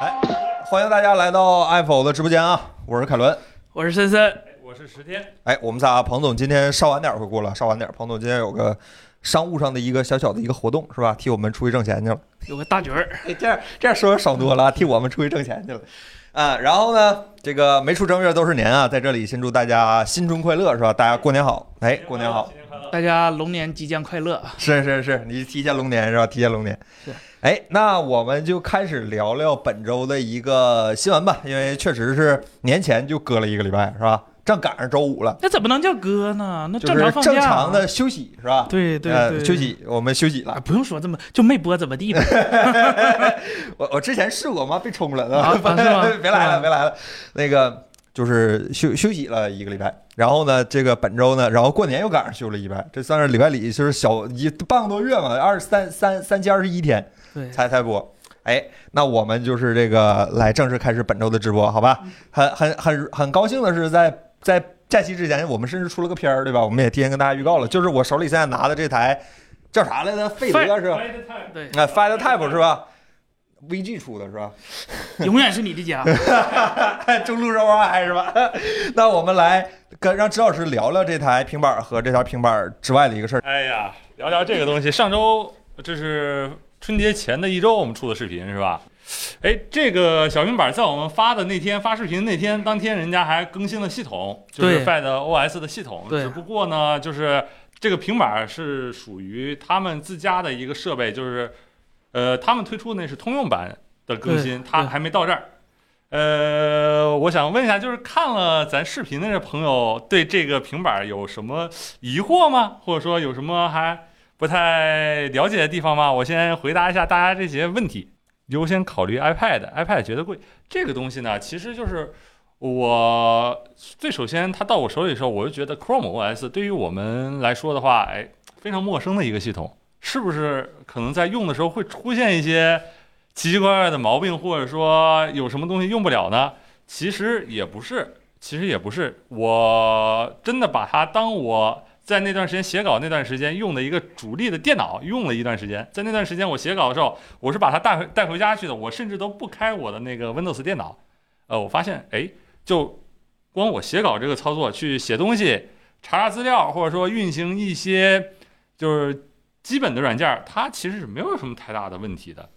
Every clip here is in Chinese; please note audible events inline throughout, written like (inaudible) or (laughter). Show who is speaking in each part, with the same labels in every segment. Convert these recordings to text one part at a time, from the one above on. Speaker 1: 哎欢迎大家来到爱否的直播间啊！我是凯伦，
Speaker 2: 我是森森，
Speaker 3: 我是十天。
Speaker 1: 哎，我们仨，彭总今天稍晚点会过来，稍晚点。彭总今天有个商务上的一个小小的一个活动，是吧？替我们出去挣钱去了。
Speaker 2: 有个大角儿，
Speaker 1: 哎，这样这样说少多了啊，替我们出去挣钱去了。啊，然后呢，这个没出正月都是年啊，在这里先祝大家新春快乐，是吧？大家过年好，哎，过年好。
Speaker 3: 新年快乐，
Speaker 2: 大家龙年即将快乐。啊
Speaker 1: 是是是，你提前龙年是吧？提前龙年
Speaker 2: 是。
Speaker 1: 哎，那我们就开始聊聊本周的一个新闻吧，因为确实是年前就隔了一个礼拜，是吧？正赶上周五了，
Speaker 2: 那怎么能叫哥呢？那
Speaker 1: 就
Speaker 2: 正
Speaker 1: 是
Speaker 2: 常放假，啊
Speaker 1: 正常的休息，是吧？
Speaker 2: 对对
Speaker 1: 呃，
Speaker 2: 对，
Speaker 1: 休息，我们休息
Speaker 2: 啊，
Speaker 1: 了。
Speaker 2: 不用说这么就没播怎么地呗。
Speaker 1: 我我之前试过吗？被冲了，
Speaker 2: 啊啊是吗
Speaker 1: (laughs) 别来
Speaker 2: 是
Speaker 1: 了，
Speaker 2: 吗
Speaker 1: 别来了。那个就是休休息了一个礼拜，然后呢，这个本周呢，然后过年又赶上休了一拜，这算是礼拜里就是小一半个多月嘛，二三三三七二十一天。
Speaker 2: 对，
Speaker 1: 猜猜播。哎，那我们就是这个来正式开始本周的直播，好吧？很很很很高兴的是在，在假期之前，我们甚至出了个片儿，对吧？我们也提前跟大家预告了，就是我手里现在拿的这台叫啥来着？费德是吧？
Speaker 3: 欢迎的太
Speaker 2: 对，
Speaker 1: 啊，Find Type 是吧？VG 出的是吧？ (laughs)
Speaker 2: 永远是你的家。
Speaker 1: 中路 ROI 是吧？ (laughs) 那我们来跟让支老师聊聊这台平板儿和这台平板儿之外的一个事儿。
Speaker 3: 哎呀，聊聊这个东西。上周这是春节前的一周，我们出的视频是吧？哎，这个小平板在我们发的那天发视频那天当天，人家还更新了系统，就是
Speaker 2: 对
Speaker 3: Find OS 的系统。
Speaker 2: 对
Speaker 3: 只不过呢，就是这个平板是属于他们自家的一个设备，就是呃，他们推出的那是通用版的更新，
Speaker 2: 对
Speaker 3: 它
Speaker 2: 对
Speaker 3: 还没到这儿。呃，我想问一下，就是看了咱视频的这朋友，对这个平板有什么疑惑吗？或者说有什么还不太了解的地方吗？我先回答一下大家这些问题。优先考虑 iPad，iPad 觉得贵，这个东西呢，其实就是我最首先它到我手里的时候，我就觉得 Chrome OS 对于我们来说的话，哎，非常陌生的一个系统，是不是可能在用的时候会出现一些奇奇怪怪的毛病，或者说有什么东西用不了呢？其实也不是，其实也不是，我真的把它当我在那段时间写稿那段时间用的一个主力的电脑用了一段时间，在那段时间我写稿的时候，我是把它带回带回家去的，我甚至都不开我的那个 Windows 电脑，呃，我发现哎，就光我写稿这个操作去写东西、查查资料，或者说运行一些就是基本的软件儿，它其实是没有什么太大的问题的。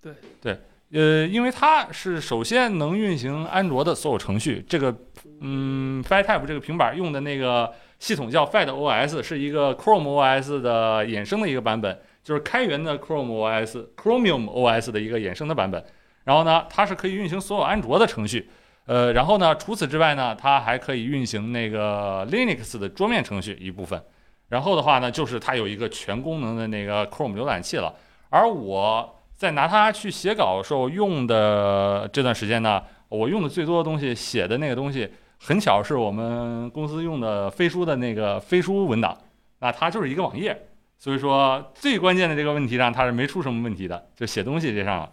Speaker 2: 对
Speaker 3: 对，呃，因为它是首先能运行安卓的所有程序，这个嗯 f i t y p e 这个平板用的那个系统叫 Fed OS，是一个 Chrome OS 的衍生的一个版本，就是开源的 Chrome OS、Chromium OS 的一个衍生的版本。然后呢，它是可以运行所有安卓的程序，呃，然后呢，除此之外呢，它还可以运行那个 Linux 的桌面程序一部分。然后的话呢，就是它有一个全功能的那个 Chrome 浏览器了。而我在拿它去写稿的时候用的这段时间呢，我用的最多的东西写的那个东西，很巧是我们公司用的飞书的那个飞书文档，那它就是一个网页，所以说最关键的这个问题上它是没出什么问题的，就写东西这上了。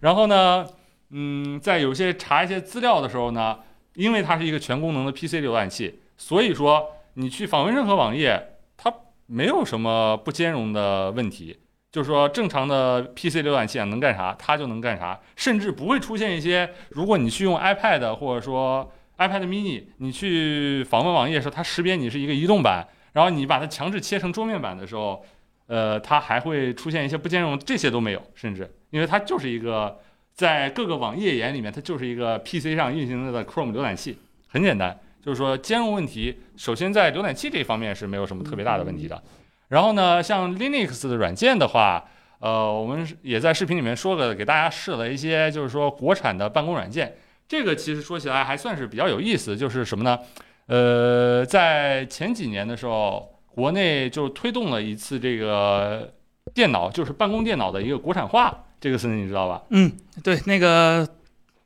Speaker 3: 然后呢，嗯，在有些查一些资料的时候呢，因为它是一个全功能的 PC 浏览器，所以说你去访问任何网页，它没有什么不兼容的问题。就是说，正常的 PC 浏览器啊，能干啥它就能干啥，甚至不会出现一些，如果你去用 iPad 或者说 iPad mini，你去访问网页的时候，它识别你是一个移动版，然后你把它强制切成桌面版的时候，呃，它还会出现一些不兼容，这些都没有，甚至因为它就是一个在各个网页眼里面，它就是一个 PC 上运行的 Chrome 浏览器，很简单。就是说兼容问题，首先在浏览器这方面是没有什么特别大的问题的。然后呢，像 Linux 的软件的话，呃，我们是也在视频里面说了，给大家试了一些，就是说国产的办公软件。这个其实说起来还算是比较有意思，就是什么呢？呃，在前几年的时候，国内就推动了一次这个电脑，就是办公电脑的一个国产化，这个事情你知道吧？
Speaker 2: 嗯，对，那个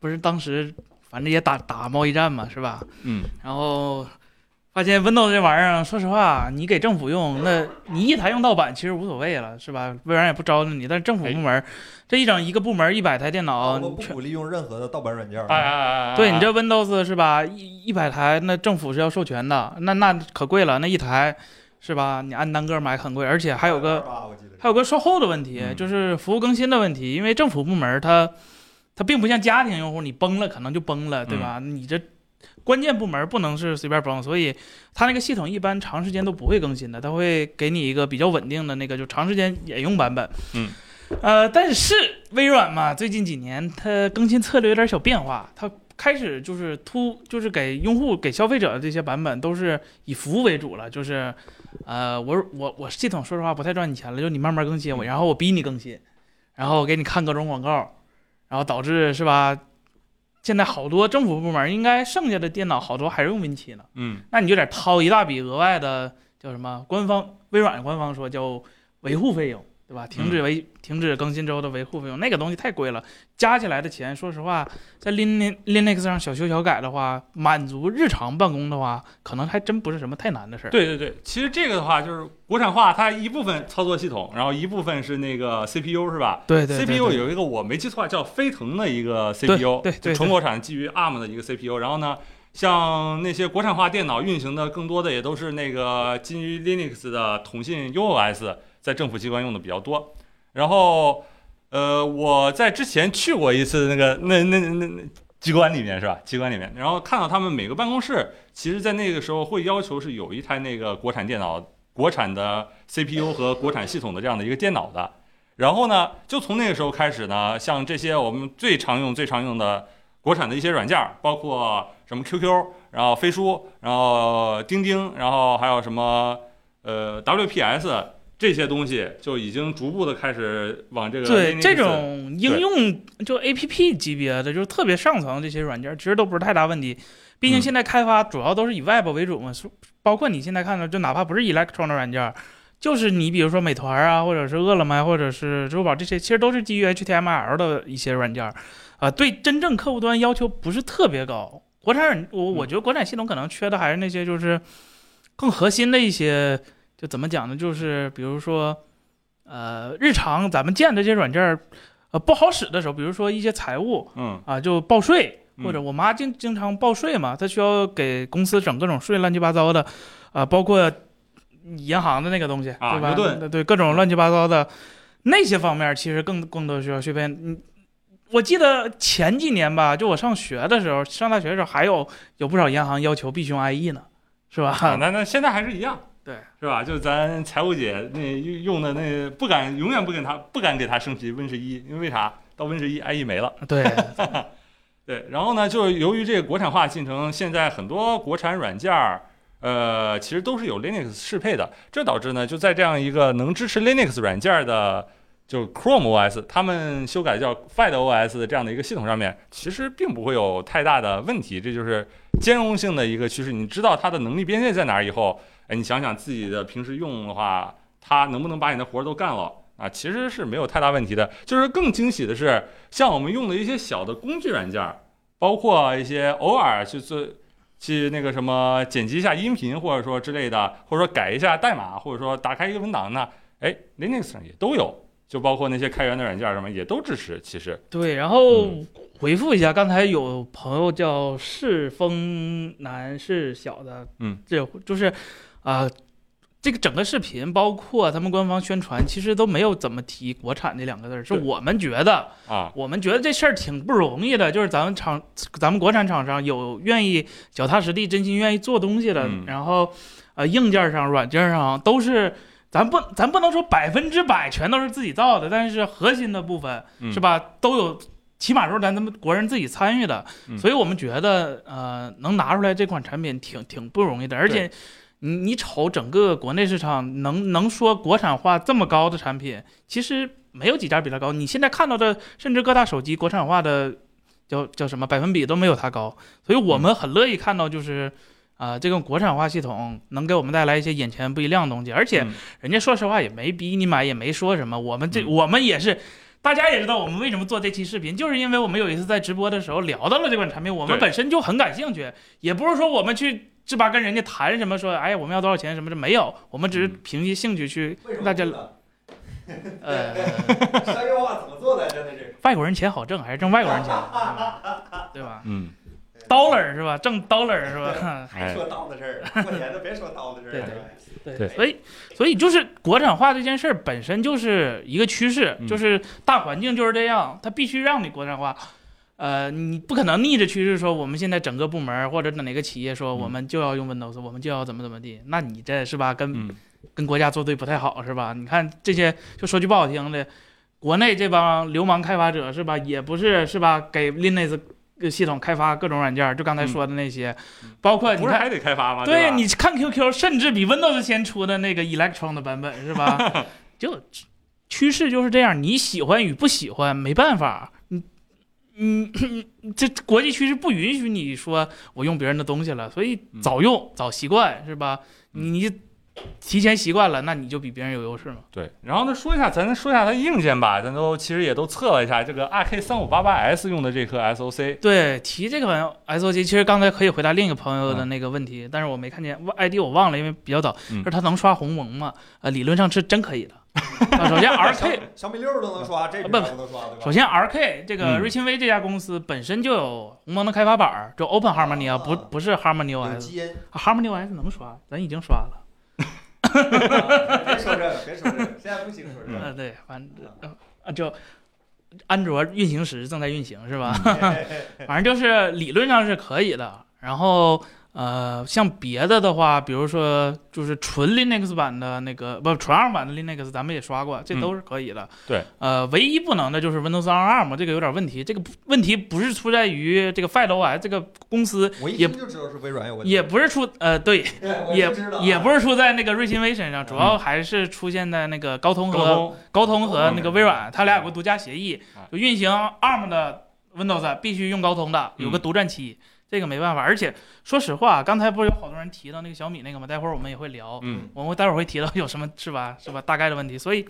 Speaker 2: 不是当时反正也打打贸易战嘛，是吧？
Speaker 3: 嗯，
Speaker 2: 然后发现 Windows 这玩意儿，啊说实话，你给政府用，那你一台用盗版其实无所谓了，是吧？微软也不招你，但是政府部门儿、这一整一个部门一百台电脑，
Speaker 1: 啊我
Speaker 2: 啊你
Speaker 1: 不
Speaker 2: 全
Speaker 1: 鼓励用任何的盗版软件儿。
Speaker 3: 哎哎哎哎，
Speaker 2: 对你这 Windows 是吧？一一百台，那政府是要授权的，那那可贵了，那一台是吧？你按单个买很贵，而且还有个
Speaker 1: 啊28我记得是
Speaker 2: 还有个售后的问题，
Speaker 3: 嗯
Speaker 2: 就是服务更新的问题，因为政府部门它它并不像家庭用户，你崩了可能就崩了，对吧？你这关键部门不能是随便崩，所以它那个系统一般长时间都不会更新的，它会给你一个比较稳定的那个就长时间沿用版本。
Speaker 3: 嗯。
Speaker 2: 呃，但是微软嘛，最近几年它更新策略有点小变化，它开始就是突就是给用户给消费者的这些版本都是以服务为主了，就是，呃，我我我系统说实话不太赚你钱了，就你慢慢更新我，然后我逼你更新，然后我给你看各种广告，然后导致是吧？现在好多政府部门应该剩下的电脑好多还是用 Win 7呢，
Speaker 3: 嗯
Speaker 2: 那你就得掏一大笔额外的叫什么？官方微软官方说叫维护费用，对吧？停止
Speaker 3: 嗯
Speaker 2: 维、停止更新之后的维护费用，那个东西太贵了，加起来的钱，说实话，在 Lin Linux 上小修小改的话，满足日常办公的话，可能还真不是什么太难的事儿。
Speaker 3: 对对对，其实这个的话就是国产化，它一部分操作系统，然后一部分是那个 CPU 是啊吧？
Speaker 2: 对对
Speaker 3: CPU 有一个我没记错叫飞腾的一个 CPU，
Speaker 2: 对对对
Speaker 3: 就纯国产基于 ARM 的一个 CPU。然后呢，像那些国产化电脑运行的更多的也都是那个基于 Linux 的同信 UOS，在政府机关用的比较多。然后，呃，我在之前去过一次那个那那那那机关里面是吧？机关里面，然后看到他们每个办公室，其实在那个时候会要求是有一台那个国产电脑、国产的 CPU 和国产系统的这样的一个电脑的。然后呢，就从那个时候开始呢，像这些我们最常用、最常用的国产的一些软件儿，包括什么 QQ，然后飞书，然后钉钉，然后还有什么呃 WPS 这些东西，就已经逐步的开始往这个
Speaker 2: 对
Speaker 3: Linux-
Speaker 2: 这种应用就 A P P 级别的，就是特别上层这些软件，其实都不是太大问题。毕竟
Speaker 3: 嗯
Speaker 2: 现在开发主要都是以 Web 为主嘛，是包括你现在看到，就哪怕不是 Electron 的软件，就是你比如说美团啊，或者是饿了么，或者是支付宝这些，其实都是基于 HTML 的一些软件，啊、对真正客户端要求不是特别高。国产软我我觉得国产系统可能缺的还是那些就是更核心的一些，就怎么讲呢？就是比如说，呃，日常咱们建的这些软件儿，呃，不好使的时候，比如说一些财务
Speaker 3: 嗯
Speaker 2: 啊、就报税，
Speaker 3: 嗯
Speaker 2: 或者我妈经经常报税嘛，她需要给公司整各种税，乱七八糟的，啊、包括银行的那个东西，
Speaker 3: 啊
Speaker 2: 对吧？
Speaker 3: 牛顿
Speaker 2: 对各种乱七八糟的那些方面，其实更更多需要碎片。嗯，我记得前几年吧，就我上学的时候，上大学的时候，还有有不少银行要求必须用 IE 呢，是吧？
Speaker 3: 啊，那那现在还是一样，
Speaker 2: 对，
Speaker 3: 是吧？就咱财务姐那用的那不敢，永远不给她不敢给她升级 Win 十一，因为为啥？到 Win 十一 IE 没了。
Speaker 2: 对，
Speaker 3: 对，然后呢，就是由于这个国产化进程，现在很多国产软件儿，呃，其实都是有 Linux 适配的，这导致呢，就在这样一个能支持 Linux 软件儿的，就 Chrome OS，他们修改叫 Find OS 的这样的一个系统上面，其实并不会有太大的问题，这就是兼容性的一个趋势。你知道它的能力边界在哪儿以后，哎，你想想自己的平时用的话，它能不能把你的活儿都干了啊？其实是没有太大问题的。就是更惊喜的是，像我们用的一些小的工具软件儿，包括一些偶尔去做去那个什么剪辑一下音频，或者说之类的，或者说改一下代码，或者说打开一个文档呢，哎，Linux 上也都有，就包括那些开源的软件儿什么也都支持。其实，
Speaker 2: 对，然后
Speaker 3: 嗯
Speaker 2: 回复一下，刚才有朋友叫是风男是小的，
Speaker 3: 嗯，
Speaker 2: 这就是啊、这个整个视频包括他们官方宣传，其实都没有怎么提“国产”这两个字儿，是
Speaker 3: 对
Speaker 2: 我们觉得，
Speaker 3: 啊，
Speaker 2: 我们觉得这事儿挺不容易的，就是咱们厂，咱们国产厂商有愿意脚踏实地、真心愿意做东西的，
Speaker 3: 嗯
Speaker 2: 然后，呃，硬件上、软件上都是，咱不，咱不能说百分之百全都是自己造的，但是核心的部分、
Speaker 3: 嗯
Speaker 2: 是吧，都有，起码说咱咱们国人自己参与的，
Speaker 3: 嗯
Speaker 2: 所以我们觉得，呃，能拿出来这款产品挺挺不容易的，而且。你你瞅整个国内市场能能说国产化这么高的产品，其实没有几家比它高。你现在看到的，甚至各大手机国产化的叫叫什么百分比都没有它高，所以我们很乐意看到就是。啊、这种国产化系统能给我们带来一些眼前不一样的东西，而且
Speaker 3: 嗯
Speaker 2: 人家说实话也没逼你买，也没说什么。我们这、
Speaker 3: 嗯
Speaker 2: 我们也是，大家也知道我们为什么做这期视频，就是因为我们有一次在直播的时候聊到了这款产品，我们
Speaker 3: 对
Speaker 2: 本身就很感兴趣，也不是说我们去是吧跟人家谈什么说，哎呀我们要多少钱什么的没有，我们只是
Speaker 3: 嗯
Speaker 2: 凭借兴趣去
Speaker 4: 为什么
Speaker 2: 大家
Speaker 4: 不呢
Speaker 2: 呃。 (laughs)
Speaker 4: (laughs) 商业化怎么做来着？那是
Speaker 2: 外国人钱好挣，还是挣外国人钱，对吧
Speaker 3: 嗯，哎
Speaker 2: ？dollar 是吧？挣 dollar 是吧？
Speaker 4: 还说刀的事儿，过年的别说刀的事儿。
Speaker 2: 对
Speaker 4: 对
Speaker 2: 对
Speaker 4: 吧
Speaker 3: 对
Speaker 2: 所以所以就是国产化这件事儿本身就是一个趋势，
Speaker 3: 嗯
Speaker 2: 就是大环境就是这样，它必须让你国产化。呃，你不可能逆着趋势说我们现在整个部门儿或者哪个企业说
Speaker 3: 嗯
Speaker 2: 我们就要用 Windows，、我们就要怎么怎么地，那你这是吧跟
Speaker 3: 嗯，
Speaker 2: 跟国家作对不太好是吧？你看这些，就说句不好听的，国内这帮流氓开发者是吧，也不是是吧，给 Linux 系统开发各种软件儿，就刚才
Speaker 3: 嗯
Speaker 2: 说的那些，包括你
Speaker 3: 不是
Speaker 2: 看，
Speaker 3: 还得开发吗？
Speaker 2: 对
Speaker 3: 啊吧
Speaker 2: 你看 QQ，甚至比 Windows 先出的那个 Electron 的版本是
Speaker 3: (laughs)
Speaker 2: 吧？就趋势就是这样，你喜欢与不喜欢没办法，你。嗯，这国际趋势不允许你说我用别人的东西了，所以
Speaker 3: 嗯
Speaker 2: 早用、早习惯是吧？你
Speaker 3: 嗯
Speaker 2: 你提前习惯了，那你就比别人有优势嘛。
Speaker 3: 对，然后呢，说一下，咱说一下它硬件吧，咱都其实也都测了一下，这个 RK 三五八八 S 用的这颗 SOC，
Speaker 2: 对，提这款 SOC，其实刚才可以回答另一个朋友的那个问题，但是我没看见 ID 我忘了，因为比较早。
Speaker 3: 嗯
Speaker 2: 就是它能刷红蒙吗？呃，理论上是真可以
Speaker 3: (laughs)
Speaker 2: 的。啊首先 RK，
Speaker 4: 小米六都能刷，这
Speaker 2: 不
Speaker 4: 边不能刷，对吧
Speaker 2: 首先 RK 这个
Speaker 3: 嗯
Speaker 2: 瑞钦微这家公司本身就有鸿蒙的开发板儿，就 Open Harmony 啊，不不是 Harmony 啊
Speaker 4: 有
Speaker 2: OS，Harmony
Speaker 4: 基因，
Speaker 2: OS 能刷，啊咱已经刷了。
Speaker 4: 别说这个，别说这个，现在不兴说这
Speaker 2: 呃，对，反正啊就安卓运行时正在运行是吧？
Speaker 3: 嗯 (laughs)
Speaker 4: 个。
Speaker 2: 反正就是理论上是可以的。然后呃，像别的的话，比如说就是纯 Linux 版的那个不纯 ARM 版的 Linux，咱们也刷过，这都是可以的。
Speaker 3: 对，
Speaker 2: 呃，唯一不能的就是 Windows on ARM 这个有点问题。这个不问题不是出在于这个 FileOS 这个公司，
Speaker 4: 我一
Speaker 2: 也
Speaker 4: 听就知道是微软有问题，
Speaker 2: 也不是出呃对，
Speaker 4: 我
Speaker 2: 也
Speaker 4: 就知道啊
Speaker 2: 也不是出在那个瑞芯微身上，主要还是出现在那个高通和
Speaker 3: 高通
Speaker 2: 高通和那个微软，它俩有个
Speaker 3: 嗯
Speaker 2: 独家协议
Speaker 3: 啊，
Speaker 2: 就运行 ARM 的 Windows 啊必须用高通的，有个
Speaker 3: 嗯
Speaker 2: 独占期，这个没办法。而且说实话，刚才不是有好多人提到那个小米那个吗？待会儿我们也会聊，
Speaker 3: 嗯
Speaker 2: 我们待会儿会提到有什么是吧？是吧？大概的问题。所以，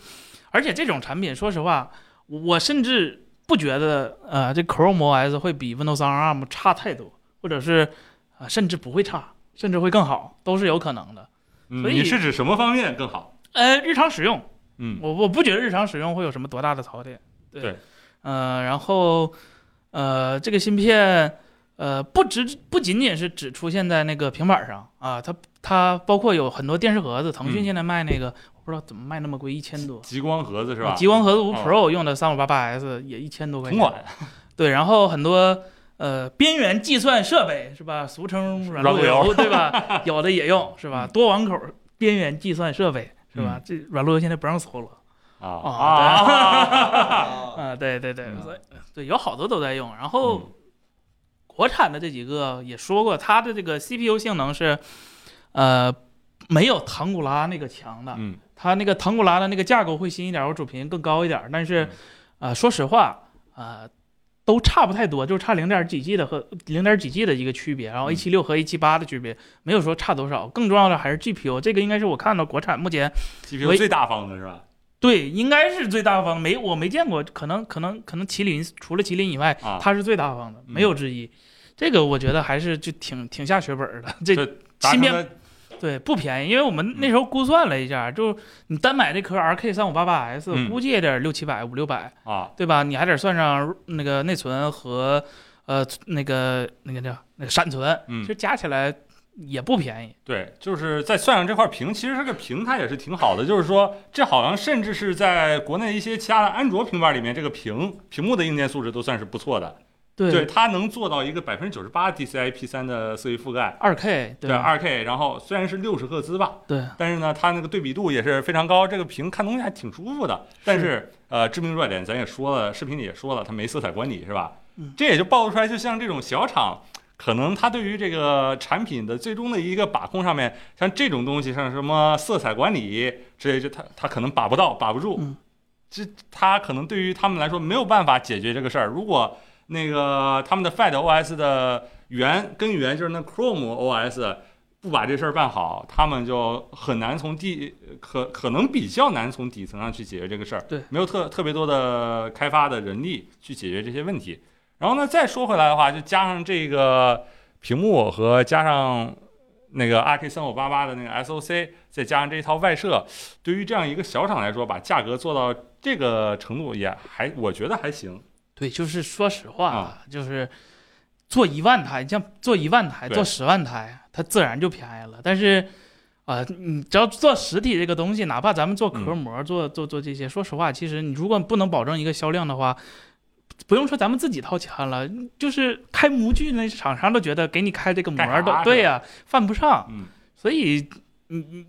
Speaker 2: 而且这种产品，说实话，我甚至不觉得呃，这 Chrome OS 会比 Windows on ARM 差太多，或者是啊、呃甚至不会差，甚至会更好，都是有可能的。
Speaker 3: 嗯
Speaker 2: 所以
Speaker 3: 你是指什么方面更好？
Speaker 2: 呃，日常使用。
Speaker 3: 嗯
Speaker 2: 我我不觉得日常使用会有什么多大的槽点。对，
Speaker 3: 对
Speaker 2: 呃，然后呃，这个芯片呃不只不仅仅是只出现在那个平板上啊，它它包括有很多电视盒子，腾讯
Speaker 3: 嗯
Speaker 2: 现在卖那个、我不知道怎么卖那么贵，一千多。啊
Speaker 3: 极光盒子是吧？
Speaker 2: 极光盒子五
Speaker 3: 哦
Speaker 2: Pro 用的三五八八 S 也一千多块
Speaker 3: 同
Speaker 2: 钱，
Speaker 3: 款
Speaker 2: 对，然后很多呃边缘计算设备是吧，俗称软路
Speaker 3: 软路嗯
Speaker 2: 由对吧？
Speaker 3: (laughs)
Speaker 2: 有的也用是吧？多网口边缘计算设备是吧？这软路由现在不让搜了。
Speaker 3: 啊
Speaker 2: 哦
Speaker 3: 啊！
Speaker 4: 啊
Speaker 2: 啊，
Speaker 3: (laughs)
Speaker 2: 对对对，
Speaker 3: 嗯
Speaker 2: 所以对有好多都在用。然后、国产的这几个也说过，它的这个 CPU 性能是，呃，没有唐古拉那个强的。
Speaker 3: 嗯
Speaker 2: 它那个唐古拉的那个架构会新一点，我主频更高一点，但是
Speaker 3: 嗯，
Speaker 2: 呃，说实话，呃。都差不太多，就是差零点几 G 的和零点几 G 的一个区别，然后
Speaker 3: 嗯
Speaker 2: A 七六和 A 七八的区别，没有说差多少。更重要的还是 GPU，这个应该是我看到国产目前
Speaker 3: ，GPU
Speaker 2: 喂
Speaker 3: 最大方的是吧？
Speaker 2: 对，应该是最大方，没我没见过，可能可能可能麒麟除了麒麟以外，
Speaker 3: 啊嗯
Speaker 2: 它是最大方的，没有之一。这个我觉得还是就挺挺下血本儿的，这
Speaker 3: 对达
Speaker 2: 芯
Speaker 3: 成
Speaker 2: 片
Speaker 3: 了嗯
Speaker 2: 对不便宜，因为我们那时候估算了一下，就是你单买这颗 RK 三五八八 S，
Speaker 3: 嗯
Speaker 2: 估计也得六七百五六百，
Speaker 3: 啊，
Speaker 2: 对吧？你还得算上那个内存和呃那个那个叫那个闪存，
Speaker 3: 嗯
Speaker 2: 其实加起来也不便宜。
Speaker 3: 对，就是再算上这块屏，其实这个屏它也是挺好的，就是说这好像甚至是在国内一些其他的安卓平板里面，这个屏屏幕的硬件素质都算是不错的。
Speaker 2: 对
Speaker 3: 对，它能做到一个百分之九十八 DCI P3 的色域覆盖，
Speaker 2: 二 K
Speaker 3: 对
Speaker 2: 吧
Speaker 3: 二 K，然后虽然是六十赫兹吧，
Speaker 2: 对
Speaker 3: 但是呢，它那个对比度也是非常高，这个屏看东西还挺舒服的。但是呃，致命弱点咱也说了，视频里也说了，它没色彩管理是吧？
Speaker 2: 嗯
Speaker 3: 这也就暴露出来，就像这种小厂。可能它对于这个产品的最终的一个把控上面，像这种东西，像什么色彩管理之类，就它它可能把不到，把不住。
Speaker 2: 嗯
Speaker 3: 这它可能对于他们来说没有办法解决这个事儿。如果那个他们的 Find OS 的源根源就是那 Chrome OS 不把这事儿办好，他们就很难从地可可能比较难从底层上去解决这个事儿。
Speaker 2: 对
Speaker 3: 没有特特别多的开发的人力去解决这些问题。然后呢，再说回来的话，就加上这个屏幕和加上那个 RK 三五八八的那个 SOC，再加上这一套外设，对于这样一个小厂来说，把价格做到这个程度也还，我觉得还行。
Speaker 2: 对，就是说实话，
Speaker 3: 啊
Speaker 2: 就是做一万台，你像做一万台、
Speaker 3: 对
Speaker 2: 做十万台，它自然就便宜了。但是，啊、你只要做实体这个东
Speaker 3: 嗯
Speaker 2: 西，哪怕咱们做壳膜、做做做这些，说实话，其实你如果不能保证一个销量的话，不用说咱们自己掏钱了，就是开模具那厂商都觉得给你开这个模
Speaker 3: 干啥
Speaker 2: 儿都
Speaker 3: 是吧
Speaker 2: 对呀、犯不上。
Speaker 3: 嗯，
Speaker 2: 所以，嗯，嗯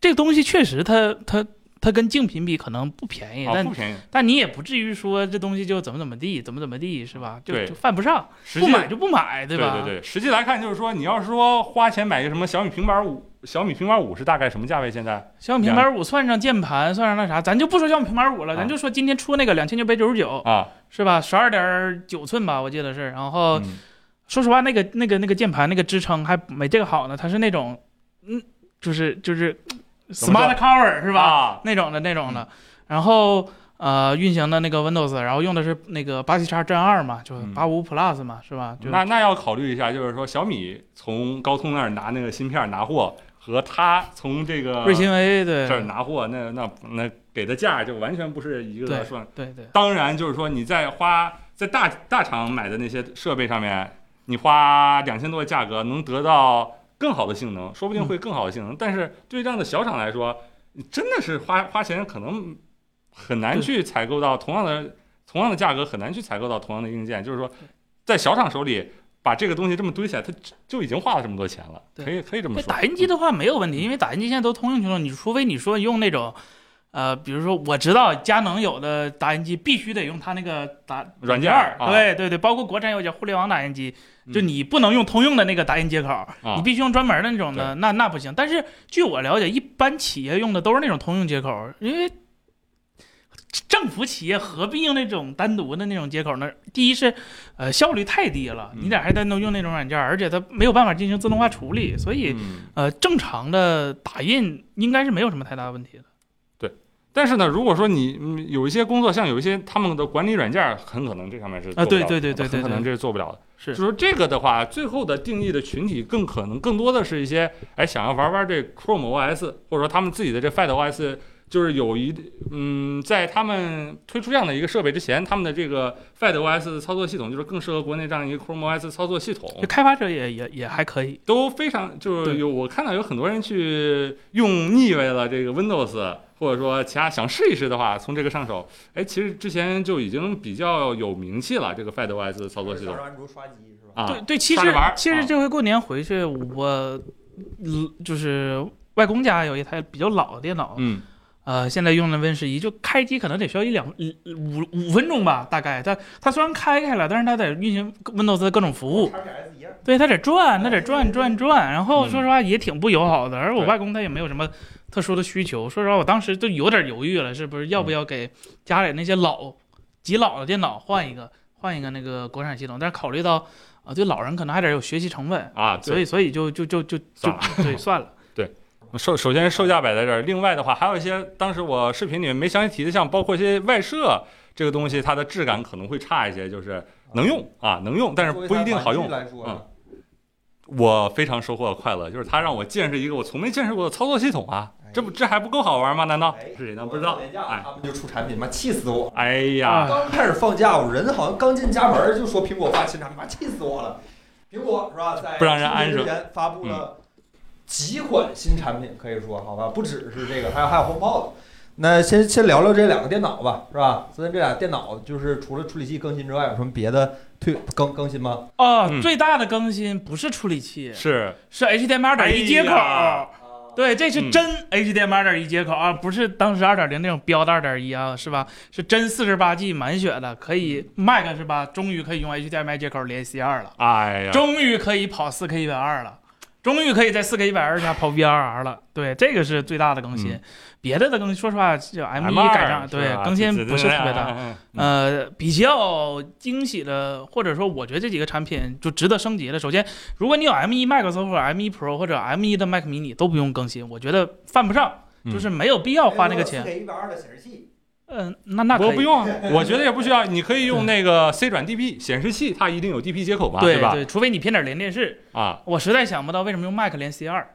Speaker 2: 这个东西确实它它它跟竞品比可能不便宜，
Speaker 3: 啊，
Speaker 2: 但
Speaker 3: 不便宜，
Speaker 2: 但你也不至于说这东西就怎么怎么地，怎么怎么地，是吧？就
Speaker 3: 嗯对
Speaker 2: 就犯不上，
Speaker 3: 实
Speaker 2: 不
Speaker 3: 际
Speaker 2: 买就不买，
Speaker 3: 对
Speaker 2: 吧？
Speaker 3: 对对，实际来看就是说，你要是说花钱买一个什么小米平板五，小米平板五是大概什么价位？现在
Speaker 2: 小米平板五算上键盘，算上那啥，咱就不说小米平板五了，
Speaker 3: 啊
Speaker 2: 咱就说今天出那个两千九百九十九，
Speaker 3: 啊，
Speaker 2: 是吧？十二点九寸吧，我记得是。然后
Speaker 3: 嗯
Speaker 2: 说实话，那个那个那个键盘那个支撑还没这个好呢，它是那种，嗯，就是就是
Speaker 3: 怎么说
Speaker 2: smart cover 是吧？
Speaker 3: 啊
Speaker 2: 那种的那种的。然后呃，运行的那个 Windows，然后用的是那个八七叉 Gen 二嘛，就是
Speaker 3: 嗯
Speaker 2: 八五 Plus 嘛，是吧？就
Speaker 3: 那那要考虑一下，就是说小米从高通那儿拿那个芯片儿拿货，和他从这个
Speaker 2: 瑞芯微
Speaker 3: 啊这
Speaker 2: 对
Speaker 3: 儿拿货，那那那给的价就完全不是一个
Speaker 2: 对
Speaker 3: 算。
Speaker 2: 对对
Speaker 3: 当然，就是说你在花在大大厂买的那些设备上面，你花两千多的价格能得到更好的性能，说不定会更好的性能。但是对于这样的小厂来说，你真的是花花钱可能很难
Speaker 2: 对
Speaker 3: 去采购到同样的同样的价格，很难去采购到同样的硬件。就是说，在小厂手里把这个东西这么堆起来，它就就已经花了这么多钱了，
Speaker 2: 对
Speaker 3: 可以可以这么
Speaker 2: 那
Speaker 3: 说。嗯
Speaker 2: 打印机的话没有问题，因为打印机现在都通用去了，你除非你说用那种。呃，比如说，我知道佳能有的打印机必须得用它那个打
Speaker 3: 软件
Speaker 2: 儿
Speaker 3: 儿，啊
Speaker 2: 对对对，包括国产有些互联网打印机，就
Speaker 3: 嗯
Speaker 2: 你不能用通用的那个打印接口，
Speaker 3: 啊
Speaker 2: 你必须用专门的那种的，那那不行。但是据我了解，一般企业用的都是那种通用接口，因为政府企业何必用那种单独的那种接口呢？第一是，呃，效率太低了，
Speaker 3: 嗯
Speaker 2: 你得还单独用那种软件，而且它没有办法进行自动化处理，所以
Speaker 3: 嗯
Speaker 2: 呃，正常的打印应该是没有什么太大问题的。
Speaker 3: 但是呢，如果说你嗯有一些工作，像有一些他们的管理软件儿，很可能这上面是做不
Speaker 2: 对
Speaker 3: 了
Speaker 2: 啊对
Speaker 3: 的
Speaker 2: 对对对
Speaker 3: 很可
Speaker 2: 对
Speaker 3: 能这是做不了的。
Speaker 2: 是
Speaker 3: 就说这个的话，最后的定义的群体更可能更多的是一些哎想要玩玩这 Chrome OS，或者说他们自己的这 Find OS，就是有一嗯，在他们推出这样的一个设备之前，他们的这个 Find OS 的操作系统就是更适合国内这样一个 Chrome OS 操作系统。
Speaker 2: 就开发者也也也还可以，
Speaker 3: 都非常就是
Speaker 2: 对
Speaker 3: 有我看到有很多人去用腻歪了这个 Windows，或者说其他想试一试的话，从这个上手，哎，其实之前就已经比较有名气了，这个 FedOS 的操作系统
Speaker 4: 安卓刷机是吧？
Speaker 3: 啊
Speaker 2: 对，对，其实
Speaker 3: 刷着玩儿
Speaker 2: 其实
Speaker 3: 啊
Speaker 2: 这回过年回去，我嗯就是外公家有一台比较老的电脑，
Speaker 3: 嗯
Speaker 2: 呃，现在用的 Win 十一，就开机可能得需要一两一五五分钟吧，大概。它它虽然开开了，但是它得运行 Windows 的各种服务，
Speaker 4: ，XPS 一样。
Speaker 2: 对，它得转，它得转转转。然后
Speaker 3: 嗯
Speaker 2: 说实话也挺不友好的，而我
Speaker 3: 对
Speaker 2: 外公他也没有什么特殊的需求。说实话，我当时就有点犹豫了，是不是要不要给家里那些老极老的电脑换一个换一个那个国产系统？但是考虑到啊、呃对老人可能还得有学习成本，
Speaker 3: 啊，
Speaker 2: 所
Speaker 3: 对，啊
Speaker 2: 以所以就就就就就
Speaker 3: 算了 (laughs)
Speaker 2: 对算了。
Speaker 3: 首首先售价摆在这儿，另外的话还有一些当时我视频里面没详细提的，像包括一些外设这个东西，它的质感可能会差一些，就是能用啊能用，但是不一定好用。嗯
Speaker 4: 来说呢，
Speaker 3: 我非常收获的快乐，就是它让我见识一个我从没见识过的操作系统啊！
Speaker 2: 哎
Speaker 3: 这不这还不够好玩吗？难道
Speaker 4: 哎
Speaker 3: 是谁呢？不知道。
Speaker 4: 廉价
Speaker 3: 哎
Speaker 4: 他们就出产品嘛，气死我！
Speaker 3: 哎
Speaker 2: 啊
Speaker 3: 呀，
Speaker 4: (laughs) 刚开始放假，我人好像刚进家门儿就说苹果发新产品，妈气死我了！苹果是吧，在
Speaker 3: 不让人安嗯
Speaker 4: 春
Speaker 3: 生
Speaker 4: 节之前发布了几款新产品，可以说好吧，不只是这个，还有还有红帽子。那先先聊聊这两个电脑吧，是吧？昨天这俩电脑就是除了处理器更新之外，有什么别的推更更新吗？
Speaker 2: 哦，
Speaker 3: 嗯
Speaker 2: 最大的更新不是处理器，
Speaker 3: 是
Speaker 2: 是 HDMI 二
Speaker 3: 哎
Speaker 2: 点一接口。
Speaker 3: 呀
Speaker 2: 对，这
Speaker 3: 嗯
Speaker 2: 是真 HDMI 二点一接口啊，不是当时二点零那种标的二点一啊，是吧？是真四十八 G 满血的，可以 Mac 是吧？终于可以用 HDMI 接口连 C 二了，
Speaker 3: 哎呀，
Speaker 2: 终于可以跑四 K 一百二了，终于可以在四 K 一百二下跑 VRR 了。对，这个是最大的更新。
Speaker 3: 嗯
Speaker 2: 别的的更新，说实话，就 M 一
Speaker 3: M2
Speaker 2: 赶上，对
Speaker 3: 吧
Speaker 2: 更新不是特别大。。
Speaker 3: 嗯
Speaker 2: 呃，比较惊喜的，或者说我觉得这几个产品就值得升级了。首先，如果你有 M1 Max 或者 M1 Pro 或者 M1 的 Mac mini 都不用更新，我觉得犯不上，
Speaker 3: 嗯
Speaker 2: 就是没有必要花那个钱。
Speaker 4: 给一百二的显示器，
Speaker 2: 嗯、那那可
Speaker 3: 我
Speaker 2: 以
Speaker 3: 不用
Speaker 2: (laughs)
Speaker 3: 啊，我觉得也不需要。你可以用那个 C 转 DP 显示器，它一定有 DP 接口吧？
Speaker 2: 对
Speaker 3: 吧？
Speaker 2: 对，除非你偏点连电视，
Speaker 3: 啊，
Speaker 2: 我实在想不到为什么用 Mac 连 C 二，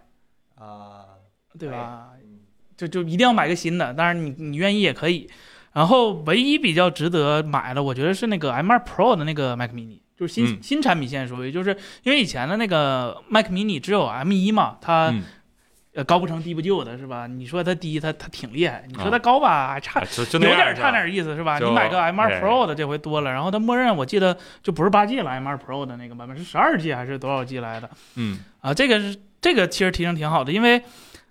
Speaker 4: 啊，
Speaker 2: 对吧？
Speaker 4: 嗯
Speaker 2: 就就一定要买个新的，当然你你愿意也可以。然后唯一比较值得买的，我觉得是那个 M2 Pro 的那个 Mac mini，就是新、
Speaker 3: 嗯
Speaker 2: 新产品线属于，就是因为以前的那个 Mac mini 只有 M1 嘛，它、
Speaker 3: 嗯
Speaker 2: 呃高不成低不就的是吧？你说它低，它它挺厉害；你说它高吧，还差
Speaker 3: 啊就就
Speaker 2: 有
Speaker 3: 那样
Speaker 2: 点
Speaker 3: 是吧
Speaker 2: 差点意思是吧？
Speaker 3: 就
Speaker 2: 你买个 M 二
Speaker 3: 哎
Speaker 2: Pro 的这回多了，然后它默认我记得就不是八 G 了，M 二 Pro 的那个版本是十二 G 还是多少 G 来的
Speaker 3: 嗯，
Speaker 2: 啊？这个是这个其实提升挺好的，因为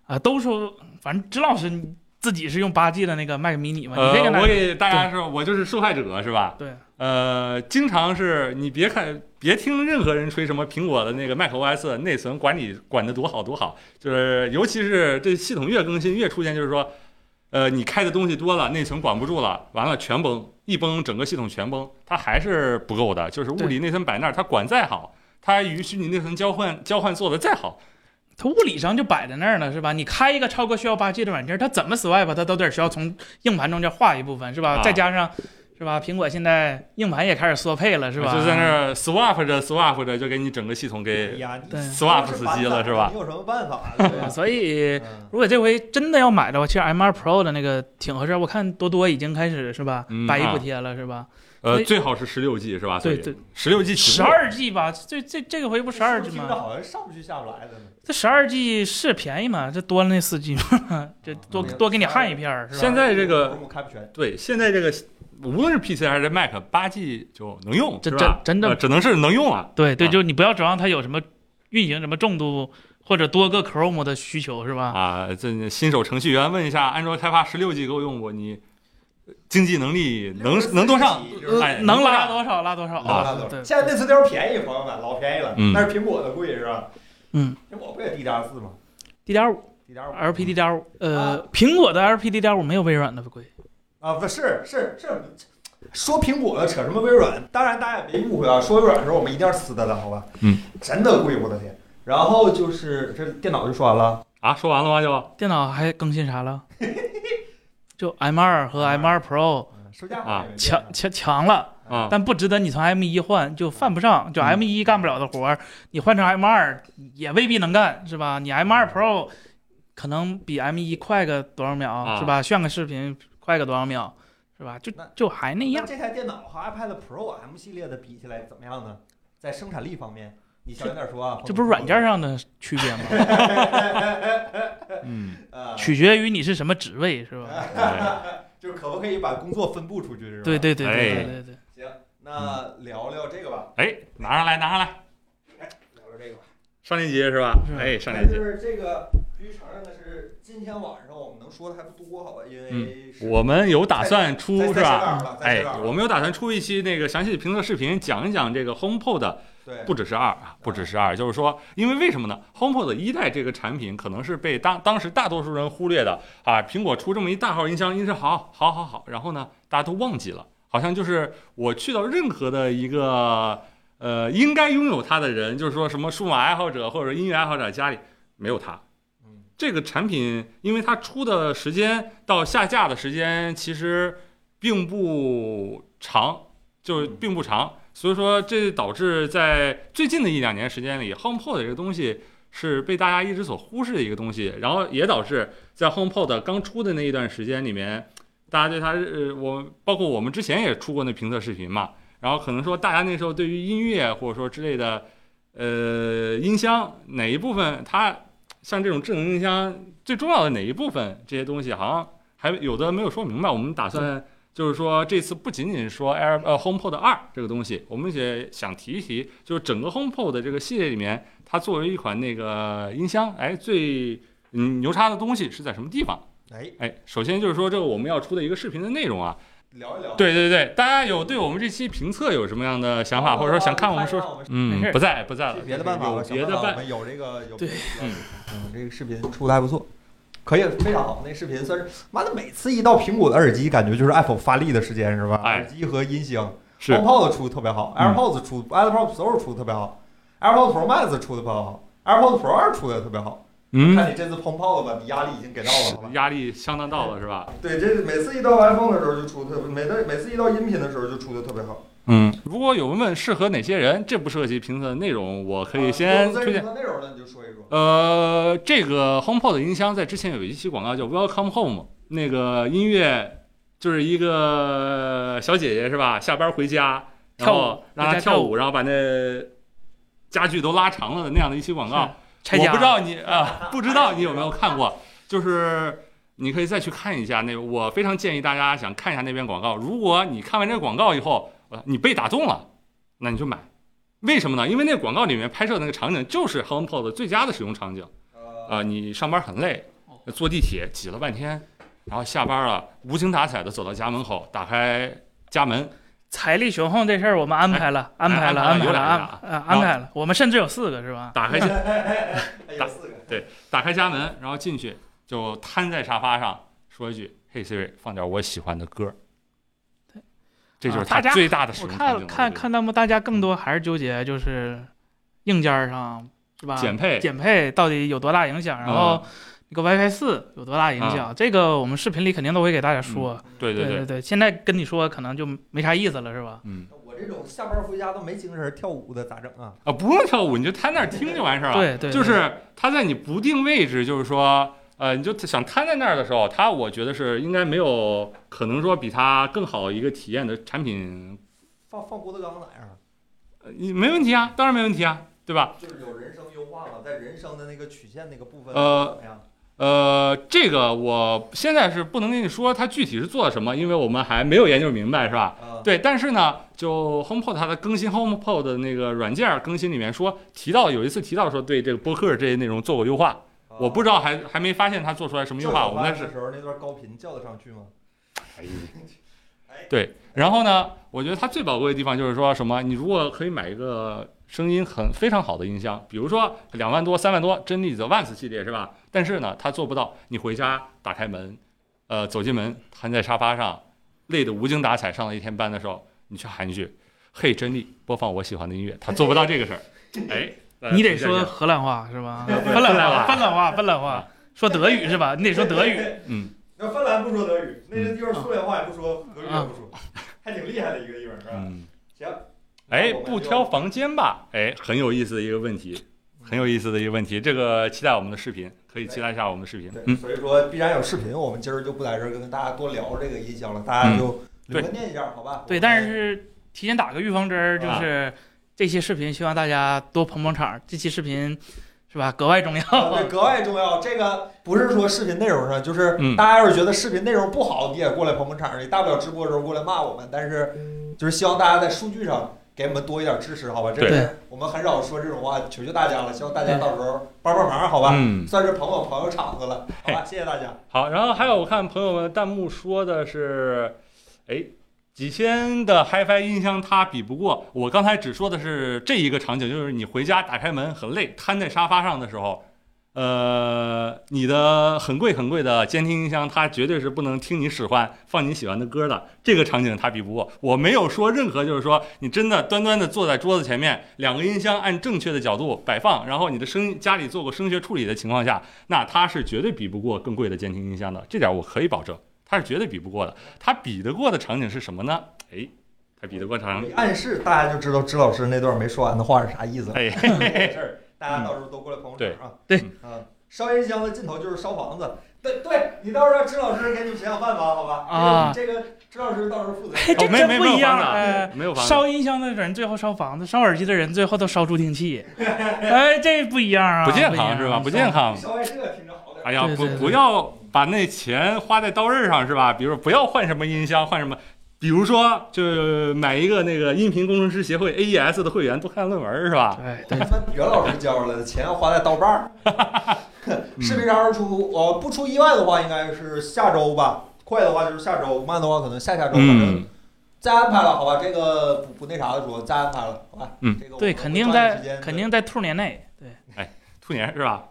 Speaker 2: 啊、都说反正支老师你自己是用八 G 的那个 Mac mini 嘛，你这个
Speaker 3: 呃，
Speaker 2: 呢
Speaker 3: 我？给大家说，我就是受害者是吧？
Speaker 2: 对，
Speaker 3: 呃，经常是你别看，别听任何人吹什么苹果的那个 macOS 内存管理管得多好多好，就是尤其是这系统越更新越出现，就是说，呃，你开的东西多了，内存管不住了，完了全崩，一崩整个系统全崩，它还是不够的。就是物理内存摆那儿，它管再好，它与虚拟内存交换交换做的再好，
Speaker 2: 它物理上就摆在那儿了，是吧？你开一个超过需要八 G 的软件，它怎么 swipe 它都得需要从硬盘中间划一部分，是吧？
Speaker 3: 啊
Speaker 2: 再加上，是吧？苹果现在硬盘也开始缩配了，是吧？
Speaker 3: 就在那儿 swap 着 swap 着，就给你整个系统
Speaker 4: 哎
Speaker 3: 给
Speaker 4: 呀，你
Speaker 2: 对
Speaker 4: 要
Speaker 3: swap
Speaker 4: 是
Speaker 3: 死
Speaker 4: 搬
Speaker 3: 机
Speaker 4: 走
Speaker 3: 了是吧？
Speaker 4: 你有什么办法？啊对
Speaker 3: (laughs)
Speaker 4: 吧
Speaker 2: 啊所以，
Speaker 4: 嗯
Speaker 2: 如果这回真的要买的话，其实 M2 Pro 的那个挺合适。我看多多已经开始是吧
Speaker 3: 嗯，
Speaker 2: 百亿
Speaker 3: 啊
Speaker 2: 补贴了，是吧？所
Speaker 3: 呃，
Speaker 2: 以
Speaker 3: 最好是十六 G 是吧？
Speaker 2: 对对，
Speaker 3: 十六 G
Speaker 2: 十二 G 吧，这这这个回不十二 G
Speaker 4: 听着
Speaker 2: 吗？
Speaker 4: 好像上不去下不来的呢。
Speaker 2: 这十二 G 是便宜嘛？这多了那四 G 嘛， (laughs) 这多
Speaker 4: 嗯
Speaker 2: 多给你焊一片儿是吧？
Speaker 3: 现在这个
Speaker 4: 我开不全，
Speaker 3: 对，现在这个无论是 PC 还是 Mac，八 G 就能用，
Speaker 2: 这
Speaker 3: 是吧
Speaker 2: 真真的
Speaker 3: 呃只能是能用了。
Speaker 2: 对对，
Speaker 3: 啊
Speaker 2: 就是你不要指望它有什么运行什么重度或者多个 Chrome 的需求是吧？
Speaker 3: 啊，这新手程序员问一下，安卓开发十六 G 够用不？你经济能力能能多上？
Speaker 4: 就是
Speaker 3: 哎
Speaker 2: 能
Speaker 3: 能
Speaker 2: 拉
Speaker 3: 拉
Speaker 2: 多少拉多少
Speaker 4: 老大
Speaker 2: 啊！
Speaker 4: 多
Speaker 2: 对
Speaker 4: 少？，现在内存条便宜，朋友们，老便宜了
Speaker 3: 嗯，
Speaker 4: 但是苹果的贵是吧？
Speaker 2: 嗯，
Speaker 4: 苹果不也 DDR 四吗
Speaker 2: DDR 五、
Speaker 4: ？DDR 五
Speaker 2: LPDDR 五，呃，苹果的 LPDDR 五没有微软的贵。
Speaker 4: 啊，不是是是，说苹果的扯什么微软？当然大家也别误会啊，说微软的时候我们一定要撕它的，好吧？
Speaker 3: 嗯，
Speaker 4: 真的贵，我的天！然后就是这电脑就说完了，
Speaker 3: 啊，说完了吗？就
Speaker 2: 电脑还更新啥了？ (laughs) 就 M2 和 M2 Pro
Speaker 4: 嗯售价
Speaker 3: 啊
Speaker 4: 也没变
Speaker 2: 强强强了，
Speaker 3: 啊，
Speaker 2: 但不值得你从 M1 换，就犯不上，
Speaker 3: 嗯
Speaker 2: 就 M1 干不了的活儿，你换成 M2 也未必能干，是吧？你 M2 Pro 可能比 M1 快个多少秒，
Speaker 3: 啊
Speaker 2: 是吧？炫个视频快个多少秒，是吧？就
Speaker 4: 那
Speaker 2: 就还那
Speaker 4: 那
Speaker 2: 样。
Speaker 4: 这台电脑和 iPad Pro 啊 M 系列的比起来怎么样呢？在生产力方面，你小心点说啊，
Speaker 2: 这不是软件上的区别 (laughs) 吗？
Speaker 4: (laughs)
Speaker 3: 嗯，
Speaker 4: 啊，
Speaker 2: 取决于你是什么职位，是吧？
Speaker 3: 哎
Speaker 4: 就是可不可以把工作分布出去是吧？
Speaker 2: 对。对对对
Speaker 3: 哎
Speaker 2: 对对对。
Speaker 4: 行，那聊聊这个吧，
Speaker 3: 哎，拿上来，拿上来，
Speaker 4: 聊聊这个吧。
Speaker 3: 上链接是吧？
Speaker 2: 是
Speaker 3: 哎，上
Speaker 4: 但
Speaker 3: 链接。
Speaker 4: 是这个必须承认的是，今天晚上我们能说的还不多，好吧？因为是
Speaker 3: 我们有打算出
Speaker 4: 在
Speaker 3: 嗯是吧？？
Speaker 4: 在
Speaker 3: 哎
Speaker 4: 写稿了在写稿，了
Speaker 3: 我们有打算出一期那个详细的评测视频，讲一讲这个 HomePod 的
Speaker 4: 对
Speaker 3: 不只是二啊，不只是二，就是说，因为为什么呢？HomePod 一代这个产品可能是被当当时大多数人忽略的啊，苹果出这么一大号音箱，音质好，好，好，好，然后呢，大家都忘记了，好像就是我去到任何的一个呃应该拥有它的人，就是说什么数码爱好者或者音乐爱好者家里没有它。
Speaker 4: 嗯
Speaker 3: 这个产品，因为它出的时间到下架的时间其实并不长，就
Speaker 4: 嗯
Speaker 3: 并不长，所以说这导致在最近的一两年时间里，HomePod 这个东西是被大家一直所忽视的一个东西，然后也导致在 HomePod 刚出的那一段时间里面，大家对它呃，我包括我们之前也出过那评测视频嘛，然后可能说大家那时候对于音乐或者说之类的，呃，音箱哪一部分它像这种智能音箱最重要的哪一部分这些东西，好像还有的没有说明白。我们打算就是说，这次不仅仅说 Air 呃 HomePod 二这个东西，我们也想提一提，就是整个 HomePod 的这个系列里面，它作为一款那个音箱，哎，最嗯牛叉的东西是在什么地方？
Speaker 4: 哎，
Speaker 3: 哎，首先就是说这个我们要出的一个视频的内容啊，
Speaker 4: 聊一聊。
Speaker 3: 对对对，大家有对我们这期评测有什么样的想法，或者说想看我们说，
Speaker 4: 我们
Speaker 2: 没
Speaker 3: 嗯
Speaker 2: 事，
Speaker 3: 不在不在了，
Speaker 4: 别的办法
Speaker 3: 有
Speaker 4: 吧，
Speaker 3: 别的
Speaker 4: 想办
Speaker 3: 办
Speaker 4: 法我，们有这个有
Speaker 2: 对
Speaker 4: 嗯，嗯这个视频出的还不错。可以，非常好。那视频算是，妈的，每次一到苹果的耳机，感觉就是 Apple 发力的时间，是吧？
Speaker 3: 哎
Speaker 4: 耳机和音箱
Speaker 3: 是
Speaker 4: ，HomePod 出的特别好
Speaker 3: 嗯
Speaker 4: ，AirPods 出，AirPods Pro 出的特别好，AirPods Pro Max 出的特别好，AirPods Pro 二出的特别好。
Speaker 3: 嗯，
Speaker 4: 看你这次 HomePod 吧，你压力已经给到了，好吧？
Speaker 3: 压力相当到了是吧？
Speaker 4: 对，这每次一到 iPhone 的时候就出的特别，每次每次一到音频的时候就出的特别好。
Speaker 3: 嗯，如果有人问适合哪些人，这不涉及评测的内容，我可以先推荐。
Speaker 4: 啊如果不在你的内容呢，你就说一说。
Speaker 3: 呃，这个 HomePod 的音箱在之前有一期广告叫 Welcome Home，那个音乐就是一个小姐姐是吧？下班回家，然
Speaker 2: 跳舞
Speaker 3: 后让她
Speaker 2: 回家跳
Speaker 3: 跳舞，然后把那家具都拉长了的那样的一期广告。
Speaker 2: 拆
Speaker 3: 我
Speaker 2: 家，
Speaker 3: 不知道你啊， (laughs) 不知道你有没有看过，就是你可以再去看一下那，我非常建议大家想看一下那边广告。如果你看完这个广告以后，呃你被打动了，那你就买。为什么呢？因为那广告里面拍摄的那个场景就是 HomePod 最佳的使用场景。
Speaker 4: 呃
Speaker 3: 啊、你上班很累，坐地铁挤了半天，然后下班了，无精打采的走到家门口，打开家门，
Speaker 2: 财力雄厚这事儿我们安排了，安排了，
Speaker 3: 安
Speaker 2: 安排了，
Speaker 3: 排了
Speaker 2: 安
Speaker 3: 哎有俩
Speaker 2: 啊安排了。我们甚至有四个是吧？
Speaker 3: 打开家有
Speaker 4: 哎四个。
Speaker 3: 打开家门，然后进去就瘫在沙发上，说一句：“Hey Siri，放点我喜欢的歌。”这就是
Speaker 2: 啊大
Speaker 3: 他
Speaker 2: 家
Speaker 3: 最大的使
Speaker 2: 我
Speaker 3: 用场景
Speaker 2: 看
Speaker 3: 了。
Speaker 2: 看看弹幕，大家
Speaker 3: 嗯
Speaker 2: 更多还是纠结就是硬件儿上是吧？
Speaker 3: 减配，啊
Speaker 2: 减配到底有多大影响？然后那个 WiFi 四有多大影响？这个我们视频里肯定都会给大家说。
Speaker 3: 嗯对
Speaker 2: 对
Speaker 3: 对，
Speaker 2: 对，现在跟你说可能就没啥意思了是吧？
Speaker 3: 嗯
Speaker 4: 我这种下班回家都没精神跳舞的咋整啊？
Speaker 3: 啊，不用跳舞，你就瘫那儿听就完事儿了。
Speaker 2: 对对，
Speaker 3: 就
Speaker 2: 对
Speaker 3: 是它在你不定位置，就是说，呃，你就想瘫在那儿的时候，它我觉得是应该没有可能说比它更好一个体验的产品，
Speaker 4: 放放郭德纲咋样？啊
Speaker 3: 呃没问题啊，当然没问题啊，对吧？
Speaker 4: 就是有人声优化嘛，在人声的那个曲线那个部分
Speaker 3: 呃
Speaker 4: 怎么样？
Speaker 3: 呃，这个我现在是不能跟你说它具体是做了什么，因为我们还没有研究明白，是吧？
Speaker 4: 啊，
Speaker 3: 对，但是呢，就 HomePod 它的更新 HomePod 的那个软件儿更新里面说提到有一次提到说对这个播客这些内容做过优化，
Speaker 4: 啊
Speaker 3: 我不知道还还没发现它做出来什么优化，我们那是
Speaker 4: 的时候那段高频叫得上去吗？
Speaker 3: 对，然后呢，我觉得它最宝贵的地方就是说什么，你如果可以买一个声音很非常好的音箱，比如说两万多、三万多，真力的 Vans 系列是吧？但是呢，它做不到，你回家打开门，呃，走进门，瘫在沙发上，累得无精打采，上了一天班的时候，你去喊一句：“嘿，真力，播放我喜欢的音乐。”它做不到这个事儿，哎。大家
Speaker 2: 你得
Speaker 3: 体现一
Speaker 2: 说
Speaker 3: 下
Speaker 2: 荷兰话是吧？
Speaker 3: 芬
Speaker 2: 芬
Speaker 3: 兰
Speaker 2: 兰
Speaker 3: 话
Speaker 2: 话，芬兰
Speaker 3: (laughs)
Speaker 2: 话，芬兰话，说德语是吧？你得说德
Speaker 4: (laughs)
Speaker 2: 语。
Speaker 3: 嗯，
Speaker 4: 那芬兰不说德语，那
Speaker 3: 嗯
Speaker 4: 个地方苏联话也不说，俄语也不
Speaker 2: 啊
Speaker 4: 说，还挺厉害的一个地方，是吧？
Speaker 3: 嗯，
Speaker 4: 行，
Speaker 3: 哎，
Speaker 4: 那我们
Speaker 3: 不
Speaker 4: 就
Speaker 3: 挑房间吧，哎，很有意思的一个问题，很有意思的一个问题，这个期待我们的视频，可以期待一下我们的视频，
Speaker 4: 对，
Speaker 3: 嗯。
Speaker 4: 所以说必然有视频，我们今儿就不在这儿跟大家多聊这个音箱了，大家就
Speaker 3: 嗯
Speaker 4: 留个念一下，好吧？
Speaker 2: 对，但是提前打个预防针儿，
Speaker 3: 啊
Speaker 2: 就是这期视频希望大家多捧捧场，这期视频是吧格外重 (laughs)
Speaker 4: 啊对
Speaker 2: 要。
Speaker 4: 格外重要。这个不是说视频内容上，就是
Speaker 3: 嗯
Speaker 4: 大家要是觉得视频内容不好，你也过来捧捧场，你大不了直播的时候过来骂我们。但是，
Speaker 2: 嗯
Speaker 4: 就是希望大家在数据上给我们多一点支持，好吧？这
Speaker 3: 对
Speaker 4: 是我们很少说这种话，求求大家了，希望大家到时候帮帮忙，好吧？
Speaker 3: 嗯，
Speaker 4: (laughs) 算是捧捧朋友场子了，好吧？谢谢大家。
Speaker 3: 好，然后还有我看朋友们弹幕说的是，哎，几千的 HiFi 音箱它比不过。我刚才只说的是这一个场景，就是你回家打开门很累，瘫在沙发上的时候，呃，你的很贵很贵的监听音箱，它绝对是不能听你使唤、放你喜欢的歌的。这个场景它比不过。我没有说任何，就是说你真的端端的坐在桌子前面，两个音箱按正确的角度摆放，然后你的声家里做过声学处理的情况下，那它是绝对比不过更贵的监听音箱的，这点我可以保证，它是绝对比不过的。它比得过的场景是什么呢？哎，它比得过场景，
Speaker 4: 嗯暗示大家就知道支老师那段没说完的话是啥意思了。 (laughs)
Speaker 3: 哎，嗯
Speaker 4: 没事儿，大家到时候都过来捧捧场啊。
Speaker 2: 对
Speaker 4: 啊，烧烟箱的尽头就是烧房子。对对，你到时候让支老师给你们想想办法，好吧？
Speaker 2: 啊
Speaker 4: 这个支老师到时候负责。
Speaker 2: (laughs) 这
Speaker 3: 哦没没
Speaker 2: 真不
Speaker 3: 没有
Speaker 2: 一样
Speaker 3: 房子
Speaker 2: 哎。
Speaker 3: 没有办法，
Speaker 2: 烧音箱的人最后烧房子，烧耳机的人最后都烧助听器， (laughs) 哎，这不一样啊，
Speaker 3: 不健
Speaker 2: 一样
Speaker 3: 康是吧？不健。康。
Speaker 4: 烧外这听着好点
Speaker 3: 哎呀，
Speaker 2: 对
Speaker 3: 不
Speaker 2: 对对
Speaker 3: 不要把那钱花在刀刃上是吧？比如不要换什么音箱，换什么。比如说，就买一个那个音频工程师协会 AES 的会员，多看论文是吧？
Speaker 2: 对对，
Speaker 4: 他们袁老师教来的，钱要花在刀
Speaker 3: (laughs)
Speaker 4: 把儿。 (laughs)
Speaker 3: 嗯
Speaker 4: 视频啥时候出？呃，不出意外的话，应该是下周吧。快的话就是下周，慢的话可能下下周。反正
Speaker 3: 嗯，
Speaker 4: 再安排了，好吧？这个不不那啥的说，再安排了，好吧？
Speaker 3: 嗯
Speaker 4: 这个我
Speaker 2: 对，
Speaker 4: 们
Speaker 2: 肯定
Speaker 4: 抓紧时
Speaker 2: 在
Speaker 4: 间
Speaker 2: 肯定在兔年内，对，
Speaker 3: 兔年是吧？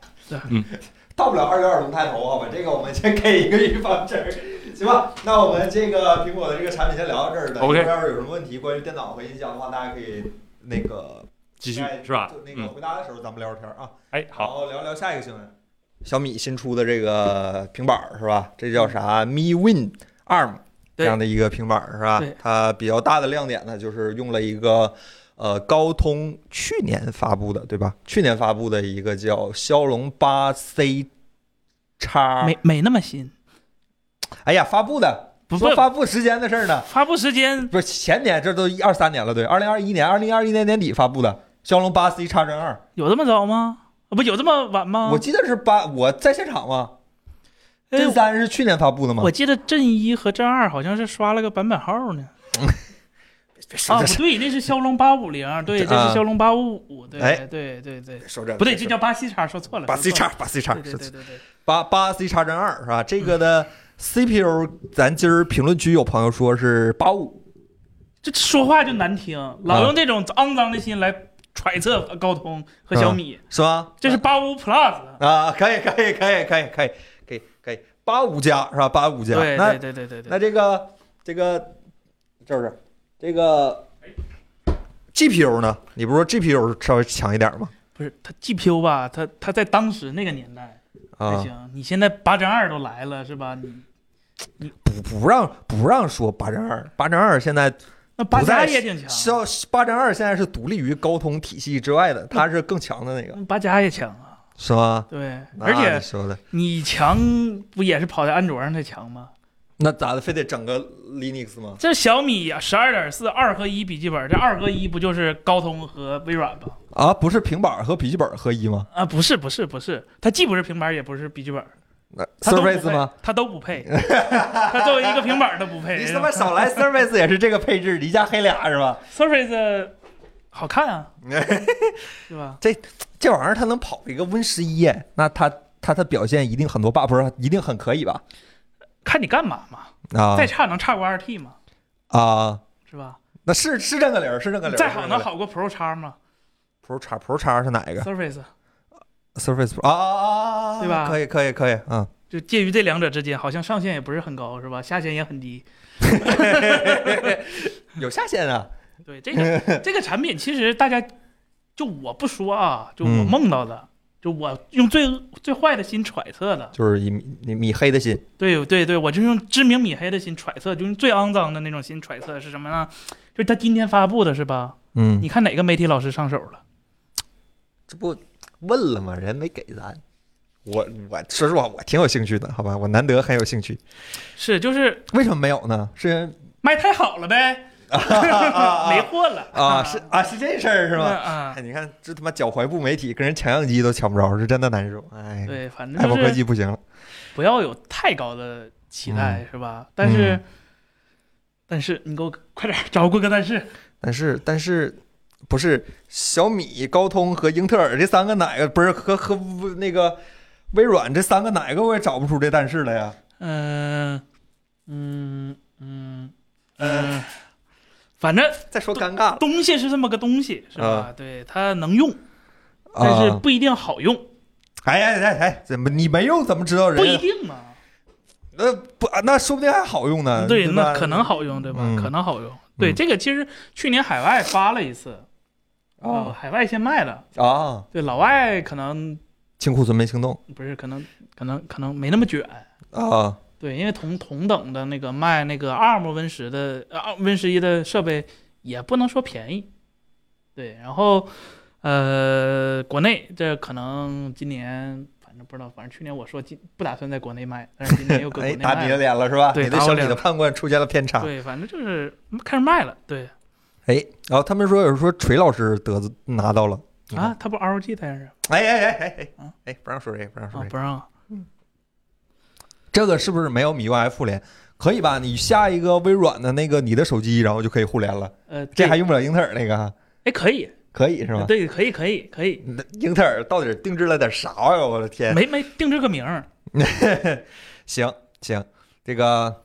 Speaker 4: 到不了二十二龙抬头，好吧，这个我们先给一个预防针儿，行吧？那我们这个苹果的这个产品先聊到这儿了。
Speaker 3: OK
Speaker 4: 以后要是有什么问题关于电脑和音响的话，大家可以那个
Speaker 3: 继续
Speaker 4: 在
Speaker 3: 是
Speaker 2: 啊
Speaker 3: 吧
Speaker 4: 就？那个
Speaker 3: 嗯，
Speaker 4: 回答的时候咱们聊聊天儿啊，
Speaker 3: 哎，
Speaker 4: 然
Speaker 3: 好，
Speaker 4: 后聊聊下一个新闻。小米新出的这个平板儿是吧？这叫啥？Mi Win Arm 这
Speaker 2: 对
Speaker 4: 样的一个平板儿是吧
Speaker 2: 对？
Speaker 4: 它比较大的亮点呢，就是用了一个呃高通去年发布的对吧？去年发布的一个叫骁龙八 C 叉
Speaker 2: 没没那么新，
Speaker 4: 哎呀，发布的
Speaker 2: 不
Speaker 4: 说
Speaker 2: 不
Speaker 4: 发布时间的事儿呢，
Speaker 2: 发布时间
Speaker 4: 不是前年，这都一二三年了，对，二零二一年，二零二一年年底发布的骁龙八 C 叉 Gen 二，
Speaker 2: 有这么早吗？不有这么晚吗？
Speaker 4: 我记得是八，我在现场嘛。
Speaker 2: 哎
Speaker 4: 真三是去年发布的吗？
Speaker 2: 我记得正一和正二好像是刷了个版本号
Speaker 4: (laughs)
Speaker 2: 呢。
Speaker 4: 别说
Speaker 2: 啊，
Speaker 4: 这
Speaker 2: 不对，那是骁龙八五零，对，这
Speaker 4: 啊
Speaker 2: 是骁龙八五五，对
Speaker 4: 哎
Speaker 2: 对对对，
Speaker 4: 说这
Speaker 2: 不对，这叫八 C 叉，说错了，
Speaker 4: 八 C
Speaker 2: 说错
Speaker 4: 叉
Speaker 2: 了，
Speaker 4: 八 C 叉
Speaker 2: 对对对对对，
Speaker 4: 八八 C 叉真二是吧？这个的 CPU，咱今儿评论区有朋友说是八五，
Speaker 2: 这说话就难听，老用这种肮脏的心来揣测高通和小米，
Speaker 4: 是吗？
Speaker 2: 这是八五 Plus，
Speaker 4: 啊，可以可以可以可以可以可以可以八五加是吧？八五加，
Speaker 2: 对
Speaker 4: 那
Speaker 2: 对对对对对，
Speaker 4: 那这个这个就是这个 GPU 呢？你不是说 GPU 稍微强一点吗？
Speaker 2: 不是它 GPU 吧，它它在当时那个年代还
Speaker 4: 啊，
Speaker 2: 行，你现在八针二都来了是吧？你
Speaker 4: 不不让不让说八针二，八针二现在
Speaker 2: 那八
Speaker 4: 不在
Speaker 2: 加也挺强，
Speaker 4: 消八针二现在是独立于高通体系之外的，它是更强的那个，
Speaker 2: 八加也强啊，
Speaker 4: 是吗？
Speaker 2: 对，
Speaker 4: 那
Speaker 2: 而且
Speaker 4: 你说的
Speaker 2: 你强不也是跑在安卓上才强吗？
Speaker 4: 那咋的，非得整个 Linux 吗？
Speaker 2: 这小米十二点四二合一笔记本，这二合一不就是高通和微软吗？
Speaker 4: 啊，不是平板和笔记本合一吗？
Speaker 2: 啊，不是不是不是，它既不是平板，也不是笔记本，
Speaker 4: 那
Speaker 2: 它都不配
Speaker 4: Surface 吗？？
Speaker 2: 它都不配， (laughs) 它作为一个平板儿都不配。
Speaker 4: 你他妈少来 Surface 也是这个配置，离家黑俩是吧？
Speaker 2: Surface 好看
Speaker 4: (laughs)
Speaker 2: 啊，是吧？
Speaker 4: 这玩意儿它能跑一个 Win 十一，那它它它表现一定很多 bug，不是一定很可以吧？
Speaker 2: 看你干嘛嘛，
Speaker 4: 啊
Speaker 2: 再差能差过 RT 吗？
Speaker 4: 啊，
Speaker 2: 是吧？
Speaker 4: 那是是这个理儿，是这个理儿。
Speaker 2: 再
Speaker 4: 是
Speaker 2: 好
Speaker 4: 这个
Speaker 2: 能
Speaker 4: 理儿
Speaker 2: 好过 Pro 叉吗
Speaker 4: ，Pro 叉 Pro 叉是哪一个
Speaker 2: ？Surface
Speaker 4: ？Surface Pro 啊啊啊啊，
Speaker 2: 对吧
Speaker 4: 可以可以可以，嗯，
Speaker 2: 就介于这两者之间，好像上限也不是很高，是吧？下限也很低。
Speaker 4: 有下限啊，
Speaker 2: 对这
Speaker 4: (laughs)
Speaker 2: 个这个产品，其实大家就我不说啊，就我
Speaker 4: 嗯
Speaker 2: 梦到的，就我用最最坏的心揣测的，
Speaker 4: 就是以米米米黑的心，
Speaker 2: 对对对，我就用知名米黑的心揣测，就用最肮脏的那种心揣测是什么呢？就是他今天发布的是吧？
Speaker 4: 嗯，
Speaker 2: 你看哪个媒体老师上手了？
Speaker 4: 这不问了吗？人没给咱。我我说实话，我挺有兴趣的，好吧，我难得很有兴趣。
Speaker 2: 是就是
Speaker 4: 为什么没有呢？是
Speaker 2: 卖太好了呗， (laughs) 没货了
Speaker 4: 啊是啊是这事儿是
Speaker 2: 是
Speaker 4: 吗？
Speaker 2: 啊
Speaker 4: 哎，，你看这他妈脚踝部媒体跟人抢相机都抢不着，是真的难受。
Speaker 2: 嗯
Speaker 4: 哎，
Speaker 2: 对，反正
Speaker 4: 爱博
Speaker 2: 就
Speaker 4: 科
Speaker 2: 是
Speaker 4: 技不行了。
Speaker 2: 不要有太高的期待，是吧？但是、
Speaker 4: 嗯
Speaker 2: 但是你给我快点 (laughs) 找过个但是，
Speaker 4: 但是但是不是小米、高通和英特尔这三个哪个不是和和那个微软这三个哪个我也找不出这但是来呀？
Speaker 2: 嗯嗯嗯嗯，反正
Speaker 4: 再说尴尬了
Speaker 2: 东西是这么个东西，是吧？
Speaker 4: 啊
Speaker 2: 对，它能用，但是
Speaker 4: 啊！
Speaker 2: 不一定好用，
Speaker 4: 哎哎哎哎，怎么你没用怎么知道人
Speaker 2: 不一
Speaker 4: 家？
Speaker 2: 定嘛。
Speaker 4: 那不啊那说不定还好用呢。
Speaker 2: 对，那
Speaker 4: 嗯吧
Speaker 2: 可能好用，对吧？
Speaker 4: 嗯
Speaker 2: 可能好用。对，
Speaker 4: 嗯
Speaker 2: 这个其实去年海外发了一次，
Speaker 4: 哦
Speaker 2: 呃，海外先卖了。
Speaker 4: 啊，
Speaker 2: 对，老外可能
Speaker 4: 清库存没清动
Speaker 2: 不是，可能可能可能没那么卷。
Speaker 4: 啊
Speaker 2: 对，因为同同等的那个卖那个 ARM Win 十的呃 Win 十一的设备也不能说便宜，对，然后呃，国内这可能今年反正不知道，反正去年我说今不打算在国内卖，但是今年又搁国
Speaker 4: 哎
Speaker 2: 内
Speaker 4: 打
Speaker 2: 卖
Speaker 4: 你的
Speaker 2: 了，
Speaker 4: 脸了是吧？
Speaker 2: 对
Speaker 4: 你对
Speaker 2: 打我
Speaker 4: 小米
Speaker 2: 脸
Speaker 4: 的
Speaker 2: 了
Speaker 4: 判断出现了偏差。
Speaker 2: 对，反正就是开始卖了，对
Speaker 4: 哎，然后他们说有人说锤老师得拿到了嗯
Speaker 2: 啊，它不 ROG 在那
Speaker 4: 哎哎哎哎哎
Speaker 2: 啊
Speaker 4: 哎，不让说这个，不让说
Speaker 2: 啊
Speaker 4: 这个，
Speaker 2: 不让，
Speaker 4: 这个是不是没有米 UI 互联？可以吧？你下一个微软的那个你的手机，然后就可以互联了，
Speaker 2: 呃，对
Speaker 4: 这还用不了英特尔那个哈，
Speaker 2: 哎可以，
Speaker 4: 可以是吧？
Speaker 2: 对，可以可以可以，
Speaker 4: 那英特尔到底定制了点啥呀？我的天！
Speaker 2: 没没定制个名儿，
Speaker 4: 行行，这个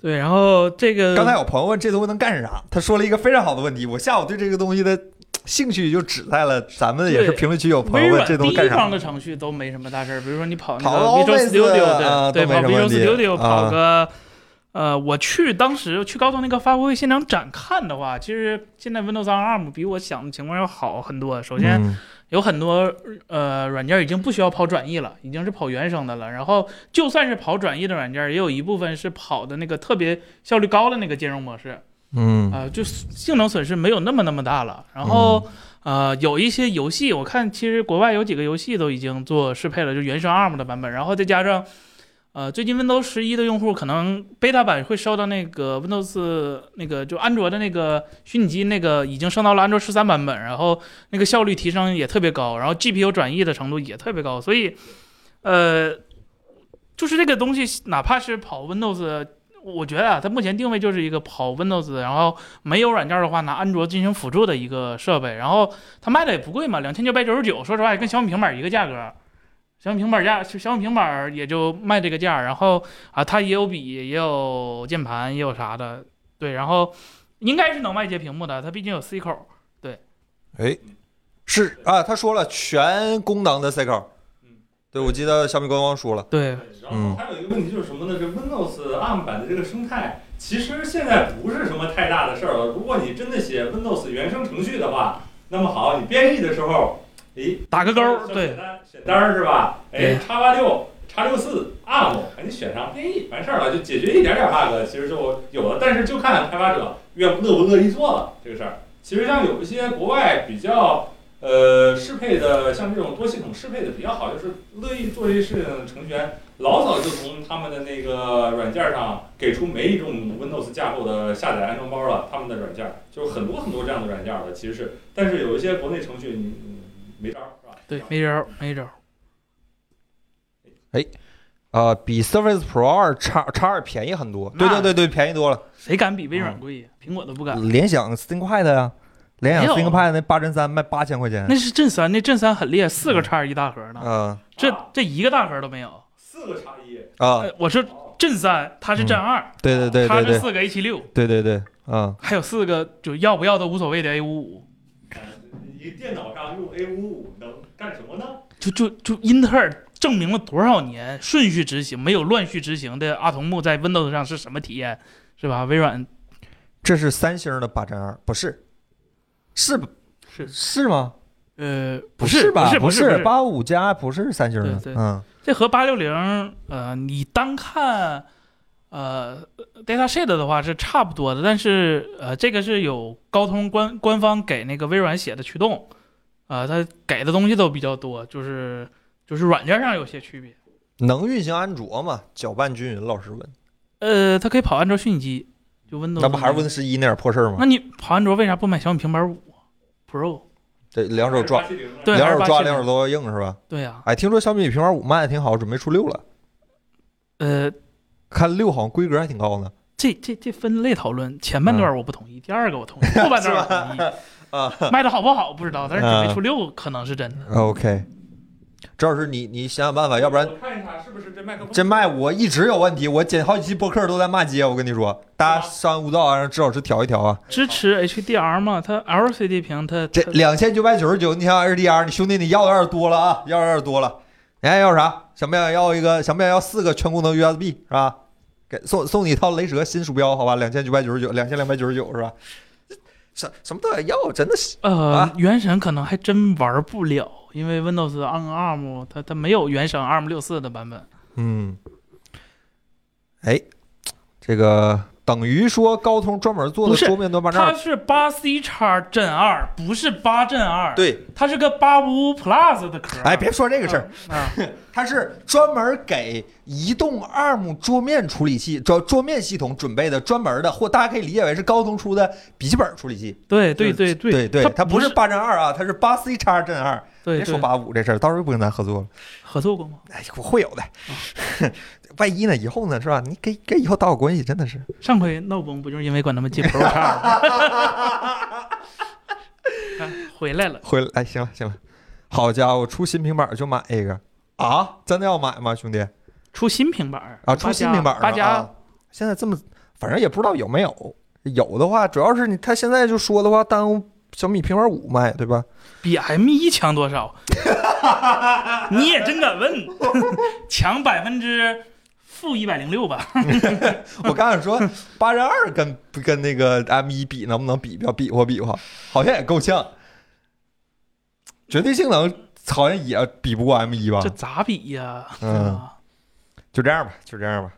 Speaker 2: 对，然后这个
Speaker 4: 刚才有朋友问这东西能干啥，他说了一个非常好的问题，我下午对这个东西的兴趣就只在了咱们也是
Speaker 2: 对
Speaker 4: 评论区有朋
Speaker 2: 微
Speaker 4: 友问
Speaker 2: 软
Speaker 4: 这东西干
Speaker 2: 地
Speaker 4: 啥
Speaker 2: 方的程序都没什么大事儿，比如说你跑那
Speaker 4: 跑
Speaker 2: 个 Visual
Speaker 4: Office，
Speaker 2: Studio 对、
Speaker 4: 啊
Speaker 2: 对，
Speaker 4: 都
Speaker 2: 跑
Speaker 4: 没什么
Speaker 2: Visual
Speaker 4: 问题
Speaker 2: Studio 跑
Speaker 4: 啊
Speaker 2: 个、呃，我去当时去高通那个发布会现场展看的话，其实现在 Windows on ARM 比我想的情况要好很多。首先
Speaker 4: 嗯
Speaker 2: 有很多呃软件已经不需要跑转译了，已经是跑原生的了。然后就算是跑转译的软件，也有一部分是跑的那个特别效率高的那个兼容模式。
Speaker 4: 嗯
Speaker 2: 啊，就性能损失没有那么那么大了。然后，呃，有一些游戏，我看其实国外有几个游戏都已经做适配了，就原生 ARM 的版本，然后再加上，呃，最近 Windows 十一的用户可能 beta 版会收到那个 Windows 那个就安卓的那个虚拟机那个已经升到了安卓十三版本，然后那个效率提升也特别高，然后 GPU 转译的程度也特别高，所以，呃，就是这个东西，哪怕是跑 Windows，我觉得啊，它目前定位就是一个跑 Windows，然后没有软件的话，拿安卓进行辅助的一个设备，然后它卖的也不贵嘛，两千九百九十九，说实话也跟小米平板一个价格。小米平板价，小米平板也就卖这个价，然后啊，它也有笔，也有键盘，也有啥的，对，然后应该是能外接屏幕的，它毕竟有 C 口，
Speaker 4: 哎，是啊，他说了全功能的 C 口
Speaker 3: 嗯，
Speaker 4: 对我记得小米官方说了，
Speaker 2: 对，
Speaker 3: 然后还有一个问题就是什么呢？是 Windows ARM 版的这个生态，其实现在不是什么太大的事儿了。如果你真的写 Windows 原生程序的话，那么好，你编译的时候，诶，
Speaker 2: 打个勾，
Speaker 3: 选
Speaker 2: 对，
Speaker 3: 单，选单儿是吧？
Speaker 2: 对
Speaker 3: 哎，叉八六、叉六四、ARM，哎，你选上编译完事儿了，就解决一点点 bug，其实就有了。但是就看开发者愿乐不乐意做了这个事儿。其实像有一些国外比较呃适配的，像这种多系统适配的比较好，就是乐意做这些事情的程序员，老早就从他们的那个软件上给出每一种 Windows 架构的下载安装包了，他们的软件就是很多很多这样的软件了。其实是，但是有一些国内程序你你没招儿是吧？啊
Speaker 2: 对，没招儿，没招儿，
Speaker 4: 呃，比 Surface Pro 二叉叉二便宜很多，对对
Speaker 2: 那
Speaker 4: 对对，便宜多了。
Speaker 2: 谁敢比微软贵呀？苹果都不敢。
Speaker 4: 联想 ThinkPad 呀、联
Speaker 2: 没有啊
Speaker 4: 想 ThinkPad 那八针三卖八千块钱，
Speaker 2: 那是震三，那震三很厉害，四个叉一大盒呢，
Speaker 4: 嗯
Speaker 2: 这
Speaker 3: 啊
Speaker 2: 这一个大盒都没有。
Speaker 3: 四个差异，
Speaker 4: 啊，
Speaker 2: 呃，我是
Speaker 3: 哦
Speaker 2: 震三，它是震二，
Speaker 4: 对对对
Speaker 2: 它
Speaker 4: 对
Speaker 2: 是
Speaker 4: 对
Speaker 2: 四个 A 七六，
Speaker 4: 对对对，嗯，
Speaker 2: 还有四个就要不要都无所谓的 A 五五，
Speaker 3: 呃你电脑上用 A 五五能干什么呢？
Speaker 2: 就就就英特尔证明了多少年顺序执行没有乱序执行的阿童木在 Windows 上是什么体验，是吧？微软
Speaker 4: 这是三星的八针二，不是，是
Speaker 2: 是
Speaker 4: 是吗？
Speaker 2: 呃
Speaker 4: 不
Speaker 2: 是
Speaker 4: 吧？
Speaker 2: 不
Speaker 4: 不
Speaker 2: 是不是
Speaker 4: 八五加不是三星的，
Speaker 2: 对对
Speaker 4: 嗯
Speaker 2: 这和八六零，呃，你单看，呃，DataSheet 的话是差不多的，但是呃，这个是有高通官官方给那个微软写的驱动，啊、它给的东西都比较多，就是就是软件上有些区别。
Speaker 4: 能运行安卓嘛？搅拌均匀，老实问，
Speaker 2: 呃，它可以跑安卓虚拟机，就 Windows，
Speaker 4: 那不还是 Win 十一那点破事儿吗？
Speaker 2: 那你跑安卓为啥不买小米平板五 Pro？
Speaker 4: 这两手抓，
Speaker 2: 对啊
Speaker 4: 两
Speaker 2: 还是
Speaker 4: 手抓，
Speaker 2: 八千
Speaker 4: 两手都要硬是吧？
Speaker 2: 对啊呀、
Speaker 4: 哎，听说小米平板五卖的挺好，准备出六了，
Speaker 2: 呃，
Speaker 4: 看六好像规格还挺高呢。
Speaker 2: 这这这分类讨论，前半段我不同意，第二个我同
Speaker 4: (laughs)
Speaker 2: 意，后半段我同意。
Speaker 4: 嗯啊嗯
Speaker 2: 卖的好不好不知道，但是准备出六可能是真的。
Speaker 4: ，OK，周老师你你想想办法，要不然
Speaker 3: 我看一下是不是这麦克风
Speaker 4: 这麦我一直有问题，我剪好几期播客都在骂街，我跟你说，大家上无道啊，让支老师调一调啊。
Speaker 2: 支持 HDR 嘛？它 LCD 屏，它
Speaker 4: 这
Speaker 2: 它
Speaker 4: 两千九百九十九，你想要 HDR，你兄弟你要的有点多了啊，要的有点多了。你还要啥？想不想要一个？想不想要四个全功能 USB 是吧？给送送你一套雷蛇新鼠标，好吧，两千九百九十九，两千两百九十九是吧？什什么都想要，真的是
Speaker 2: 呃
Speaker 4: 啊，
Speaker 2: 原神可能还真玩不了，因为 Windows on ARM 它它没有原神 ARM 六四的版本。
Speaker 4: 嗯，哎，这个等于说高通专门做
Speaker 2: 不
Speaker 4: 的
Speaker 2: 是
Speaker 4: 桌面端八
Speaker 2: 它
Speaker 4: 张，
Speaker 2: 是八 C 叉阵二，不是八阵二，
Speaker 4: 对，
Speaker 2: 它是个八五 Plus 的壳。
Speaker 4: 哎，别说这
Speaker 2: 这
Speaker 4: 个事儿，
Speaker 2: 啊，
Speaker 4: 它是专门给移动 ARM 桌面处理器、桌桌面系统准备的专门的，或大家可以理解为是高通出的笔记本处理器。
Speaker 2: 对对对对
Speaker 4: 对对，它
Speaker 2: 它
Speaker 4: 不
Speaker 2: 不
Speaker 4: 是八阵二啊，它是八 C 叉阵二。
Speaker 2: 对
Speaker 4: 别说
Speaker 2: 对，
Speaker 4: 八五这事儿，到时候不跟咱合作了。
Speaker 2: 合作过吗？
Speaker 4: 哎呀，我会有的。
Speaker 2: 嗯
Speaker 4: (laughs) 万一呢？以后呢？是吧？你给给以后打好关系，真的是。
Speaker 2: 上回闹崩不就是因为管他们借 Pro 叉吗？
Speaker 4: (laughs)
Speaker 2: 哎回来了，
Speaker 4: 回来，哎，行了行了，好家伙，出新平板儿就买一个啊！真的要买吗，兄弟？啊
Speaker 2: 出新平板儿
Speaker 4: 啊，出新平板儿
Speaker 2: 八
Speaker 4: 了
Speaker 2: 加
Speaker 4: 啊。现在这么，反正也不知道有没有，有的话，主要是你他现在就说的话，耽误小米平板五卖，对吧？
Speaker 2: 比 M 一强多少？ (laughs) 你也真敢问， (laughs) 强百分之负一百零六吧？
Speaker 4: (laughs) 我刚想说八人二跟跟那个 M 一比，能不能比比比划比划？好像也够呛。绝对性能好像也比不过 M 一吧
Speaker 2: 这？咋比呀？
Speaker 4: 啊嗯
Speaker 2: 是吧
Speaker 4: 就这样吧，就这样吧。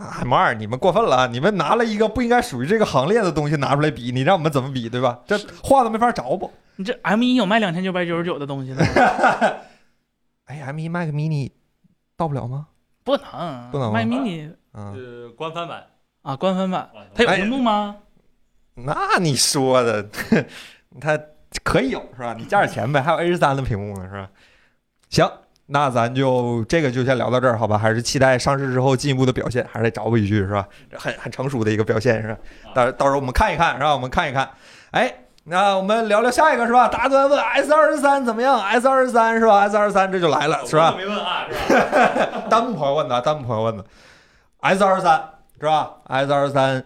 Speaker 4: 啊，M 二，你们过分了啊！你们拿了一个不应该属于这个行列的东西拿出来比，你让我们怎么比，对吧？这话都没法找补。
Speaker 2: 你这 M 一有卖两千
Speaker 4: (laughs)
Speaker 2: 九百九十九的东西的吗？
Speaker 4: 哎，M 一 Mac mini 到不了吗？
Speaker 2: 不能
Speaker 4: 不能吗
Speaker 2: 卖 mini
Speaker 4: 嗯，
Speaker 3: 呃，官方版，
Speaker 2: 啊，官方版
Speaker 3: 啊
Speaker 2: 它有
Speaker 4: 哎
Speaker 2: 屏幕吗？
Speaker 4: 那你说的，它可以有是吧？你加点钱呗，还有 A 十三的屏幕呢是吧？行，那咱就这个就先聊到这儿好吧？还是期待上市之后进一步的表现，还是得找补一句是吧？这很很成熟的一个表现是吧？
Speaker 2: 啊
Speaker 4: 到到时候我们看一看是吧？我们看一看，哎。那我们聊聊下一个是吧？大家都在问 S 二十三怎么样？S 二十三是吧？S 二十三这就来了是吧
Speaker 3: 我？都没问啊，是吧？
Speaker 2: 哦
Speaker 4: 弹幕朋友问的，弹幕朋友问的，S 二三是吧？S 二三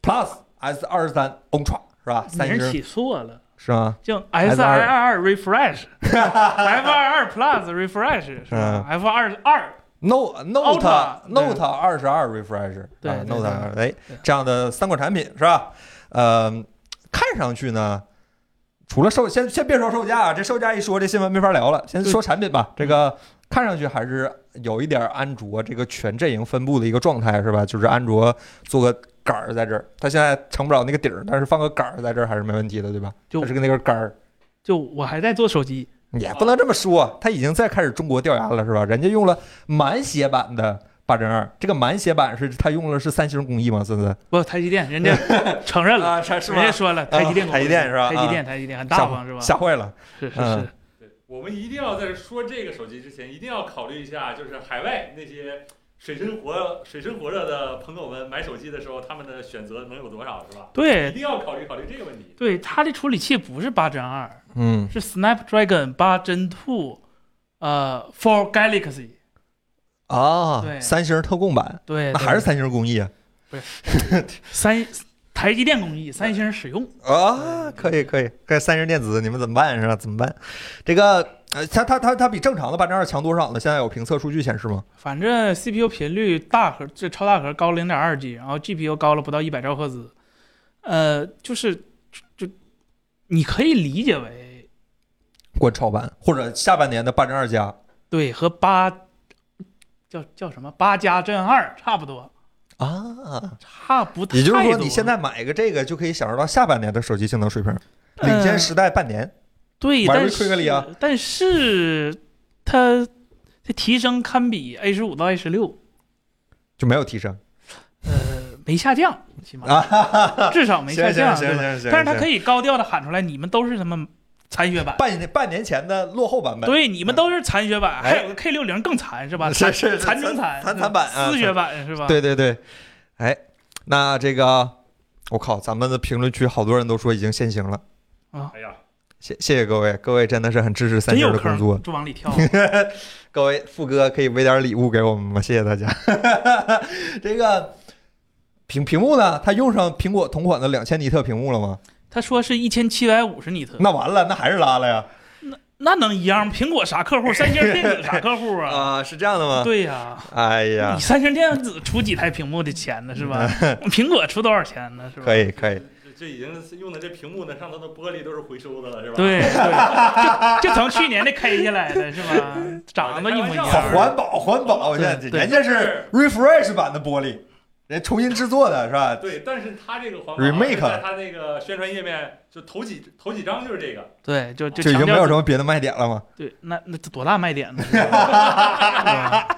Speaker 4: Plus、S 二三 Ultra 是吧？
Speaker 2: 你
Speaker 4: 三
Speaker 2: 是
Speaker 4: 星
Speaker 2: 起错了，
Speaker 4: 是吗？
Speaker 2: 叫 S 二二
Speaker 4: (laughs)
Speaker 2: refresh，F 二二 plus refresh 是
Speaker 4: 嗯
Speaker 2: 吧？F 二二
Speaker 4: Note Note
Speaker 2: Ultra，
Speaker 4: Note 二十二 Refresh，
Speaker 2: 对对
Speaker 4: 啊，Note 二
Speaker 2: 对
Speaker 4: 哎
Speaker 2: 对
Speaker 4: 这样的三款产品是吧？呃，看上去呢，除了售先先别说售价啊，这售价一说这新闻没法聊了，先说产品吧。这
Speaker 2: 嗯
Speaker 4: 个看上去还是有一点安卓这个全阵营分布的一个状态是吧？就是安卓做个杆儿在这儿，它现在成不了那个底儿，但是放个杆儿在这儿还是没问题的，对吧？
Speaker 2: 就
Speaker 4: 它是个那个杆儿。
Speaker 2: 就我还在做手机，
Speaker 4: 也不能这么说，他已经在开始中国调研了，是吧？人家用了满血版的八针二，这个满血版是他用的是三星工艺吗？森森
Speaker 2: 不，台积电人
Speaker 4: (laughs)
Speaker 2: 家承认了，，
Speaker 4: 呃啊是
Speaker 2: 人家说了，台积电公
Speaker 4: 啊
Speaker 2: 司，
Speaker 4: 台积电是吧
Speaker 2: 台积电，台积电很
Speaker 4: 吓
Speaker 2: 大方是吧？
Speaker 4: 吓坏了，
Speaker 2: 是是
Speaker 4: 嗯
Speaker 2: 是，
Speaker 3: 对，我们一定要在说这个手机之前，一定要考虑一下，就是海外那些水深火水深火热的朋友们买手机的时候，他们的选择能有多少，是吧？一
Speaker 2: 对
Speaker 3: 定要考虑考虑这个问题。
Speaker 2: 对，它的处理器不是八针二，
Speaker 4: 嗯，
Speaker 2: 是 Snapdragon 八针 Two，呃，For Galaxy，
Speaker 4: 啊，
Speaker 2: 对
Speaker 4: 三星特供版，
Speaker 2: 对，
Speaker 4: 那
Speaker 2: 对
Speaker 4: 还是三星工艺啊
Speaker 2: 三台积电工艺，三星使用，
Speaker 4: 啊，可以可以，该三星电子你们怎么办是吧？怎么办？这个呃，它它它它比正常的八针二强多少呢？现在有评测数据显示吗？
Speaker 2: 反正 CPU 频率大核这超大核高零点二 G，然后 GPU 高了不到一百兆赫兹，呃，就是就你可以理解为
Speaker 4: 观潮版或者下半年的八针二加
Speaker 2: 对和八叫叫什么八加正二差不多，
Speaker 4: 啊，
Speaker 2: 差不太多。
Speaker 4: 也就是说，你现在买一个这个就可以享受到下半年的手机性能水平，
Speaker 2: 呃
Speaker 4: 领先时代半年。
Speaker 2: 对，
Speaker 4: 玩
Speaker 2: 但
Speaker 4: Rick Quigley
Speaker 2: 是、
Speaker 4: 啊
Speaker 2: 但是它它提升堪比 A 十五到 A 十六，
Speaker 4: 就没有提升
Speaker 2: 呃，没下降，起码、
Speaker 4: 啊！哈哈哈
Speaker 2: 至少没下降，对吧
Speaker 4: 行行
Speaker 2: 但是它可
Speaker 4: 以
Speaker 2: 以高调的喊出来，你们都是他妈残血版。
Speaker 4: 半年半年前的落后版本，
Speaker 2: 对，你们都是残血版，
Speaker 4: 哎
Speaker 2: 还有个 K 六零更残是吧？
Speaker 4: 是
Speaker 2: 残
Speaker 4: 是是
Speaker 2: 残中残，
Speaker 4: 残残版啊
Speaker 2: 四血版是吧？，
Speaker 4: 对对对，哎，那这个我靠，咱们的评论区好多人都说已经限行了，
Speaker 3: 哎呀，
Speaker 4: 谢谢谢各位，各位真的是很支持三
Speaker 2: 真
Speaker 4: 星
Speaker 2: 有
Speaker 4: 的工作
Speaker 2: 坑，，就往里跳。啊
Speaker 4: 各位副哥可以喂点礼物给我们吗？谢谢 (laughs) 大家。这个屏屏幕呢，它用上苹果同款的两千尼特屏幕了吗？
Speaker 2: 他说是一千七百五十尼特，
Speaker 4: 那完了，那还是拉了呀。
Speaker 2: 那能一样吗？苹果啥客户？三星电子啥客户啊？
Speaker 4: (laughs) 啊，是这样的吗？
Speaker 2: 对呀，
Speaker 4: 哎呀
Speaker 2: 你，三星电子出几台屏幕的钱呢？是
Speaker 4: (laughs)
Speaker 2: 吧？苹果出多少钱呢？是吧？
Speaker 4: 可以可以，
Speaker 3: 这，这已经是用的这屏幕呢，上头的玻璃都是回收的了，是吧？
Speaker 2: 对对，就就从去年的 K 下来的是吧？长得一模一
Speaker 4: 好
Speaker 3: 还
Speaker 2: 样。
Speaker 4: 环保环保，
Speaker 2: 对
Speaker 4: 现在
Speaker 2: 对
Speaker 4: 人家是 refresh 版的玻璃，人重新制作的是吧？
Speaker 3: 对，但是它这个环保
Speaker 4: Remake
Speaker 3: 在它那个宣传页面就头几头几张就是这个，
Speaker 2: 对，就就
Speaker 4: 就已
Speaker 2: 强
Speaker 4: 经没
Speaker 2: 调
Speaker 4: 有什么别的卖点了吗？
Speaker 2: 对，那那这多大卖点呢？是
Speaker 4: (laughs)
Speaker 2: 吧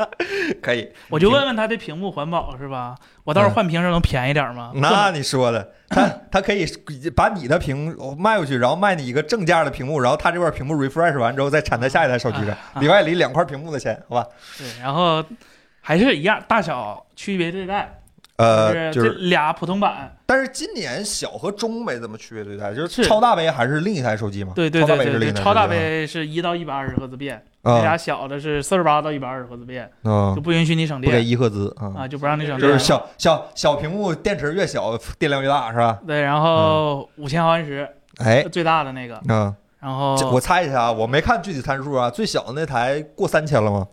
Speaker 4: 可以，
Speaker 2: 我就问问他这屏幕环保是吧？我
Speaker 4: 嗯
Speaker 2: 到时候换屏时候能便宜点吗？
Speaker 4: 那你说的，他他可以把你的屏卖过去，然后卖你一个正价的屏幕，然后他这块屏幕 refresh 完之后再产在下一台
Speaker 2: 啊
Speaker 4: 手机上，里外里两块屏幕的钱，好吧？
Speaker 2: 对，然后还是一样，大小区别对待，
Speaker 4: 呃，就
Speaker 2: 这
Speaker 4: 是，啊
Speaker 2: 俩普通版，
Speaker 4: 但是今年小和中没怎么区别对待，就是
Speaker 2: 是
Speaker 4: 超大杯还是另一台手机嘛？
Speaker 2: 对对
Speaker 4: 超大
Speaker 2: 对
Speaker 4: 杯是
Speaker 2: 对对，
Speaker 4: 另一台手机
Speaker 2: 超大杯是一到一百二十赫兹变，那
Speaker 4: 啊
Speaker 2: 俩小的是四十八到一百二十赫兹变，
Speaker 4: 啊
Speaker 2: 就，不允许你省
Speaker 4: 不给
Speaker 2: 电
Speaker 4: 一赫兹啊
Speaker 2: 啊，，就不让你省
Speaker 4: 就是
Speaker 2: 电。
Speaker 4: 小小小屏幕电池越小，电量越大是吧？
Speaker 2: 对，然后五千毫安时
Speaker 4: 啊哎，
Speaker 2: 最大的那个，
Speaker 4: 嗯，
Speaker 2: 然
Speaker 4: 这
Speaker 2: 后
Speaker 4: 我猜一下啊，我没看具体参数啊，最小的那台过三千了吗？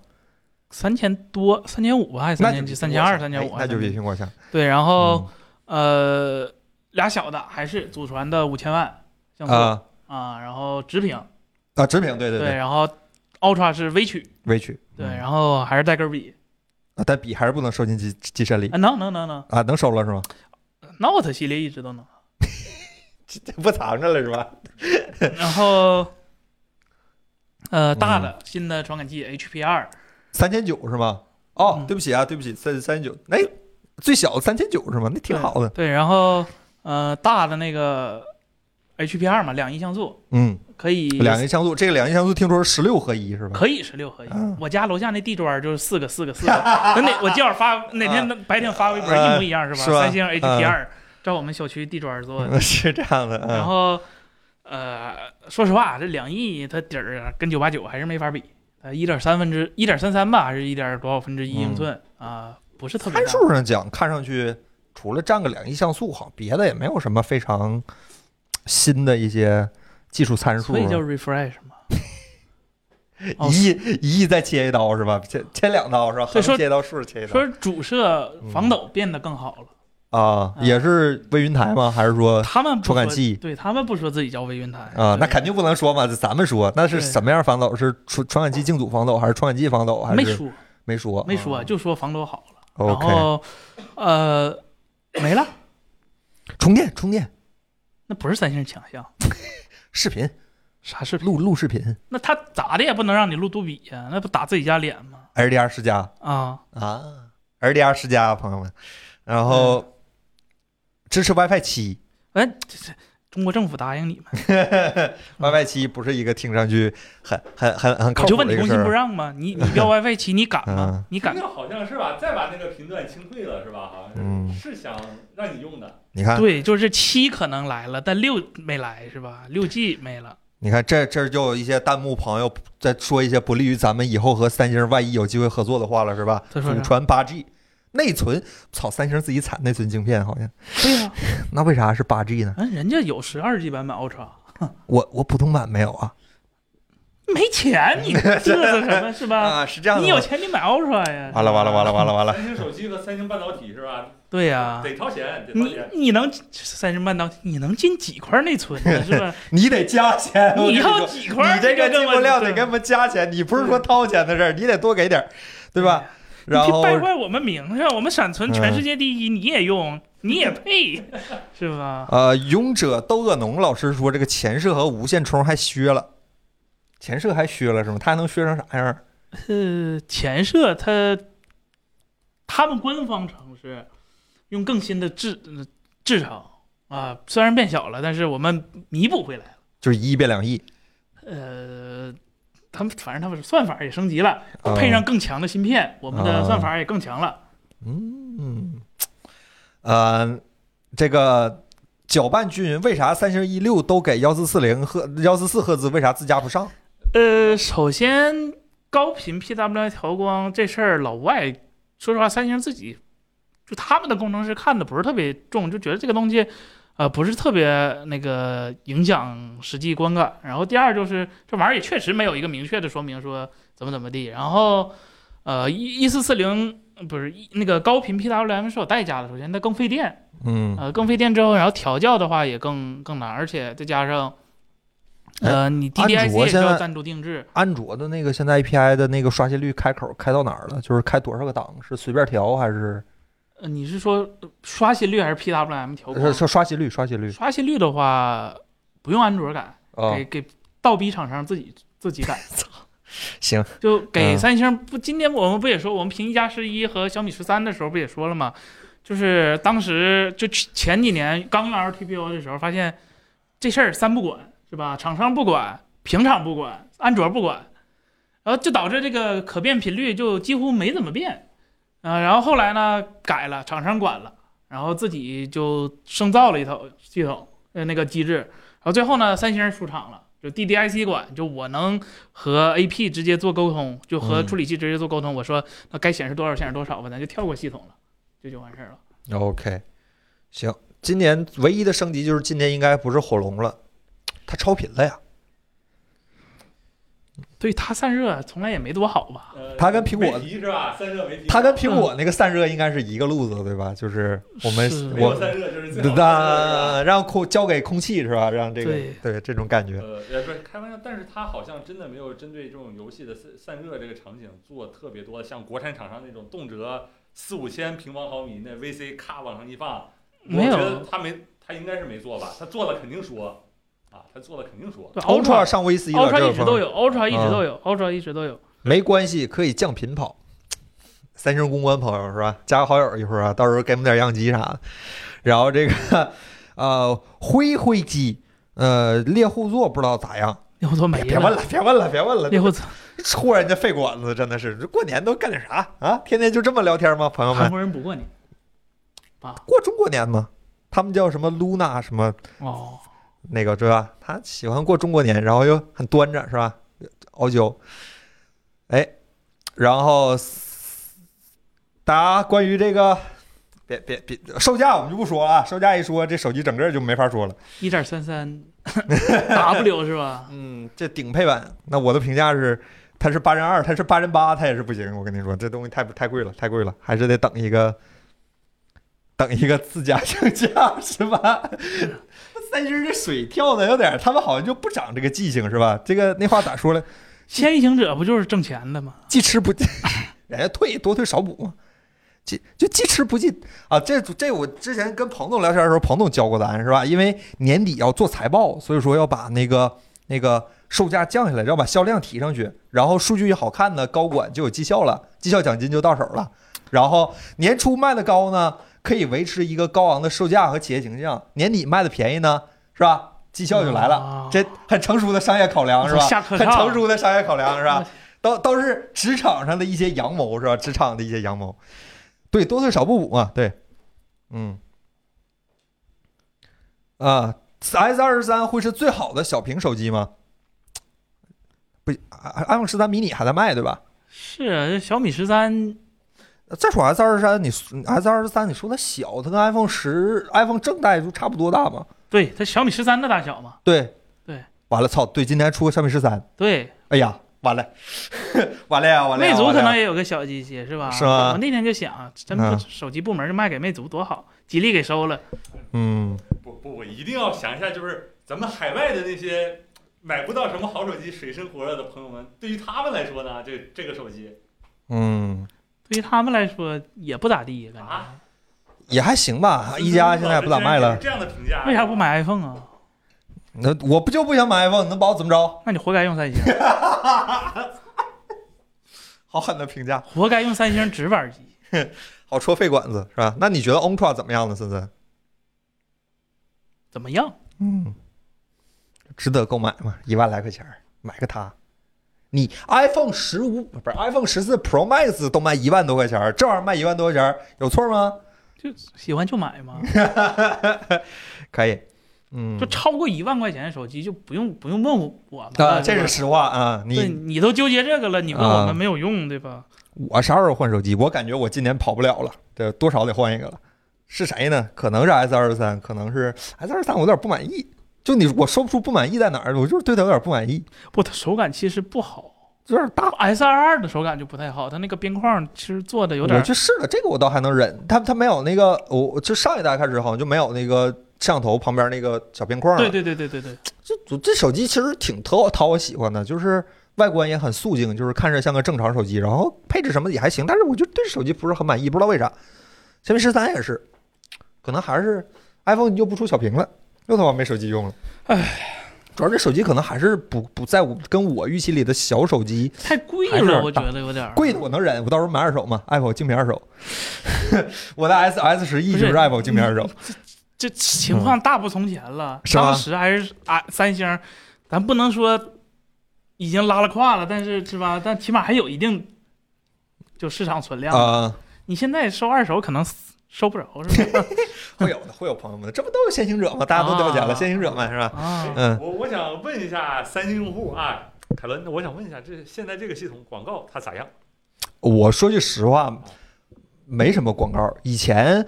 Speaker 2: 三千多，三千五吧，还是
Speaker 4: 那
Speaker 2: 三
Speaker 4: 就比
Speaker 2: 千三千二、三
Speaker 4: 苹果
Speaker 2: 千
Speaker 4: 强
Speaker 2: 五，
Speaker 4: 哎那就比苹果强。
Speaker 2: 对，然后
Speaker 4: 嗯
Speaker 2: 呃，俩小的还是祖传的五千万像素啊
Speaker 4: 啊
Speaker 2: 然后直屏
Speaker 4: 啊，直屏，对对，
Speaker 2: 然后 Ultra 是微曲，
Speaker 4: 微曲，
Speaker 2: 对，
Speaker 4: 嗯
Speaker 2: 然后还是带根笔
Speaker 4: 啊但笔还是不能收进机机身里
Speaker 2: 啊，能能能能
Speaker 4: 啊，能收了是吗？
Speaker 2: ，Note 系列一直都
Speaker 4: (laughs)
Speaker 2: 能，
Speaker 4: 这 (laughs) 不藏着了是吧？
Speaker 2: 然后呃
Speaker 4: 嗯
Speaker 2: 大的新的传感器 HP 二，
Speaker 4: 三千九是吗？哦
Speaker 2: 嗯，
Speaker 4: 对不起啊，对不起，三三千九，哎，最小三千九是吗？那挺好的，
Speaker 2: 对，然后呃，大的那个 HP 二嘛，两亿像素
Speaker 4: 嗯，
Speaker 2: 可以
Speaker 4: 两个像素，这个两个像素听说是十六合一是吧？
Speaker 2: 可以十六合一
Speaker 4: 嗯。
Speaker 2: 我家楼下那地砖就是四个四个四个，那哪我今晚发哪天白天发微博一模一样是吧？
Speaker 4: 嗯是吧
Speaker 2: 三星 HP 二，照我们小区地砖做的。
Speaker 4: 嗯 (laughs) 是这样的，
Speaker 2: 然
Speaker 4: 嗯，
Speaker 2: 后呃，说实话，这两亿它底儿啊跟九八九还是没法比，呃，一点三分之一点三三吧，还是一点多少分之一
Speaker 4: 嗯
Speaker 2: 英寸啊，不是特别
Speaker 4: 参
Speaker 2: 大。
Speaker 4: 数上讲，看上去除了占个两亿像素，好，别的也没有什么非常新的一些技术参数
Speaker 2: 所。以叫 refresh
Speaker 4: (laughs)
Speaker 2: 嘛。哦
Speaker 4: 一亿一亿再切一刀是吧？切切两刀是吧？
Speaker 2: 对说
Speaker 4: 横切一刀，竖着切一刀
Speaker 2: 说主摄防抖变得更好了，
Speaker 4: 啊，也是微云台吗？还是说
Speaker 2: 他们不
Speaker 4: 传感
Speaker 2: 说
Speaker 4: 器
Speaker 2: 对他们不说自己叫微云台
Speaker 4: 啊？那
Speaker 2: 对
Speaker 4: 肯定不能说嘛，咱们说那是
Speaker 2: 对
Speaker 4: 什么样防抖？是传传感器镜组防抖，还是传感器防抖？还是
Speaker 2: 没说
Speaker 4: 没说啊
Speaker 2: 没说，就说防抖好了，然
Speaker 4: 哦 OK，
Speaker 2: 后呃没了，
Speaker 4: 充电充电，
Speaker 2: 那不是三星强项，
Speaker 4: 视频
Speaker 2: 啥视频？
Speaker 4: 录录视频
Speaker 2: 那他咋的也不能让你录杜比呀、那不打自己家脸吗？
Speaker 4: ，LDR 十加
Speaker 2: 啊，嗯
Speaker 4: 啊，LDR 十加，朋友们，然后支持 WiFi 七。 (laughs)
Speaker 2: 哎，这这中国政府答应你们，
Speaker 4: WiFi 七不是一个听上去很很很很
Speaker 2: 我
Speaker 4: (laughs) 靠
Speaker 2: 就
Speaker 4: 谱
Speaker 2: 问
Speaker 4: 的
Speaker 2: 你
Speaker 4: 一个
Speaker 2: 工
Speaker 4: 事
Speaker 2: 信部
Speaker 4: 儿。
Speaker 2: 让吗？你你
Speaker 4: (laughs)
Speaker 2: 标 WiFi 七，你敢吗
Speaker 4: 嗯？
Speaker 2: 你敢？
Speaker 3: 那好像是吧？再把那个频段清退了是吧？好
Speaker 4: 嗯
Speaker 3: 像是是想让你用的。
Speaker 4: 你看，
Speaker 2: 对，就是七可能来了，但六没来是吧？六 G 没了。
Speaker 4: 你看，这这就有一些弹幕朋友在说一些不利于咱们以后和三星万一有机会合作的话了，是吧？
Speaker 2: 他说啥
Speaker 4: 祖传八 G 内存，操，三星自己产内存晶片好像，
Speaker 2: 对呀、
Speaker 4: 那为啥是八 G 呢？
Speaker 2: 嗯，人家有十二 G 版本 Ultra，
Speaker 4: 我我普通版没有啊？
Speaker 2: 没钱你嘚瑟
Speaker 4: (laughs)
Speaker 2: 什么是吧？，
Speaker 4: 是啊这样
Speaker 2: 啊你
Speaker 4: 的
Speaker 2: 有
Speaker 4: 吗。
Speaker 2: 钱你买 Ultra 呀。
Speaker 4: 完了完了完了完了完了，
Speaker 3: 三星手机和三星半导体是吧？
Speaker 2: 对呀、
Speaker 3: 得掏钱，得掏
Speaker 2: 啊你
Speaker 3: 钱。
Speaker 2: 你能三十半导体，你能进几块内存呢？是吧？
Speaker 4: 你得加钱， (laughs) 我跟
Speaker 2: 你
Speaker 4: 说
Speaker 2: 要几块？
Speaker 4: 你这个进
Speaker 2: 进
Speaker 4: 货量得给我们加钱，你不是说掏钱的事儿，你得多给点儿，对吧？？
Speaker 2: 嗯你
Speaker 4: 然
Speaker 2: 别
Speaker 4: 后
Speaker 2: 败坏我们名声，我们闪存全世界第一，你也用，你也配，是吧？
Speaker 4: 呃，勇者斗恶龙老师说这个前摄和无线充还削了，前摄还削了是吗？它还能削成啥样儿？
Speaker 2: 呃，前摄它，他们官方称是用更新的制呃制成啊，虽然变小了，但是我们弥补回来了。
Speaker 4: 就是一变两亿，
Speaker 2: 呃，他们反正他们算法也升级了，
Speaker 4: 啊
Speaker 2: 配上更强的芯片，我们的
Speaker 4: 啊
Speaker 2: 算法也更强了。
Speaker 4: 嗯，呃，这个搅拌均匀，为啥三星 E 六都给幺四四零赫幺四四赫兹，为啥自家不上？
Speaker 2: 呃，首先高频 PWM 调光这事儿，老外说实话，三星自己就他们的工程师看的不是特别重，就觉得这个东西。呃，不是特别那个影响实际观感。然后第二就是这玩意儿也确实没有一个明确的说明说怎么怎么地。然后，呃，一一四四零不是一那个高频 PWM 是有代价的，首先它更费电，
Speaker 4: 嗯，
Speaker 2: 呃，更费电之后，然后调教的话也更更难，而且再加上，呃，你
Speaker 4: 哎安
Speaker 2: DDIC
Speaker 4: 卓
Speaker 2: 也需
Speaker 4: 现
Speaker 2: 要
Speaker 4: 在
Speaker 2: 单独定制，
Speaker 4: 安卓的那个现在 API 的那个刷新率开口开到哪儿了？就是开多少个档？是随便调还是？
Speaker 2: 呃，你是说呃刷新率还是 PWM 调光
Speaker 4: 是？是呃刷新率，刷新率
Speaker 2: 刷新率的话，不用安卓改，
Speaker 4: 啊、
Speaker 2: 给给倒逼厂商自己自己改，
Speaker 4: 行，
Speaker 2: 就给
Speaker 4: 嗯
Speaker 2: 三星不。今天我们不也说，我们评一加十一和小米十三的时候不也说了吗？就是当时就去前几年刚用 LTPO 的时候，发现这事儿三不管是吧？厂商不管，平厂不管，安卓不管，然后就导致这个可变频率就几乎没怎么变啊、然后后来呢改了，厂商管了，然后自己就生造了一套系统呃那个机制，然后最后呢三星出场了。就 DDIC 管，就我能和 AP 直接做沟通，就和
Speaker 4: 嗯
Speaker 2: 处理器直接做沟通。我说那该显示多少显示多少吧，咱就跳过系统了，这就完事儿了。
Speaker 4: OK，行，今年唯一的升级就是今年应该不是火龙了，它超频了呀。
Speaker 2: 对它散热从来也没多好吧？
Speaker 3: 呃
Speaker 4: 它跟苹果
Speaker 3: 没提是吧？散热没提。
Speaker 4: 它跟
Speaker 2: 嗯
Speaker 4: 苹果那个散热应该是一个路子，对吧？就是我们
Speaker 2: 是
Speaker 3: 没有
Speaker 4: 我
Speaker 3: 散热就是最好的散热。
Speaker 4: 那让空交给空气是吧？让这个
Speaker 2: 对
Speaker 4: 这种感觉，
Speaker 3: 呃，也不是开玩笑，但是它好像真的没有针对这种游戏的散散热这个场景做特别多的，像国产厂商那种动辄四五千平方毫米那 VC 咔往上一放，我
Speaker 2: 没有
Speaker 3: 觉得他没，他应该是没做吧？他做了肯定说，啊，他做了肯定说。
Speaker 2: 对
Speaker 4: Ultra 上 VC 了，
Speaker 2: Ultra
Speaker 4: 这
Speaker 2: 一直都
Speaker 4: 有，
Speaker 2: 有，Ultra 一直都有，Ultra 一直都有。
Speaker 4: 没关系，可以降频跑。三星公关朋友是吧？加个好友一会儿啊，到时候给我们点样机啥的。然后这个呃灰灰机，呃猎户座不知道咋样，
Speaker 2: 猎户座没
Speaker 4: 别别问
Speaker 2: 了，
Speaker 4: 了，别问了，别问了，
Speaker 2: 猎户座
Speaker 4: 突然间肺管子真的是，这过年都干点啥啊？天天就这么聊天吗？朋友
Speaker 2: 韩
Speaker 4: 们，
Speaker 2: 国人不过你
Speaker 4: 过中国年吗？他们叫什么 Luna 什么
Speaker 2: 哦，
Speaker 4: 那个对吧？他喜欢过中国年，然后又很端着是吧？傲娇，哎，然后答关于这个，别别别，售价我们就不说了啊，售价一说这手机整个就没法说了。
Speaker 2: 一点三三 (laughs) W 是吧？
Speaker 4: 嗯，这顶配版，那我的评价是，它是八人二，它是八人八，它也是不行。我跟你说，这东西太太贵了，太贵了，还是得等一个，等一个自家降价是吧？ (laughs) 三星这水跳的有点，他们好像就不长这个记性是吧？这个那话咋说来？
Speaker 2: 先行者不就是挣钱的吗？
Speaker 4: 记吃不记，人家退多退少补嘛。记就记吃不记啊！这这我之前跟彭总聊天的时候，彭总教过咱是吧？因为年底要做财报，所以说要把那个那个售价降下来，要把销量提上去，然后数据一好看呢，高管就有绩效了，绩效奖金就到手了。然后年初卖的高呢，可以维持一个高昂的售价和企业形象；年底卖的便宜呢，是吧？绩效就来了。
Speaker 2: 啊
Speaker 4: 这很成熟的商业考量是吧？
Speaker 2: 下课
Speaker 4: 很
Speaker 2: 上
Speaker 4: 成熟的商业考量是吧
Speaker 2: 嗯？
Speaker 4: 都都是职场上的一些阳谋是吧？职场的一些阳谋，对，多退少不补嘛，对，嗯，啊，S 二十三会是最好的小屏手机吗？不，iPhone 啊十三迷你还在卖对吧？
Speaker 2: 是啊，这小米十三
Speaker 4: 再说 S 二十三，你嗯 S 二十三，你说它小，它跟 iPhone 十、iPhone 正代就差不多大嘛？
Speaker 2: 对它小米十三的大小嘛？
Speaker 4: 对，
Speaker 2: 对，
Speaker 4: 完了，操，对，今天还出个小米十三，
Speaker 2: 对，
Speaker 4: 哎呀，完了， (laughs) 完了呀，完了呀！
Speaker 2: 魅族
Speaker 4: 完了
Speaker 2: 可
Speaker 4: 呀
Speaker 2: 能也有个小机器是吧？
Speaker 4: 是吗
Speaker 2: 我那天就想，真
Speaker 4: 嗯
Speaker 2: 不手机部门就卖给魅族多好，吉利给收了。
Speaker 4: 嗯，
Speaker 3: 不不，我一定要想一下，就是咱们海外的那些买不到什么好手机、水深火热的朋友们，对于他们来说呢，这这个手机
Speaker 4: 嗯，
Speaker 2: 对于他们来说也不咋地，感觉
Speaker 3: 啊
Speaker 4: 也还行吧。啊一加现在也不咋卖了，
Speaker 3: 这样的评价，
Speaker 2: 为啥不？买 iPhone 啊？
Speaker 4: 那我不就不想买 iPhone，能把我怎么着？
Speaker 2: 那你活该用
Speaker 4: (laughs)
Speaker 2: 三星，
Speaker 4: 好狠的评价，
Speaker 2: 活该用三星直板机。
Speaker 4: 好戳肺管子是吧？那你觉得 Ultra 怎么样呢，森森？
Speaker 2: 怎么样？
Speaker 4: 嗯，值得购买吗？一万来块钱儿买个它。你 iPhone 十五不是 iPhone 十四 Pro Max 都卖一万多块钱儿，这玩意儿卖一万多块钱儿有错吗？
Speaker 2: 就喜欢就买嘛，
Speaker 4: 嗯可以，嗯
Speaker 2: 就，超过一万块钱的手机就不用不用问我我们
Speaker 4: 啊，
Speaker 2: 了，
Speaker 4: 这是
Speaker 2: 是吧
Speaker 4: 实话啊。
Speaker 2: 对
Speaker 4: 你
Speaker 2: 你都纠结这个了，你问我
Speaker 4: 啊
Speaker 2: 们没有用，对吧？
Speaker 4: 我啥时候换手机？我感觉我今年跑不了了，这多少得换一个了。是谁呢？可能是 S 二十三，可能是 S 二十三，我有点不满意。就你，我说不出不满意在哪儿，我就是对它有点不满意，
Speaker 2: 不，它手感其实不好
Speaker 4: 有点大。
Speaker 2: ，S 二二的手感就不太好，它那个边框其实做的有点
Speaker 4: 我去试了，这个我倒还能忍。它它没有那个，我我就上一代开始好像就没有那个摄像头旁边那个小边框了。
Speaker 2: 对对对对对对，
Speaker 4: 这这这手机其实挺讨讨我喜欢的，就是外观也很素净，就是看着像个正常手机，然后配置什么的也还行，但是我就对手机不是很满意，不知道为啥。小米十三也是，可能还是 iPhone 又不出小屏了，又他妈没手机用了。唉，主要这手机可能还是不不在我跟我预期里的小手机
Speaker 2: 太贵
Speaker 4: 还是
Speaker 2: 了，
Speaker 4: 有点
Speaker 2: 我觉得有点儿
Speaker 4: 贵的我能忍，我到时候买二手嘛，Apple 精品二手。 (laughs) 我的 S S 十一
Speaker 2: 不
Speaker 4: 就是是 Apple 精品二手。
Speaker 2: 这情况大不从前了。
Speaker 4: 嗯是吧
Speaker 2: 当时还是啊，三星，咱不能说已经拉了胯了，但是是吧？但起码还有一定就市场存量。
Speaker 4: 啊、
Speaker 2: 你现在收二手可能收不着，
Speaker 4: (laughs)
Speaker 2: 是吧？
Speaker 4: 会有的，会有朋友们的，这不都是先行者吗？大家都掉价
Speaker 2: 啊
Speaker 4: 了，先行者们是吧？
Speaker 2: 啊，
Speaker 4: 嗯
Speaker 3: 我我想问一下三星用户啊，凯伦，我想问一下，这现在这个系统广告它咋样？
Speaker 4: 我说句实话，没什么广告。以前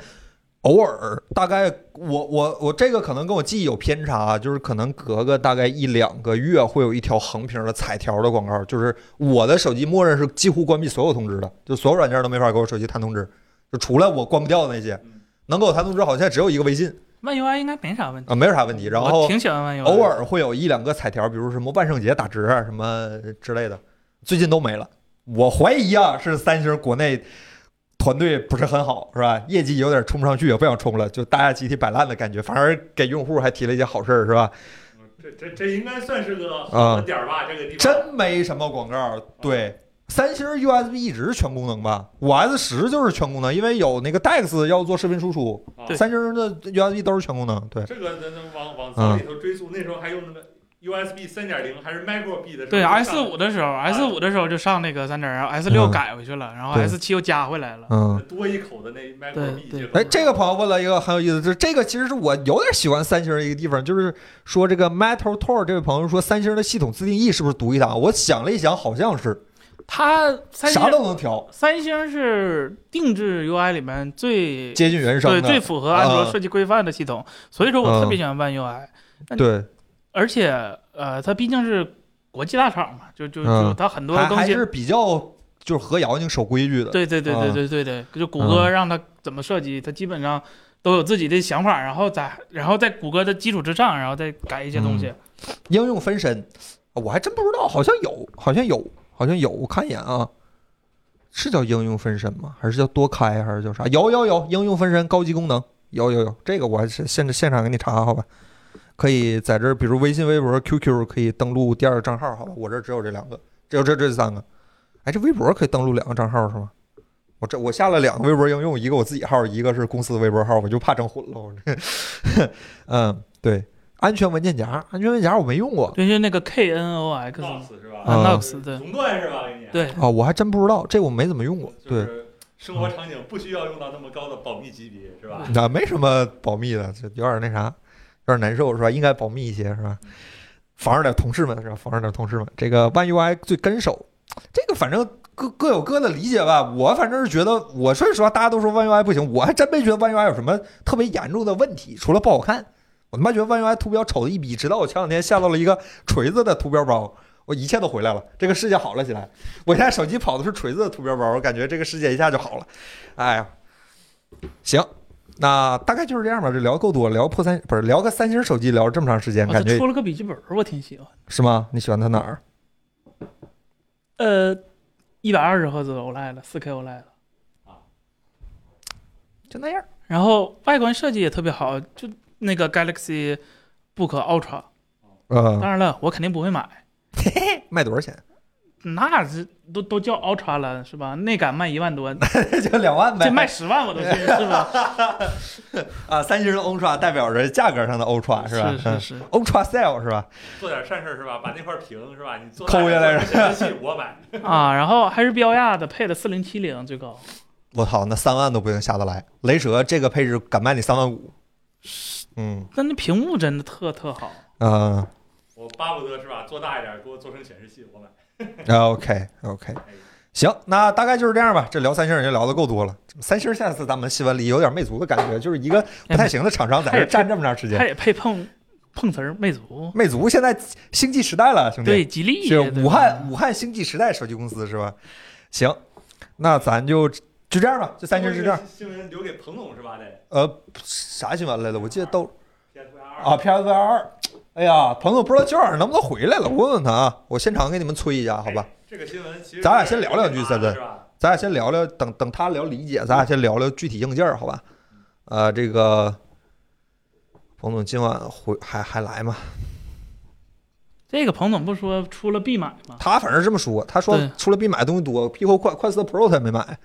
Speaker 4: 偶尔，大概我我我这个可能跟我记忆有偏差，就是可能隔个大概一两个月会有一条横屏的彩条的广告，就是我的手机默认是几乎关闭所有通知的，就所有软件都没法给我手机弹通知，就除了我关不掉的那些
Speaker 3: 嗯，
Speaker 4: 能给我弹通知好像也只有一个微信
Speaker 2: 万 UI 应该没啥问题。
Speaker 4: 啊，没有啥问题。然
Speaker 2: 我
Speaker 4: 后
Speaker 2: 挺喜欢万 UI，
Speaker 4: 偶尔会有一两个彩条，比如什么万圣节打折啊什么之类的，最近都没了。我怀疑啊，是三星国内团队不是很好，是吧？业绩有点冲不上去，也不想冲了，就大家集体摆烂的感觉，反而给用户还提了一些好事儿，是吧？
Speaker 3: 嗯啊这这这应该算是个好的点儿吧？这个地方
Speaker 4: 真没什么广告，对，三星 USB 一直是全功能吧？五 S 十就是全功能，因为有那个 DeX 要做视频输出，
Speaker 2: 对
Speaker 4: 三星的 USB 都是全功能。对，
Speaker 3: 这个咱咱往往早里头追溯，那时候还用那个 USB 三点零还是 Micro B (laughs) 的时候。
Speaker 2: 对
Speaker 3: 就上啊
Speaker 2: ，S 五的时候，S 五的时候就上那个三点零，S 六
Speaker 4: 嗯
Speaker 2: 改回去了，然后
Speaker 4: 对
Speaker 2: S 七又加回来了。
Speaker 4: 嗯。
Speaker 3: 多一口的那 Micro B
Speaker 2: 对
Speaker 3: 接口。
Speaker 4: 哎，这个朋友问了一个很有意思，这这个其实是我有点喜欢三星的一个地方，就是说这个 Metal Tor 这位朋友说三星的系统自定义是不是独一档？我想了一想，好像是
Speaker 2: 它三星
Speaker 4: 啥都能调，
Speaker 2: 三星是定制 UI 里面最
Speaker 4: 接近原生
Speaker 2: 对最
Speaker 4: 的。
Speaker 2: 符合安
Speaker 4: 嗯
Speaker 2: 卓设计规范的系统，所以说我特别
Speaker 4: 嗯
Speaker 2: 喜欢 One UI，、
Speaker 4: 对，
Speaker 2: 而且呃，它毕竟是国际大厂嘛，就就
Speaker 4: 嗯
Speaker 2: 就它很多
Speaker 4: 还
Speaker 2: 更
Speaker 4: 还
Speaker 2: 新
Speaker 4: 是比较就是和姚宁守规矩的。
Speaker 2: 对对对对
Speaker 4: 嗯
Speaker 2: 对对对，就谷歌让他怎么设计，他基本上都有自己的想法，然后在然后在谷歌的基础之上，然后再改一些东
Speaker 4: 嗯
Speaker 2: 西。
Speaker 4: 应用分身，啊我还真不知道，好像有，好像有，好像有，我看一眼啊，是叫应用分身吗？还是叫多开？还是叫啥？有有有，应用分身高级功能，有有有，这个我还是现现场给你查好吧？可以在这儿，比如微信、微博、QQ 可以登录第二个账号，好吧？我这儿只有这两个，只有这这三个。哎，这微博可以登录两个账号是吗？我这我下了两个微博应用，一个我自己号，一个是公司的微博号，我就怕整混了。我这， (laughs) 嗯，对，安全文件夹，安全文件夹我没用过，
Speaker 2: 就是那个 KNOX
Speaker 3: Knox 是吧
Speaker 4: 啊
Speaker 2: ，Knox 对
Speaker 3: 熔断是吧？给你。
Speaker 2: 对，
Speaker 4: 啊，我还真不知道，这我没怎么用过。
Speaker 3: 就
Speaker 4: 对，
Speaker 3: 是生活场景不需要用到那么高的保密级别，是吧？
Speaker 4: 那没什么保密的，这有点那啥，有点难受是吧？应该保密一些是吧？
Speaker 3: 嗯
Speaker 4: 防着点同事们是吧？防着点同事们。这个 One UI 最跟手，这个反正各各有各的理解吧。我反正是觉得，我说实话，大家都说 One UI 不行，我还真没觉得 One UI 有什么特别严重的问题，除了不好看。我他妈觉得 One UI 图标丑的一逼，直到我前两天下到了一个锤子的图标包，我一切都回来了，这个世界好了起来。我现在手机跑的是锤子的图标包，我感觉这个世界一下就好了。哎呀，行，那大概就是这样吧。这聊够多，聊破三不是聊个三星手机聊这么长时间，
Speaker 2: 哦他
Speaker 4: 感觉
Speaker 2: 出了个笔记本，我挺喜欢。
Speaker 4: 是吗？你喜欢它哪儿？
Speaker 2: 呃，一百二十赫兹 OLED，四 K E OLED，
Speaker 4: 就那样。
Speaker 2: 然后外观设计也特别好，就那个 Galaxy Book Ultra。
Speaker 4: 呃
Speaker 2: 当，然了，我肯定不会买，
Speaker 4: 卖多少钱？ (laughs)
Speaker 2: 那是都都叫 Ultra 了是吧？那敢卖一万多，
Speaker 4: 就两万呗。
Speaker 2: 这卖十万我都
Speaker 4: (laughs)
Speaker 2: 信是吧？
Speaker 4: 啊，三星的 Ultra 代表着价格上的 Ultra 是吧？
Speaker 2: 是是是，
Speaker 4: 嗯 Ultra Sale 是吧？
Speaker 3: 做点善事儿是吧？把那块屏是吧？你做
Speaker 4: 抠下来
Speaker 3: 是吧？显示器我买，
Speaker 2: 啊，然后还是标亚的，配的四零七零最高，
Speaker 4: 我操，那三万都不一定下得来。雷蛇这个配置敢卖你三万五？嗯
Speaker 2: 但那屏幕真的特特好。
Speaker 4: 啊、
Speaker 3: 我巴不得是吧？做大一点，给我做成显示器我买。
Speaker 4: o k OK，行，那大概就是这样吧。这聊三星已经聊得够多了。三星下次咱们新闻里有点魅族的感觉，就是一个不太行的厂商在这儿站这么长时
Speaker 2: 它
Speaker 4: 间。
Speaker 2: 也配碰碰瓷儿魅族，
Speaker 4: (laughs) 魅族现在星际时代了，兄弟。
Speaker 2: 对，吉利
Speaker 4: 是
Speaker 2: 对吧
Speaker 4: 武汉武汉星际时代手机公司是吧？行，那咱就就这样吧，就三星就这样。
Speaker 3: 新闻留给彭总是吧？得
Speaker 4: 呃，啥新闻来了？我记得都
Speaker 3: PS 二
Speaker 4: 啊，PSVR 二。哎呀，彭总不知道今晚上能不能回来了，我问问他啊，我现场给你们催一下，好
Speaker 2: 哎
Speaker 4: 吧？。
Speaker 3: 这个新闻其实
Speaker 4: 咱俩先聊两句森森
Speaker 3: 是吧？
Speaker 4: 咱俩先聊聊，等等他聊理解，咱俩先聊聊具体硬件儿，好吧？呃，这个彭总今晚回还还来吗？
Speaker 2: 这个彭总不说出了必买吗？
Speaker 4: 他反正是这么说，他说
Speaker 2: 对
Speaker 4: 除了必买的东西多，Pico 快快四 Pro 他也没买。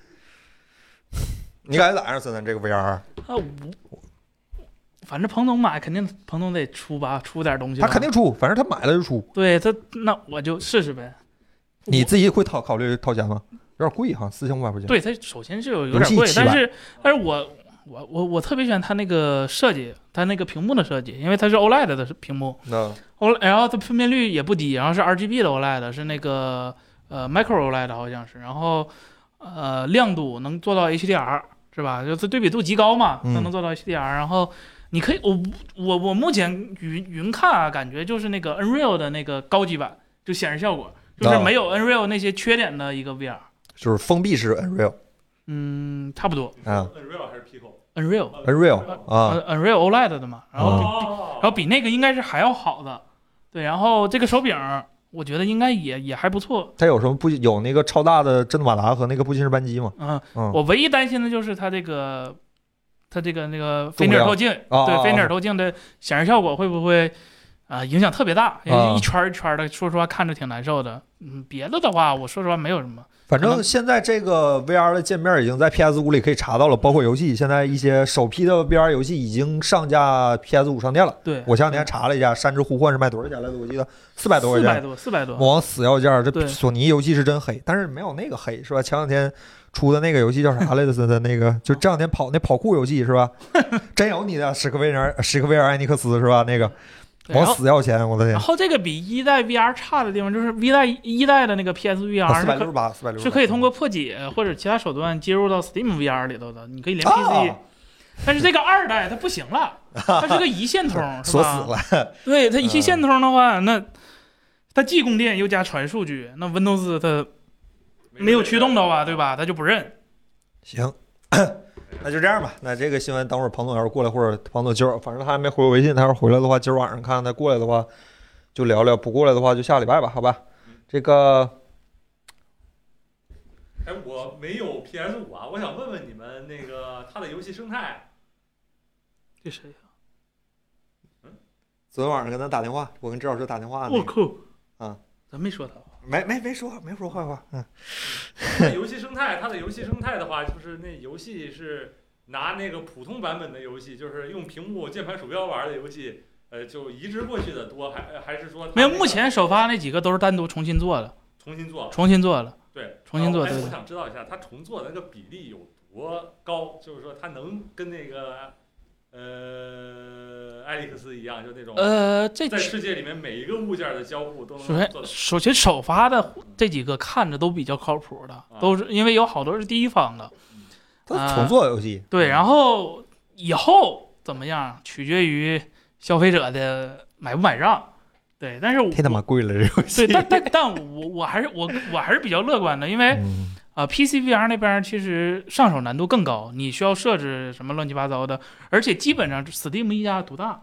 Speaker 4: 你感觉咋样，森森这个 VR？
Speaker 2: 啊，我反正彭总买肯定彭总得出吧，出点东西吧。
Speaker 4: 他肯定出，反正他买了就出。
Speaker 2: 对他，那我就试试呗。
Speaker 4: 你自己会掏考虑掏钱吗？有点贵哈，四千五百块钱。
Speaker 2: 对它首先是有有
Speaker 4: 游戏
Speaker 2: 点贵，
Speaker 4: 700
Speaker 2: 但是但是我我我我特别喜欢它那个设计，它那个屏幕的设计，因为它是 OLED 的屏幕，
Speaker 4: 那
Speaker 2: O，然后它分辨率也不低，然后是 RGB 的 OLED，是那个呃 Micro OLED 好像是，然后呃亮度能做到 HDR 是吧？就是对比度极高嘛，
Speaker 4: 嗯
Speaker 2: 它能做到 HDR，、然后你可以我我我目前云云看啊，感觉就是那个 Nreal 的那个高级版，就显示效果就是
Speaker 4: 啊
Speaker 2: 没有 Nreal 那些缺点的一个 VR，
Speaker 4: 就是封闭式 Unreal
Speaker 2: 嗯，差不多
Speaker 3: 你
Speaker 4: 啊
Speaker 3: 说 Unreal 还是 Pico？
Speaker 2: Nreal。
Speaker 4: Unreal 啊，
Speaker 2: 呃 Unreal OLED 的嘛，然后比
Speaker 3: 哦，
Speaker 2: 嗯然后比那个应该是还要好的，对。然后这个手柄儿，我觉得应该也也还不错。
Speaker 4: 它有什么不有那个超大的真马达和那个步进式扳机吗？
Speaker 2: 嗯，
Speaker 4: 嗯
Speaker 2: 我唯一担心的就是它这个，它这个那个菲
Speaker 4: 重
Speaker 2: 涅
Speaker 4: 量
Speaker 2: 尔透镜，
Speaker 4: 啊啊
Speaker 2: 对
Speaker 4: 啊
Speaker 2: 菲涅尔透镜的显示效果会不会啊、影响特别大？因为
Speaker 4: 啊
Speaker 2: 一圈儿一圈儿的，说实话看着挺难受的。嗯，别的的话，我说实话没有什么。
Speaker 4: 反
Speaker 2: 可
Speaker 4: 正
Speaker 2: 能
Speaker 4: 现在这个 VR 的界面已经在 PS 五里可以查到了，包括游戏，现在一些首批的 VR 游戏已经上架 PS 五商店了。
Speaker 2: 对，
Speaker 4: 我前两天查了一下，《山之呼唤》是卖多少钱来着？我记得四百多块
Speaker 2: 四百
Speaker 4: 钱。
Speaker 2: 多，四百多。
Speaker 4: 魔王死要价，这
Speaker 2: 对
Speaker 4: 索尼游戏是真黑，但是没有那个黑是吧？前两天出的那个游戏叫啥来着？ (laughs) 森森那个就这两天跑那跑酷游戏是
Speaker 2: (laughs)
Speaker 4: 吧？真有你的史克威尔史克威尔艾尼克斯是吧？那个
Speaker 2: 对然
Speaker 4: 往
Speaker 2: 后
Speaker 4: 死要钱，我的天
Speaker 2: 然！后这个比一代 VR 差的地方就是 V 代一代的那个 PSVR
Speaker 4: 啊哦四
Speaker 2: 啊是
Speaker 4: 百
Speaker 2: 可
Speaker 4: 六十八，四百六十
Speaker 2: 是可以通过破解或者其他手段接入到 Steam VR 里头的，你可以连 PC、
Speaker 4: 啊
Speaker 2: 但是这个二代它不行了，它是个一线
Speaker 4: (laughs)
Speaker 2: 通，是
Speaker 4: 锁
Speaker 2: 吧
Speaker 4: 死了。嗯
Speaker 2: 对它一线通的话，那它既供电又加传数据，那 Windows 它没有驱动的话，对吧？它就不认。
Speaker 4: 行， (coughs) 那就这样吧。那这个新闻，等会儿彭总要是过来，或者彭总今儿反正他还没回我微信，他要是回来的话，今儿晚上看看他过来的话就聊聊，不过来的话就下礼拜吧，好吧？
Speaker 2: 嗯
Speaker 4: 这个
Speaker 3: 哎，我没有 PS 五啊，我想问问你们那个它的游戏生态。
Speaker 2: 这谁呀、
Speaker 4: 昨天晚上跟他打电话，我跟支老师打电话
Speaker 2: 我
Speaker 4: 那个，
Speaker 2: 靠！
Speaker 4: 啊，
Speaker 2: 咱没说他吧？
Speaker 4: 没没没说没说坏
Speaker 2: 啊
Speaker 4: 话，嗯，
Speaker 3: 它
Speaker 2: (laughs)
Speaker 3: 的游戏生态，它的游戏生态的话，就是那游戏是拿那个普通版本的游戏，就是用屏幕、键盘、鼠标玩的游戏，呃，就移植过去的多，还还是说它
Speaker 2: 没有，
Speaker 3: 那个
Speaker 2: 目前首发那几个都是单独重新做的，
Speaker 3: 重新做？
Speaker 2: 重新做的。
Speaker 3: 对，
Speaker 2: 重新做
Speaker 3: 然后哎
Speaker 2: 对对
Speaker 3: 我想知道一下，它重做的那个比例有多高？就是说，它能跟那个呃艾利克斯一样，就那种
Speaker 2: 呃，这
Speaker 3: 在世界里面每一个物件的交互都能
Speaker 2: 首先
Speaker 3: 做到。
Speaker 2: 首先首发的这几个看着都比较靠谱的，都是因为有好多是第一方的。
Speaker 4: 他
Speaker 2: 啊
Speaker 4: 重做游戏，
Speaker 2: 对，然
Speaker 4: 后
Speaker 2: 后以后怎么样，取决于消费者的买不买账。对，但是我
Speaker 4: 太他妈贵了这游戏，
Speaker 2: 对，但但但我我还是我我还是比较乐观的，因为
Speaker 4: 嗯
Speaker 2: 啊、p c v r 那边其实上手难度更高，你需要设置什么乱七八糟的，而且基本上 Steam 一家独大。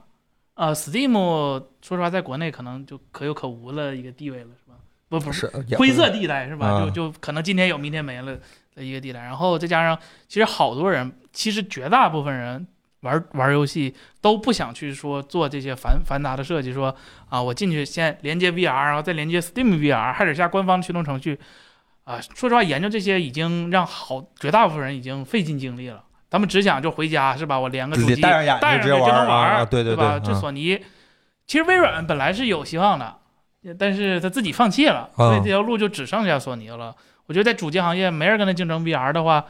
Speaker 2: 啊、s t e a m 说实话，在国内可能就可有可无了一个地位了，是吧？不不是。
Speaker 4: 是也
Speaker 2: 灰色地带是吧？
Speaker 4: 啊
Speaker 2: 就就可能今天有，明天没了的一个地带。然后再加上，其实好多人，其实绝大部分人玩玩游戏都不想去说做这些繁繁杂的设计，说啊，我进去先连接 VR，然后再连接 Steam VR，还得下官方驱动程序。啊，说实话，研究这些已经让好绝大部分人已经费尽精力了。咱们只想就回家是吧？我连个手机，
Speaker 4: 戴上眼
Speaker 2: 戴
Speaker 4: 睛
Speaker 2: 上
Speaker 4: 直
Speaker 2: 就
Speaker 4: 接
Speaker 2: 能
Speaker 4: 玩
Speaker 2: 玩
Speaker 4: 啊
Speaker 2: 儿，
Speaker 4: 啊对对
Speaker 2: 吧？
Speaker 4: 对
Speaker 2: 这
Speaker 4: 嗯
Speaker 2: 索尼其实微软本来是有希望的，但是他自己放弃了，所以
Speaker 4: 嗯
Speaker 2: 这条路就只剩下索尼了。我觉得在主机行业没人跟他竞争 VR 的话，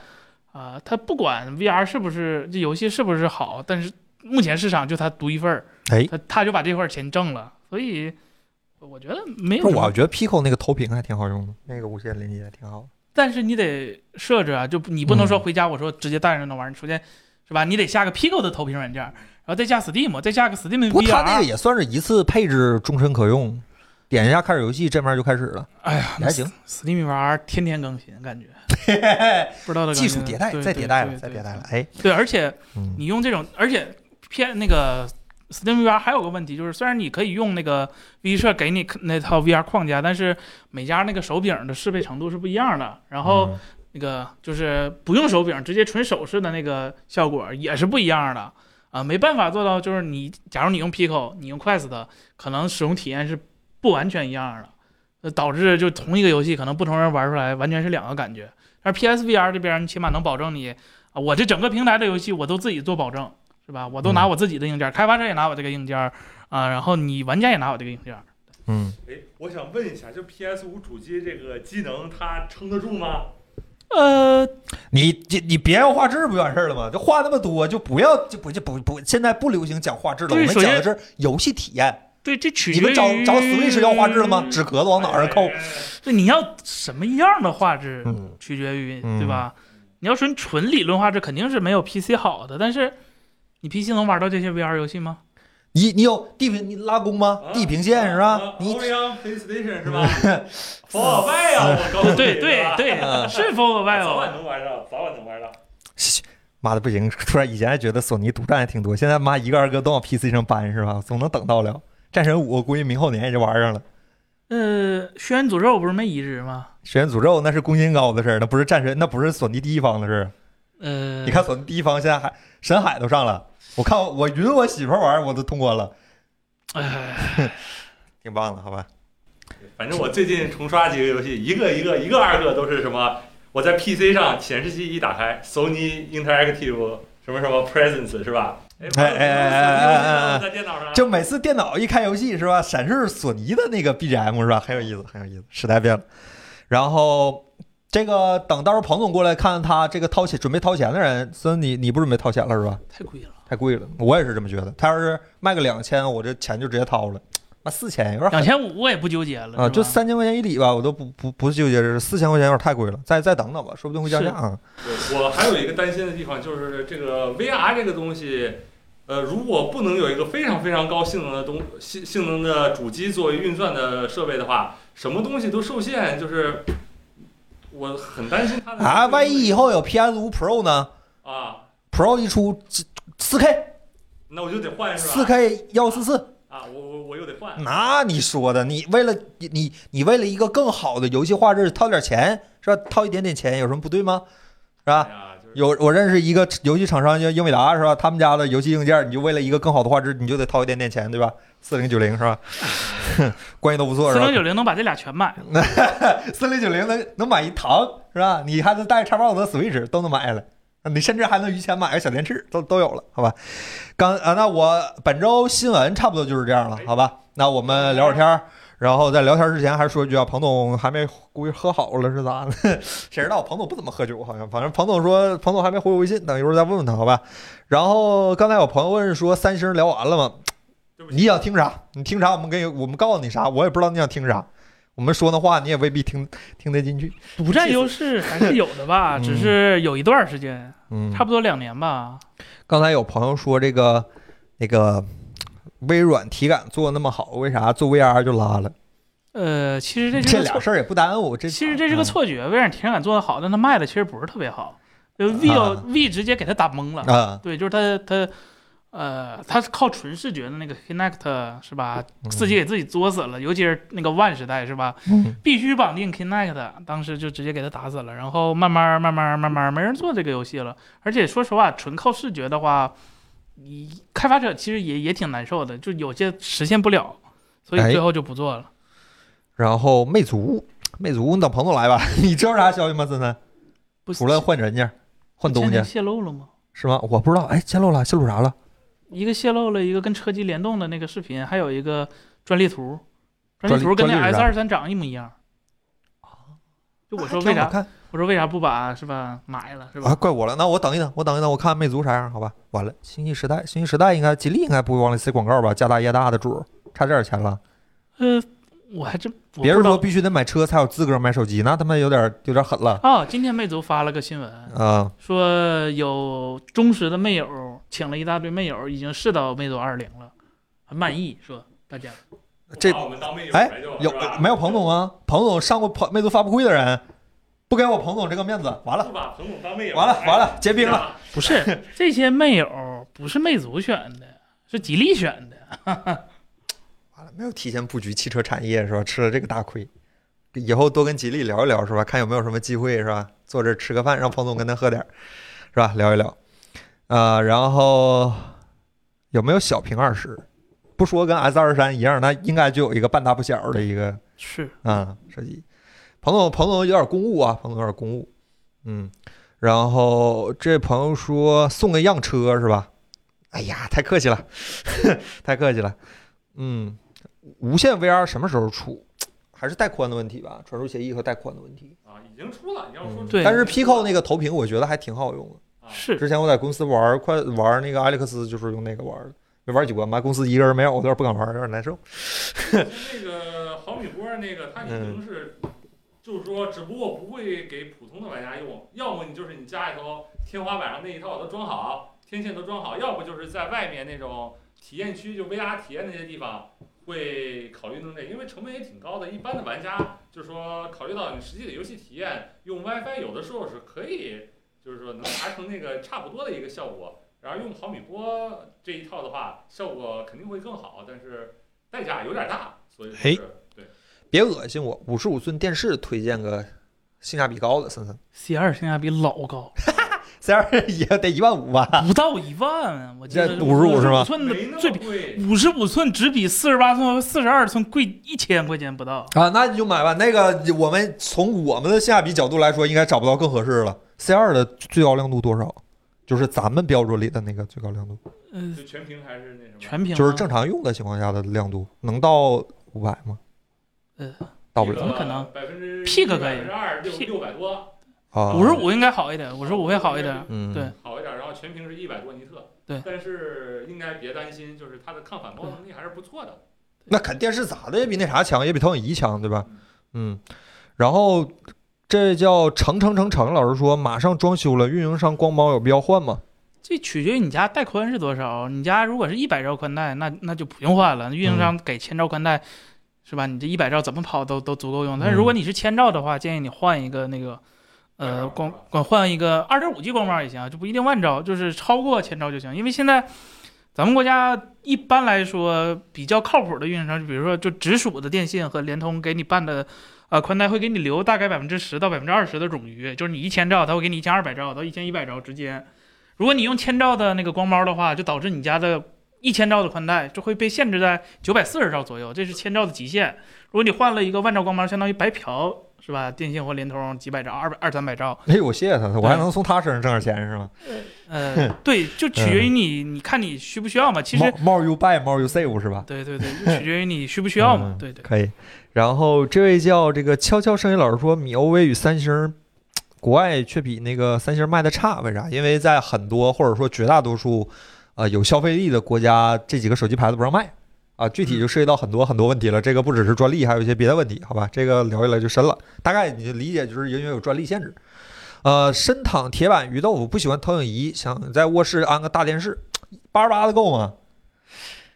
Speaker 2: 啊、他不管 VR 是不是这游戏是不是好，但是目前市场就他独一份儿，
Speaker 4: 哎
Speaker 2: 他他就把这块钱挣了，所以我觉得没有
Speaker 4: 不
Speaker 2: 什
Speaker 4: 是，我
Speaker 2: 么。
Speaker 4: 觉得 Pico 那个投屏还挺好用的，那个无线连接挺好的。
Speaker 2: 但是你得设置啊，就不你不能说
Speaker 4: 嗯
Speaker 2: 回家我说直接带上那玩意儿，首先是吧？你得下个 Pico 的投屏软件儿，然后再下 Steam，再下个 Steam VR。
Speaker 4: 不过它那个也算是一次配置，终身可用。点一下开始游戏，这面就开始了，
Speaker 2: 哎呀，
Speaker 4: 也还行。
Speaker 2: Steam VR 天天更新，感觉不 (laughs) 知道它
Speaker 4: 技术迭代，再迭代了，再迭代了。。
Speaker 2: 对对
Speaker 4: 哎，
Speaker 2: 对对对，而且
Speaker 4: 嗯，
Speaker 2: 你用这种，而且偏那个 Steam VR 还有个问题，就是虽然你可以用那个 V 社给你那套 VR 框架，但是每家那个手柄的适配程度是不一样的。然后
Speaker 4: 嗯
Speaker 2: 那个就是不用手柄，直接纯手势的那个效果也是不一样的。啊，没办法做到，就是你，假如你用 Pico，你用 Quest，可能使用体验是不完全一样的，呃，导致就同一个游戏，可能不同人玩出来完全是两个感觉。但是 PSVR 这边，你起码能保证你啊，我这整个平台的游戏我都自己做保证，是吧？我都
Speaker 4: 嗯
Speaker 2: 拿我自己的硬件，开发者也拿我这个硬件啊，然后你玩家也拿我这个硬件。
Speaker 4: 嗯，
Speaker 3: 哎，我想问一下，就 PS 五主机这个机能，它撑得住吗？
Speaker 2: 呃，
Speaker 4: 你你你别要画质不就完事儿了吗？就画那么多，就不要就不就不不，现在不流行讲画质了，我
Speaker 2: 对
Speaker 4: 们
Speaker 2: 首
Speaker 4: 讲
Speaker 2: 先
Speaker 4: 的是游戏体验。
Speaker 2: 对，这取
Speaker 4: 你
Speaker 2: 决于
Speaker 4: 们找找 Switch 要画质了吗？纸壳子往
Speaker 3: 哎
Speaker 4: 脑上扣。
Speaker 2: 对，你要什么样的画质？
Speaker 4: 嗯，
Speaker 2: 取决于，
Speaker 4: 嗯
Speaker 2: 对吧？你要纯纯理论画质，肯定是没有 PC 好的。但是你 PC 能玩到这些 VR 游戏吗？
Speaker 4: 你你有地平你拉弓吗？地平线是吧？你
Speaker 3: 啊欧阳 PlayStation 是吧？
Speaker 4: (laughs)
Speaker 3: 防老外呀，我告诉你，
Speaker 2: 对对哦
Speaker 3: 是吧，
Speaker 4: 嗯
Speaker 2: 对，是 f o r
Speaker 3: 早晚
Speaker 2: Wild。
Speaker 3: 能玩上，早晚能玩上。
Speaker 4: 妈的不行！ (laughs) 突然以前还觉得索尼独占还挺多，现在妈一个二个都往 PC 上搬是吧？总能等到了。战神五，我估计明后年也就玩上了。
Speaker 2: 呃，轩辕诅咒不是没移植吗？
Speaker 4: 血源诅咒那是宫心高的事儿，那不是战神，那不是索尼第一方的事儿。
Speaker 2: 呃，
Speaker 4: 你看索尼第一方现在还神海都上了，我看我我云我媳妇儿玩儿我都通关了，
Speaker 2: 哎，
Speaker 4: 挺棒的，好吧？
Speaker 3: 反正我最近重刷几个游戏，一个一个一个二个都是什么？我在 PC 上显示器一打开，Sony Interactive 什么什么 Presence 是吧？
Speaker 4: 哎哎哎哎哎哎哎哎
Speaker 3: 在电脑上
Speaker 4: (laughs) 就每次电脑一开游戏是吧，闪示索尼的那个 BGM 是吧，很有意思，很有意思，时代变了。然后这个等到时候彭总过来看看他这个掏钱准备掏钱的人，孙你你不准备掏钱了是吧？
Speaker 2: 太贵了，
Speaker 4: 太贵了，我也是这么觉得。他要是卖个两千，我这钱就直接掏了。 (laughs) 妈四千有点狠
Speaker 2: 两千五我也不纠结了
Speaker 4: 啊，就
Speaker 2: 三
Speaker 4: 三千块钱一里吧，我都不不不纠结，这四千块钱有点太贵了，再再等等吧，说不定会降价啊。
Speaker 3: 对我还有一个担心的地方就是这个 VR 这个东西，呃，如果不能有一个非常非常高性能的东性性能的主机作为运算的设备的话，什么东西都受限，就是我很担心它的
Speaker 4: 啊，万一以后有 PS 五 Pro 呢
Speaker 3: 啊，
Speaker 4: ？Pro 一出，四 K
Speaker 3: 那我就得换是吧？
Speaker 4: 四嗯 K 幺四四，
Speaker 3: 啊，我我我又得换。
Speaker 4: 那你说的，你为了你你你为了一个更好的游戏画质掏点钱是吧？掏一点点钱有什么不对吗？是吧？
Speaker 3: 哎呀，就是
Speaker 4: 啊有我认识一个游戏厂商叫英伟达是吧？他们家的游戏硬件，你就为了一个更好的画质，你就得掏一点点钱对吧？四零九零是吧？ (laughs) 关系都不错是吧
Speaker 2: 零？九零能把这俩全买
Speaker 4: 嗯
Speaker 2: 了，
Speaker 4: 四零九零能能买一糖是吧？你还能带叉 box 和 Switch 都能买下来，你甚至还能余钱买个小电视，都都有了，好吧？刚啊，那我本周新闻差不多就是这样了，好吧？那我们聊会儿天儿。然后在聊天之前还说一句啊，彭总还没估计喝好了是咋的？ (laughs) 谁知道彭总不怎么喝酒，好像反正彭总说彭总还没回我微信，等一会儿再问问他好吧。然后刚才有朋友问说三星聊完了吗？
Speaker 3: 对不起
Speaker 4: 你想听啥？你听啥？我们给你我们告诉你啥，我也不知道你想听啥。我们说那话你也未必听听得进去。
Speaker 2: 独占优势还是有的吧，
Speaker 4: 嗯
Speaker 2: 只是有一段时间，
Speaker 4: 嗯
Speaker 2: 差不多两年吧。
Speaker 4: 刚才有朋友说这个那个微软体感做那么好，为啥做 VR 就拉了？
Speaker 2: 呃，其实这
Speaker 4: 这
Speaker 2: 是个
Speaker 4: 俩
Speaker 2: 错，
Speaker 4: 事儿也不耽误。这嗯
Speaker 2: 其实这是个错觉。微软体验感做得好，但它卖的其实不是特别好。就 V 有
Speaker 4: 啊
Speaker 2: V 直接给它打懵了。
Speaker 4: 啊，
Speaker 2: 对，就是它它呃，它是靠纯视觉的那个 Kinect 是吧？
Speaker 4: 嗯
Speaker 2: 自己给自己作死了，尤其是那个 One 时代是吧？
Speaker 4: 嗯
Speaker 2: 必须绑定 Kinect，当时就直接给它打死了。然后慢慢慢慢慢慢没人做这个游戏了。而且说实话，纯靠视觉的话，你开发者其实也也挺难受的，就有些实现不了，所以
Speaker 4: 哎
Speaker 2: 最后就不做了。
Speaker 4: 然后魅族，魅族，你等彭总来吧。 (laughs) 你知道啥消息吗？森森，
Speaker 2: 不
Speaker 4: 除了换人家，换东
Speaker 2: 前
Speaker 4: 家
Speaker 2: 天泄露了吗？
Speaker 4: 是吗？我不知道。哎，泄露了，泄露啥了？
Speaker 2: 一个泄露了一个跟车机联动的那个视频，还有一个专利图，
Speaker 4: 专
Speaker 2: 专
Speaker 4: 利
Speaker 2: 利图跟那
Speaker 4: 专利是
Speaker 2: S
Speaker 4: 啥
Speaker 2: 二三长一模一样。就我说
Speaker 4: 啊
Speaker 2: 为
Speaker 4: 挺好
Speaker 2: 啥？
Speaker 4: 看
Speaker 2: 我说为啥不把是吧买了是
Speaker 4: 啊？
Speaker 2: 吧？
Speaker 4: 怪我了。那我等一等，我等一等，我看看魅族啥样，好吧？完了，星际时代，星际时代应该吉利应该不会往里塞广告吧？家大业大的主，差这点钱了。
Speaker 2: 呃，我还真我
Speaker 4: 别
Speaker 2: 不
Speaker 4: 人
Speaker 2: 知道
Speaker 4: 说必须得买车才有资格买手机，那他妈有点有点狠了。
Speaker 2: 啊，今天魅族发了个新闻，
Speaker 4: 啊、
Speaker 2: 说有忠实的魅友请了一大堆魅友，已经试到魅族二零了，很满意，说大家
Speaker 4: 这
Speaker 3: 把我们当妹友
Speaker 4: 哎
Speaker 3: 来就完
Speaker 4: 有
Speaker 3: 是吧
Speaker 4: 没有彭总啊？彭总上过彭魅族发布会的人，不给我彭总这个面子，完了
Speaker 3: 不把彭总当妹友，
Speaker 4: 完了完了，结冰了。
Speaker 3: 了。
Speaker 2: 不是这些魅友不是魅族选的，是吉利选的。
Speaker 4: 完了，没有提前布局汽车产业是吧？吃了这个大亏，以后多跟吉利聊一聊是吧？看有没有什么机会是吧？坐这儿吃个饭，让彭总跟他喝点儿是吧？聊一聊啊、然后有没有小屏二十？不说跟 S 二三一样，那应该就有一个半大不小的一个
Speaker 2: 是
Speaker 4: 啊，设计。彭总，彭总有点公务啊，彭总有点公务。嗯，然后这朋友说送个样车是吧？哎呀，太客气了， (laughs) 太客气了。嗯，无线 VR 什么时候出？还是带宽的问题吧，传输协议和带宽的问题。
Speaker 3: 啊，已经出了，你要说
Speaker 4: 嗯
Speaker 2: 对
Speaker 4: 但是 Pico 那个投屏我觉得还挺好用的。
Speaker 3: 啊
Speaker 2: 是，
Speaker 4: 之前我在公司玩儿快玩儿那个艾利克斯，就是用那个玩儿的，没玩几关吧，公司一个人没有，我有点不敢玩儿，有点难受。
Speaker 3: 那个毫米波那个，它已经是，就是说，只不过不会给普通的玩家用，要么你就是你家里头天花板上那一套都装好，天线都装好，要不就是在外面那种体验区，就 VR 体验那些地方会考虑弄这，因为成本也挺高的。一般的玩家就是说，考虑到你实际的游戏体验，用 WiFi 有的时候是可以，就是说能达成那个差不多的一个效果。然后用毫米波这一套的话，效果肯定会更好，但是代价有点大，所以就是对。
Speaker 4: 别恶心我，五十五寸电视推荐个性价比高的，森森。
Speaker 2: C 二性价比老高，
Speaker 4: C 二也得一万五吧？
Speaker 2: (laughs) 不到一万，我记得
Speaker 4: 这55是吗
Speaker 2: 寸的
Speaker 3: 没那么
Speaker 2: 最比
Speaker 3: 贵
Speaker 2: 五十五寸只比四十八寸和四十二寸贵一千块钱不到。
Speaker 4: 啊，那你就买吧。那个，我们从我们的性价比角度来说，应该找不到更合适的了。C 二的最高亮度多少？就是咱们标准里的那个最高亮度，
Speaker 2: 嗯、
Speaker 3: 就全屏还是那什么？
Speaker 2: 全屏啊
Speaker 4: 就是
Speaker 2: 吗
Speaker 4: 正常用的情况下的亮度，能到五百吗？
Speaker 2: 呃，
Speaker 4: 到不了
Speaker 2: 怎么可能
Speaker 3: 百分之
Speaker 2: Peak 可以
Speaker 3: 二六
Speaker 2: Peak
Speaker 3: 六百多，
Speaker 4: 啊。
Speaker 2: 五十，五应该好一点，五十五会好一点。
Speaker 4: 嗯，
Speaker 2: 对
Speaker 3: 好一点，然后全屏是一百多尼特。
Speaker 2: 对
Speaker 3: 但是应该别担心，就是它的抗反光能力还是不错的。
Speaker 4: 那肯电视咋的也比那啥强，也比投影仪强，对吧？嗯，然后这叫程程程程老师说，马上装修了，运营商光猫有必要换吗？ (laughs)
Speaker 2: 这取决于你家带宽是多少。你家如果是一百兆宽带，那那就不用换了，运营
Speaker 4: 嗯
Speaker 2: 商给千兆宽带，是吧？你这一百兆怎么跑都都足够用。但是
Speaker 4: 嗯
Speaker 2: 如果你是千兆的话，建议你换一个那个，呃，光光换一个二点五 G 光猫也行啊，就不一定万兆，就是超过千兆就行。因为现在咱们国家一般来说比较靠谱的运营商，就比如说就直属的电信和联通给你办的。呃，宽带会给你留大概百分之十到百分之二十的冗余，就是你一千兆，它会给你一千二百兆到一千一百兆之间。如果你用千兆的那个光猫的话，就导致你家的一千兆的宽带就会被限制在九百四十兆左右，这是千兆的极限。如果你换了一个万兆光猫，相当于白嫖是吧？电信或联通几百兆、二百二三百
Speaker 4: (laughs)
Speaker 2: 兆，
Speaker 4: 哎，我谢谢他，我还能从他身上挣点钱是吗？
Speaker 2: 呃，对，就取决于你，你看你需不需要嘛？其实，
Speaker 4: 猫猫 you buy，猫 you save 是吧？
Speaker 2: 对对对，就取决于你需不需要嘛
Speaker 4: 嗯？
Speaker 2: 对对，
Speaker 4: 可以。然后这位叫这个悄悄声音老师说，米 OV 与三星儿国外却比那个三星儿卖的差，为啥？因为在很多或者说绝大多数呃有消费力的国家，这几个手机牌子不让卖啊。具体就涉及到很多很多问题了，这个不只是专利，还有一些别的问题，好吧？这个聊一聊就深了，大概你就理解就是因为有专利限制。呃，深躺铁板鱼豆腐不喜欢投影仪，想在卧室安个大电视，八十八的够吗？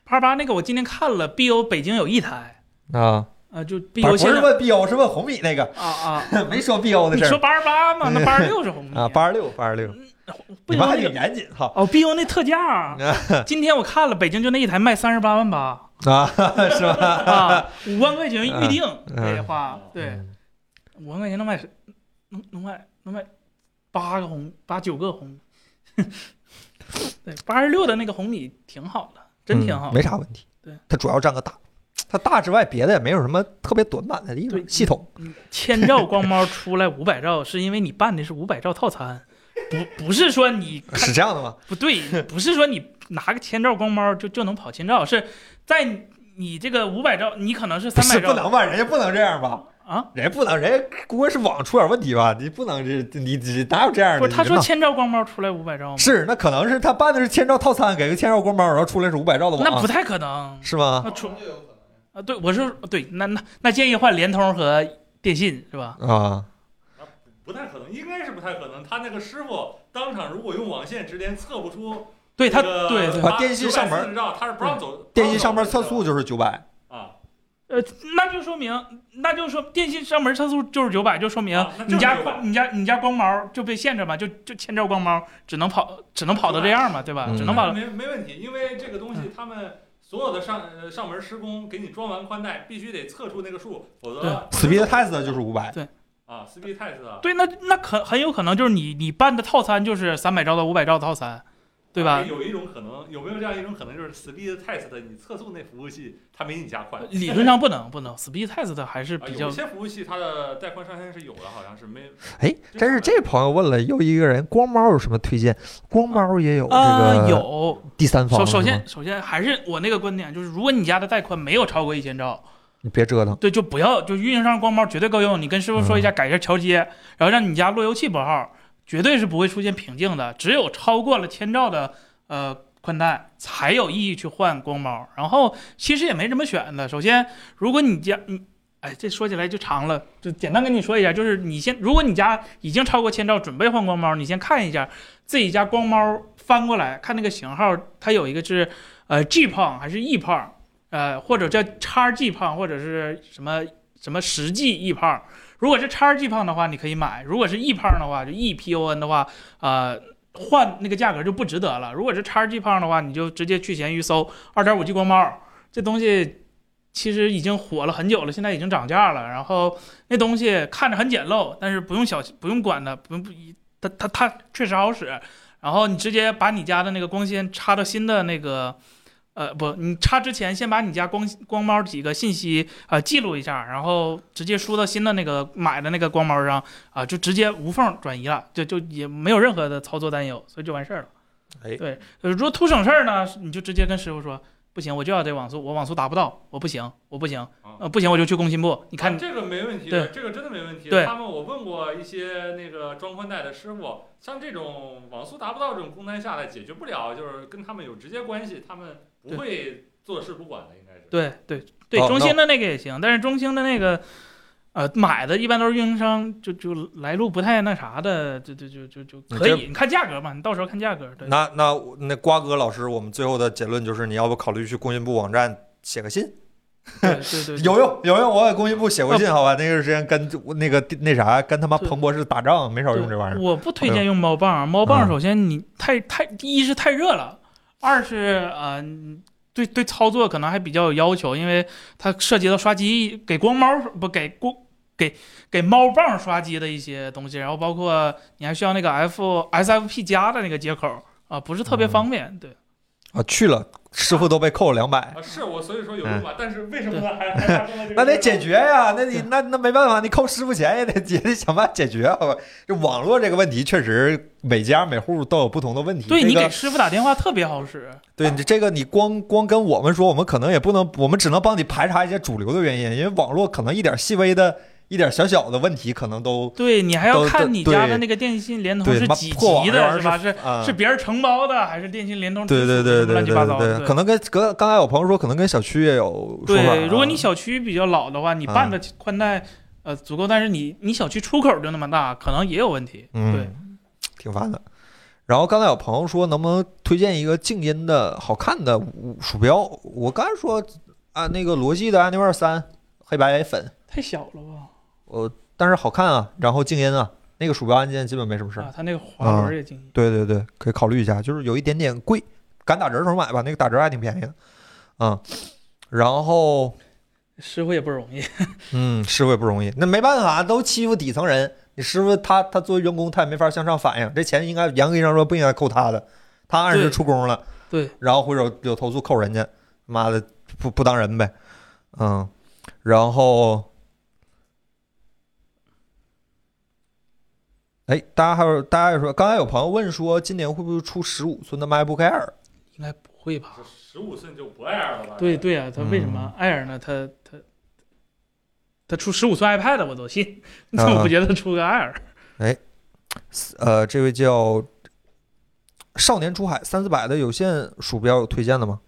Speaker 2: 八八那个我今天看了，B O 北京有一台，
Speaker 4: 啊，
Speaker 2: 呃，就 B
Speaker 4: 不是
Speaker 2: O
Speaker 4: 不
Speaker 2: 现
Speaker 4: 是
Speaker 2: 在
Speaker 4: 问 BO，是问红米那个，
Speaker 2: 啊啊，
Speaker 4: 没说 BO 的
Speaker 2: 你
Speaker 4: 事儿。
Speaker 2: 说八十八嘛？那八十六是红米
Speaker 4: 啊，八十六，八十六，
Speaker 2: 不行
Speaker 4: 你们还
Speaker 2: 那个
Speaker 4: 挺严谨哈
Speaker 2: 哦，B O 那特价
Speaker 4: (laughs)
Speaker 2: 啊，今天我看了，北京就那一台卖三十八万八
Speaker 4: 啊，是吧？
Speaker 2: 啊，五万块钱预定
Speaker 4: 嗯
Speaker 2: 那话，对，
Speaker 4: 嗯，
Speaker 2: 五万块钱能买，能能买能买八个红八九个红， (laughs) 对，八十六的那个红米挺好的，真挺好 (laughs)
Speaker 4: 嗯没啥问题。
Speaker 2: 对，
Speaker 4: 它主要占个大，它大之外别的也没有什么特别短板的地
Speaker 2: 对
Speaker 4: 方。系统
Speaker 2: 千兆光猫出来五百兆，是因为你办的是五百兆套 (laughs) 餐，不不是说你
Speaker 4: 是这样的吗？
Speaker 2: 不对，不是说你拿个千兆光猫就就能跑千兆，是在你这个五百兆，你可能是
Speaker 4: 不
Speaker 2: 三
Speaker 4: 是
Speaker 2: 百
Speaker 4: 不
Speaker 2: 兆
Speaker 4: 能吧？人家不能这样吧？
Speaker 2: 啊。
Speaker 4: 人家不能，人家估计是网出点问题吧？你不能这你你哪有这样的？
Speaker 2: 不是，他
Speaker 4: 你
Speaker 2: 说
Speaker 4: 弄
Speaker 2: 千兆光猫出来五百兆吗？
Speaker 4: 是那可能是他办的是千兆套餐，给个千兆光猫，然后出来是五百兆的网，
Speaker 2: 那不太可能。
Speaker 4: 是吗？
Speaker 2: 那除啊，对，我是对，那那那建议换联通和电信是吧？
Speaker 4: 啊，
Speaker 3: 不太可能，应该是不太可能。他那个师傅当场如果用网线直连测不出
Speaker 2: 对他，
Speaker 3: 这个
Speaker 2: 对对，
Speaker 4: 啊电信上门，
Speaker 3: 你
Speaker 4: 嗯
Speaker 3: 知道他是不让走，
Speaker 2: 哦
Speaker 4: 电信上面测速就是九百，
Speaker 3: 啊，
Speaker 2: 呃，那就说明，那就说电信上门测速就是九百，就说明
Speaker 3: 啊那就是
Speaker 2: 你家
Speaker 3: 900
Speaker 2: 光你家你家光猫就被限制嘛，就就千兆光猫只能跑只能跑到这样嘛，对吧？
Speaker 4: 嗯
Speaker 2: 只能跑到
Speaker 3: 没没问题，因为这个东
Speaker 2: 嗯
Speaker 3: 西他们所有的上呃上门施工给你装完宽带，必须得测出那个数，否
Speaker 2: 对
Speaker 3: 则
Speaker 4: speed test 就是五百。
Speaker 3: 啊，speed test 啊，
Speaker 2: 对，那那可很有可能就是你你办的套餐就是三百兆到五百兆套餐，对吧？
Speaker 3: 啊有一种可能，有没有这样一种可能，就是 speed test 你测速那服务器它没你家快？
Speaker 2: 理论上不能不能，speed test 的还是
Speaker 3: 啊，
Speaker 2: 呃比较
Speaker 3: 有些服务器它的带宽上限是有的，好像是没。
Speaker 4: 哎，真是这朋友问了，又一个人，光猫有什么推荐？光猫也有这
Speaker 2: 啊
Speaker 4: 个
Speaker 2: 有
Speaker 4: 第三方
Speaker 2: 首
Speaker 4: 的是吗，
Speaker 2: 首先，首先还是我那个观点，就是如果你家的带宽没有超过一千兆，
Speaker 4: 你别折腾，
Speaker 2: 对，就不要就运营商光猫绝对够用。你跟师傅说一下，改一下桥接，然后让你家路由器拨号，绝对是不会出现瓶颈的。只有超过了千兆的呃宽带，才有意义去换光猫。然后其实也没什么选的。首先，如果你家你哎，这说起来就长了，就简单跟你说一下，就是你先，如果你家已经超过千兆，准备换光猫，你先看一下自己家光猫翻过来，看那个型号，它有一个是呃 G 胖还是 E 胖，呃或者叫叉 G 胖或者是什么什么十 G E 胖。如果是叉 G 胖的话，你可以买；如果是 E 胖的话，就 E P O N 的话，呃。换那个价格就不值得了。如果是叉 G 胖的话，你就直接去闲鱼搜二点五 G 光猫，这东西其实已经火了很久了，现在已经涨价了。然后那东西看着很简陋，但是不用小心，不用管它，不用不它它它确实好使。然后你直接把你家的那个光纤插到新的那个，呃，不，你插之前先把你家光光猫几个信息啊、呃记录一下，然后直接输到新的那个买的那个光猫上啊、就直接无缝转移了，就就也没有任何的操作担忧，所以就完事儿了。
Speaker 4: 哎
Speaker 2: 对，呃如果图省事儿呢，你就直接跟师傅说。不行，我就要这网速，我网速达不到，我不行，我不行，呃，不行我就去工信部。你看
Speaker 3: 啊，这个没问题
Speaker 2: 对
Speaker 3: 的，这个真的没问题的。
Speaker 2: 对
Speaker 3: 他们我问过一些那个装宽带的师傅，像这种网速达不到这种工单下来解决不了，就是跟他们有直接关系，他们不
Speaker 2: 对
Speaker 3: 会坐视不管的，应该是。
Speaker 2: 对对对，
Speaker 4: 哦
Speaker 2: 中兴的那个也行，但是中兴的那个，呃，买的一般都是运营商，就就来路不太那啥的，就就就就就
Speaker 4: 你
Speaker 2: 可
Speaker 4: 这
Speaker 2: 以。你看价格嘛，你到时候看价格。对，
Speaker 4: 那那我那瓜哥老师，我们最后的结论就是，你要不考虑去工信部网站写个信，
Speaker 2: 对对对，对
Speaker 4: (laughs)
Speaker 2: 呃
Speaker 4: 有用有用。我给工信部写过信，好吧？那个时间跟那个那啥，跟他妈
Speaker 2: 对
Speaker 4: 彭博士打仗，没少用
Speaker 2: 对
Speaker 4: 这玩意儿。嗯
Speaker 2: 我不推荐用猫棒，猫棒首先你太太，第一是太热了，二是呃，对对操作可能还比较有要求，因为它涉及到刷机，给光猫不给光。给给猫棒刷机的一些东西，然后包括你还需要那个 F S F P 加的那个接口啊、不是特别
Speaker 4: 嗯
Speaker 2: 方便。对，
Speaker 4: 啊，去了，师傅都被扣了两百。
Speaker 3: 啊，是我所以说有用吧，但是为什么呢？还还发生了这个
Speaker 4: (laughs) 嗯那得解决呀，那你那那没办法，你扣师傅钱也得也得想办法解决，好吧？这网络这个问题确实每家每户都有不同的问题。
Speaker 2: 对
Speaker 4: 这
Speaker 2: 你
Speaker 4: 个
Speaker 2: 给师傅打电话特别好使，
Speaker 4: 对你这个，你光光跟我们说，我们可能也不能，我们只能帮你排查一些主流的原因，因为网络可能一点细微的、一点小小的问题，可能都
Speaker 2: 对你还要
Speaker 4: 都
Speaker 2: 看你家
Speaker 4: 对
Speaker 2: 的那个电信联通
Speaker 4: 对
Speaker 2: 是
Speaker 4: 他妈
Speaker 2: 几
Speaker 4: 破网
Speaker 2: 级
Speaker 4: 这玩意
Speaker 2: 的，
Speaker 4: 儿
Speaker 2: 是吧？是
Speaker 4: 啊，
Speaker 2: 是别人承包的，还是电信联通直
Speaker 4: 对
Speaker 2: 属
Speaker 4: 对
Speaker 2: 的？
Speaker 4: 对对
Speaker 2: 乱七八糟
Speaker 4: 对
Speaker 2: 的。
Speaker 4: 对，可能跟跟刚才有朋友说，可能跟小区也有说法啊。
Speaker 2: 对，如果你小区比较老的话，你
Speaker 4: 啊
Speaker 2: 办的宽带呃足够，但是你你小区出口就那么大，可能也有问题。对
Speaker 4: 嗯，挺烦的。然后刚才有朋友说，能不能推荐一个静音的好看的鼠标？我刚才说啊，那个罗技的 Anywhere 三黑白粉，
Speaker 2: 太小了吧？
Speaker 4: 呃，但是好看啊，然后静音啊，那个鼠标按键基本没什么事儿。
Speaker 2: 啊，它那个滑
Speaker 4: 嗯
Speaker 2: 轮也静音。
Speaker 4: 对对对，可以考虑一下，就是有一点点贵，赶打折的时候买吧，那个打折还挺便宜的，嗯。然后，
Speaker 2: 师傅也不容易，
Speaker 4: 嗯，师傅也不容易，那没办法，都欺负底层人。你师傅他他作为员工，他也没法向上反映，这钱应该严格意义上说不应该扣他的，他按时
Speaker 2: 对
Speaker 4: 出工了，
Speaker 2: 对，
Speaker 4: 然后回手有投诉扣人家，妈的不不当人呗，嗯。然后，哎，大家还有大家也说，刚才有朋友问说，今年会不会出十五寸的 MacBook Air？
Speaker 2: 应该不会吧？
Speaker 3: 十五寸就不爱了吧？
Speaker 2: 对对啊，它为什
Speaker 4: 嗯
Speaker 2: 么 Air 呢？它它它出十五寸 iPad 我都信， (laughs) 那
Speaker 4: 嗯
Speaker 2: 我不觉得出个 Air？
Speaker 4: 呃，这位叫少年出海三四百的有线鼠标有推荐的吗？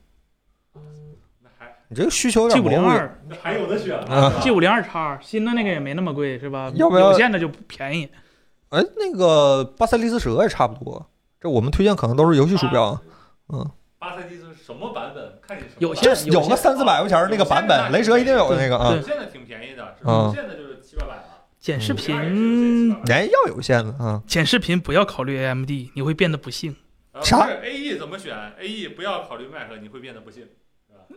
Speaker 3: 那还
Speaker 4: 你这个需求有
Speaker 2: G
Speaker 4: 点
Speaker 2: 五零
Speaker 4: 模糊。
Speaker 2: 二
Speaker 3: 那还有的选了
Speaker 4: 啊
Speaker 2: G 五零二叉新的那个也没那么贵是吧？
Speaker 4: 要不要
Speaker 2: 有线的就不便宜？
Speaker 4: 哎，那个巴塞利斯蛇也差不多。这我们推荐可能都是游戏鼠标啊，嗯，
Speaker 3: 八三七是什么版本？看你什么版本。
Speaker 2: 有
Speaker 4: 啊这
Speaker 2: 些
Speaker 4: 有个三四百块钱儿那个版本，雷蛇一定有的那个啊
Speaker 2: 对。
Speaker 3: 现在挺便宜的，是
Speaker 4: 嗯
Speaker 3: 无线的就是七八百了。
Speaker 2: 剪视
Speaker 3: 嗯
Speaker 2: 频，
Speaker 4: 人要有线的啊，
Speaker 2: 剪视频不要考虑 AMD，你会变得不幸。
Speaker 3: 呃
Speaker 4: 嗯啥
Speaker 3: 不是 AE 怎么选？AE 不要考虑 Mac，你会变得不幸。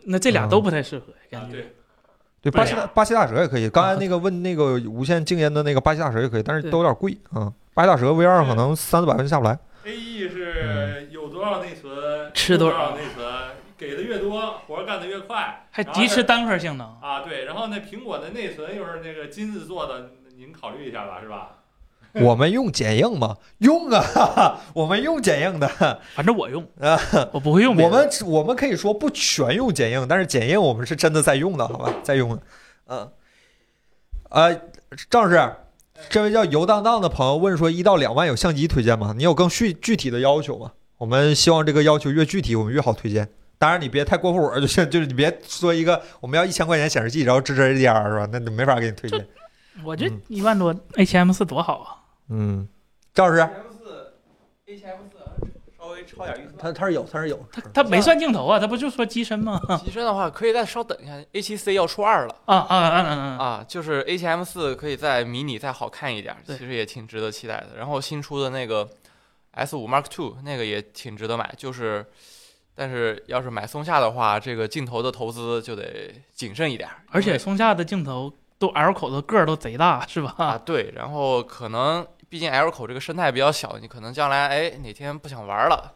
Speaker 2: 那这俩
Speaker 4: 嗯
Speaker 2: 都不太适合，
Speaker 3: 啊
Speaker 2: 感，觉。
Speaker 3: 对，
Speaker 4: 对，啊
Speaker 3: 对
Speaker 4: 巴西
Speaker 3: 呀
Speaker 4: 大巴西大蛇也可以。刚才那个问那个无线静音的那个巴西大蛇也可以，但是
Speaker 2: 对
Speaker 4: 都有点贵啊。巴西大蛇 V 二可能三四百块钱下不来。
Speaker 3: AE E
Speaker 4: 嗯
Speaker 3: 是有多少内存，
Speaker 2: 吃
Speaker 3: 多
Speaker 2: 多
Speaker 3: 少
Speaker 2: 少
Speaker 3: 内存，给的越多，活儿干的越快
Speaker 2: 还支持单核性能，
Speaker 3: 啊。对，然后那苹果的内存又是那个金子做的，您考虑一下吧，是吧？
Speaker 4: 我们用剪映吗？用啊， (laughs) 哈哈我们用剪映的。
Speaker 2: 反正我用
Speaker 4: 啊，
Speaker 2: 我不会用别
Speaker 4: 我
Speaker 2: 人。
Speaker 4: 们我们可以说不全用剪映，但是剪映我们是真的在用的，好吧，在用的，嗯，呃，赵老师，这位叫游荡荡的朋友问说，一到两万有相机推荐吗？你有更具具体的要求吗？我们希望这个要求越具体，我们越好推荐。当然，你别太过火儿，就是就是你别说一个我们要一千块钱显示器，然后支持 HDR 是吧？那就没法给你推荐。
Speaker 2: 我这一万多 HM 四多好啊！
Speaker 4: 嗯，赵老师，
Speaker 1: HM 四，HM 四稍微超点预
Speaker 4: 他他是有，他是有，
Speaker 2: 它它没算镜头啊，它不就说机身吗？ (laughs)
Speaker 1: 算。提升的话，可以再稍等一下，A 7 C 要出二了
Speaker 2: 啊啊啊啊啊！
Speaker 1: 啊，就是 A 7 M 四可以再迷你再好看一点，其
Speaker 2: 对
Speaker 1: 实也挺值得期待的。然后新出的那个 S 5 Mark Two 那个也挺值得买，就是，但是要是买松下的话，这个镜头的投资就得谨慎一点，
Speaker 2: 而
Speaker 1: 因为
Speaker 2: 且松下的镜头都 L 口的个儿都贼大，是
Speaker 1: 啊，
Speaker 2: 吧？
Speaker 1: 对，然后可能毕竟 L 口这个生态比较小，你可能将来哎哪天不想玩了，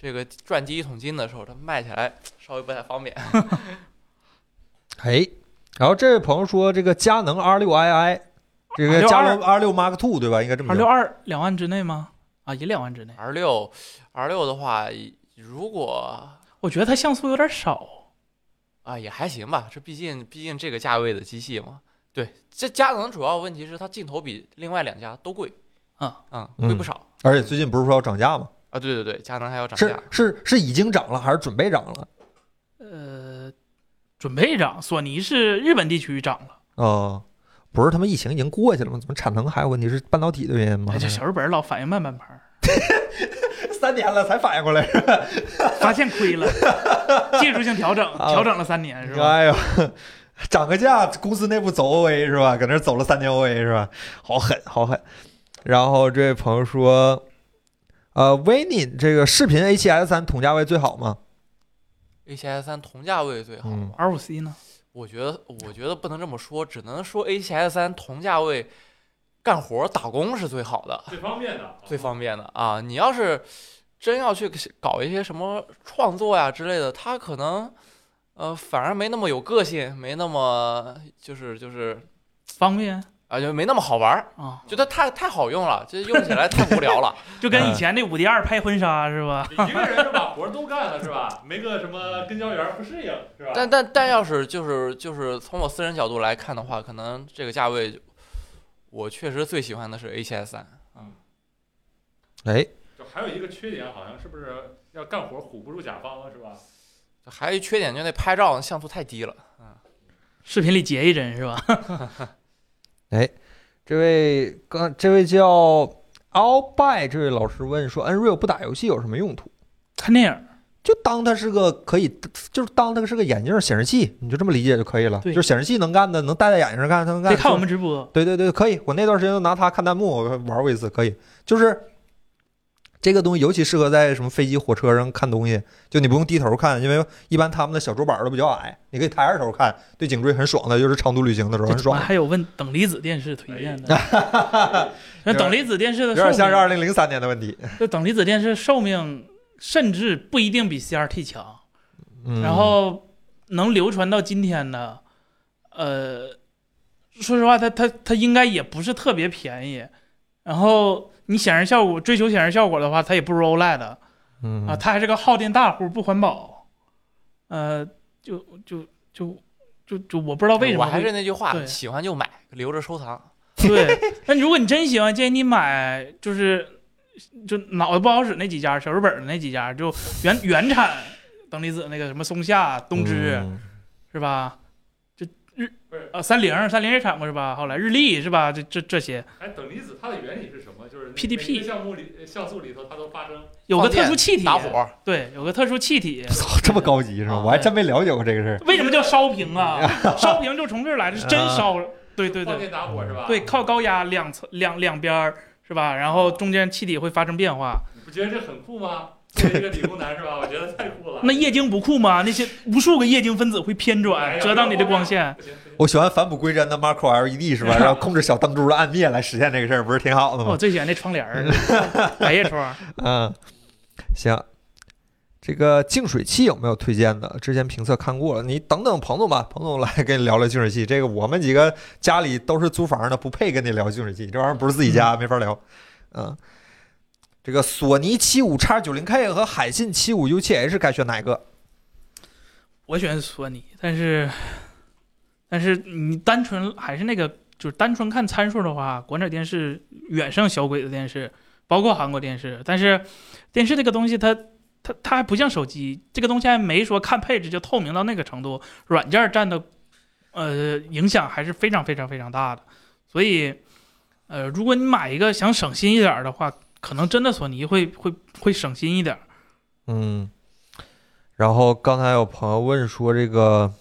Speaker 1: 这个赚第一桶金的时候，它卖起来稍微不太方便。
Speaker 4: 哎，然后这位朋友说这个佳能 R 六 II，这个
Speaker 2: R6
Speaker 4: 佳能 R 六 Mark Two 对吧？应该这么
Speaker 2: 二六
Speaker 4: 说。
Speaker 2: 二两万之内吗？啊，也两万之内。
Speaker 1: R 六 R 六的话，如果
Speaker 2: 我觉得它像素有点少，
Speaker 1: 啊，也还行吧，这毕竟毕竟这个价位的机器嘛。对，这佳能主要问题是它镜头比另外两家都贵，
Speaker 2: 啊
Speaker 1: 嗯，
Speaker 4: 嗯
Speaker 1: 贵不少、
Speaker 4: 而且最近不是说要涨价吗？
Speaker 1: 啊。对对对，佳能还要涨
Speaker 4: 是
Speaker 1: 价，
Speaker 4: 是是已经涨了还是准备涨了？
Speaker 2: 呃，准备涨。索尼是日本地区涨了，
Speaker 4: 哦，不是他们疫情已经过去了吗？怎么产能还有问题？是半导体的原因吗
Speaker 2: 哎，？这小日本儿老反应慢半拍儿，
Speaker 4: (laughs) 三年了才反应过来，
Speaker 2: 发现亏
Speaker 4: (laughs)
Speaker 2: 了，技术性调整，
Speaker 4: 啊
Speaker 2: 调整了三年是吧？
Speaker 4: (laughs) 哎呦，涨个价，公司内部走 OA 是吧？搁那儿走了三年 OA 是吧？好狠，好狠。然后这位朋友说，呃 v i n i n 这个视频 A 7 S 三同价位最好吗？
Speaker 1: a 7 S 三同价位最好。
Speaker 4: 嗯，
Speaker 2: R 五 C 呢？
Speaker 1: 我觉得我觉得不能这么说，只能说 a 7 S 三同价位干活打工是最好的，
Speaker 3: 最方便的，
Speaker 1: 最方便的啊。你要是真要去搞一些什么创作呀之类的，它可能呃反而没那么有个性，没那么就是就是
Speaker 2: 方便
Speaker 1: 啊就没那么好玩儿。
Speaker 2: 啊，
Speaker 1: 觉得太太好用了，就用起来太无聊了。
Speaker 2: 就跟以前那五 D 二拍婚纱是吧？
Speaker 3: 一个人就把活儿都干了是吧？没个什么跟胶原不适应是吧
Speaker 1: 但但但要是就是就是从我私人角度来看的话，可能这个价位就，我确实最喜欢的是 A 7 S 三。
Speaker 4: 哎，
Speaker 3: 就还有一个缺点，好像是不是要干活唬不住甲方是吧？
Speaker 1: 还有一缺点就那拍照像素太低了。
Speaker 2: 视频里截一帧是吧？
Speaker 4: 这位刚这位叫 All by 这位老师问说，Unreal 不打游戏有什么用途？
Speaker 2: 看电影，
Speaker 4: 就当它是个可以，就是当它是个眼镜显示器，你就这么理解就可以了。
Speaker 2: 对
Speaker 4: 就是显示器能干的，能戴在眼睛上干，它能
Speaker 2: 可
Speaker 4: 干。
Speaker 2: 以看我
Speaker 4: 就
Speaker 2: 们直播。
Speaker 4: 对对对，可以。我那段时间都拿它看弹幕，我玩过一次，可以。就是这个东西尤其适合在什么飞机、火车上看东西，就你不用低头看，因为一般他们的小桌板都比较矮，你可以抬着头看，对颈椎很爽的，就是长途旅行的时候很
Speaker 2: 这怎么
Speaker 4: 爽。
Speaker 2: 还有问等离子电视推荐的？ (laughs) 那等离子电视
Speaker 4: 哎有
Speaker 2: 的
Speaker 4: 点
Speaker 2: 寿
Speaker 4: 像是
Speaker 2: 命
Speaker 4: 二零零三年的问题。
Speaker 2: 就等离子电视寿命甚至不一定比 CRT 强，(laughs)
Speaker 4: 嗯、
Speaker 2: 然后能流传到今天的，呃，说实话，它它它应该也不是特别便宜。然后你显示效果追求显示效果的话，它也不如 OLED 的
Speaker 4: 嗯
Speaker 2: 啊，它还是个耗电大户，不环保。呃，就就就就就我不知道为什么
Speaker 1: 我还
Speaker 2: 会
Speaker 1: 是那句话，
Speaker 2: 对
Speaker 1: 喜欢就买，留着收藏。
Speaker 2: 对， (laughs) 那如果你真喜欢，建议你买就是就脑子不好使那几家，小日本的那几家，就原原产等离子那个什么松下、东芝、
Speaker 4: 嗯 (laughs)
Speaker 2: 是吧？这日
Speaker 3: 不是
Speaker 2: 啊三菱三菱也产过是吧？后来日立是吧？这这这些
Speaker 3: 哎，等离子它的原理是什么？就是
Speaker 2: PDP
Speaker 3: 每个项目里呃像素里头它都发生。
Speaker 2: 有个
Speaker 1: 放电
Speaker 2: 特殊气体，
Speaker 1: 打火，
Speaker 2: 对，有个特殊气体。
Speaker 4: 操，这么高级是吧？
Speaker 1: 啊
Speaker 4: 我还真没了解过这个事儿。
Speaker 2: 为什么叫烧瓶啊？烧瓶就从这儿来的，是真烧。对对
Speaker 3: 放
Speaker 2: 对
Speaker 3: 电打火是吧？
Speaker 2: 对，靠高压两侧两两边儿是吧？然后中间气体会发生变化。
Speaker 3: 你不觉得这很酷吗？作为一个理工男是吧？我觉得太酷了。
Speaker 2: 那液晶不酷吗？那些无数个液晶分子会偏
Speaker 3: 哎
Speaker 2: 转，
Speaker 3: 呀
Speaker 2: 遮挡你的光线。
Speaker 3: 不行不行，
Speaker 4: 我喜欢返璞归真的 Macro LED 是
Speaker 2: (laughs)
Speaker 4: 吧？然后控制小灯珠的暗灭来实现这个事儿，不是挺好的
Speaker 2: 我
Speaker 4: 吗？
Speaker 2: 哦最喜欢那窗帘儿，百叶窗。
Speaker 4: (laughs) 嗯，行。这个净水器有没有推荐的？之前评测看过了，你等等彭总吧，彭总来跟你聊聊净水器。这个我们几个家里都是租房的，不配跟你聊净水器，这玩意儿不是自己家，没法聊。嗯，这个索尼七五 x 九零 K 和海信七五 U 七 H 该选哪个？
Speaker 2: 我喜欢索尼，但是，但是你单纯还是那个，就是单纯看参数的话，国产电视远胜小鬼子电视，包括韩国电视。但是，电视这个东西它，它它还不像手机，这个东西还没说看配置就透明到那个程度，软件占的，呃，影响还是非常非常非常大的。所以，呃，如果你买一个想省心一点儿的话，可能真的索尼会会会省心一点儿。
Speaker 4: 嗯，然后刚才有朋友问说这个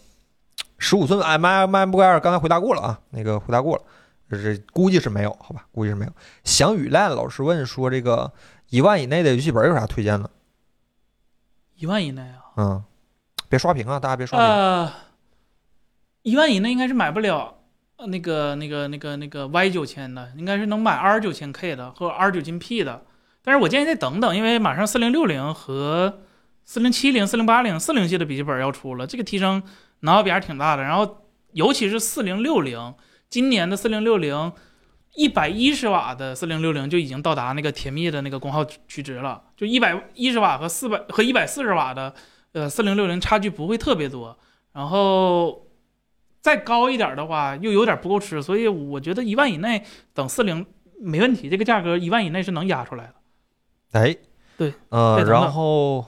Speaker 4: 十五寸哎 M M M 二，刚才回答过了啊，那个回答过了，就是估计是没有，好吧，估计是没有。翔宇烂老师问说这个一万以内的游戏本有啥推荐的？
Speaker 2: 一万以内啊。
Speaker 4: 嗯，
Speaker 2: 呃
Speaker 4: 别刷屏啊，大家别刷屏。
Speaker 2: 呃，一万以内应该是买不了呃那个那个那个那个 Y 九千的，应该是能买 R 九千 K 的和 R 九千 P 的，但是我建议再等等，因为马上四零六零和四零七零、四零八零、四零系的笔记本要出了，这个提升能要比还是挺大的。然后尤其是四零六零，今年的四零六零。一百一十瓦的四零六零就已经到达那个甜蜜的那个功耗取值了，就一百一十瓦和四百和一百四十瓦的呃四零六零差距不会特别多，然后再高一点的话又有点不够吃，所以我觉得一万以内等四零没问题，这个价格一万以内是能压出来的。
Speaker 4: 哎，
Speaker 2: 对，
Speaker 4: 呃，
Speaker 2: 对等等
Speaker 4: 然后，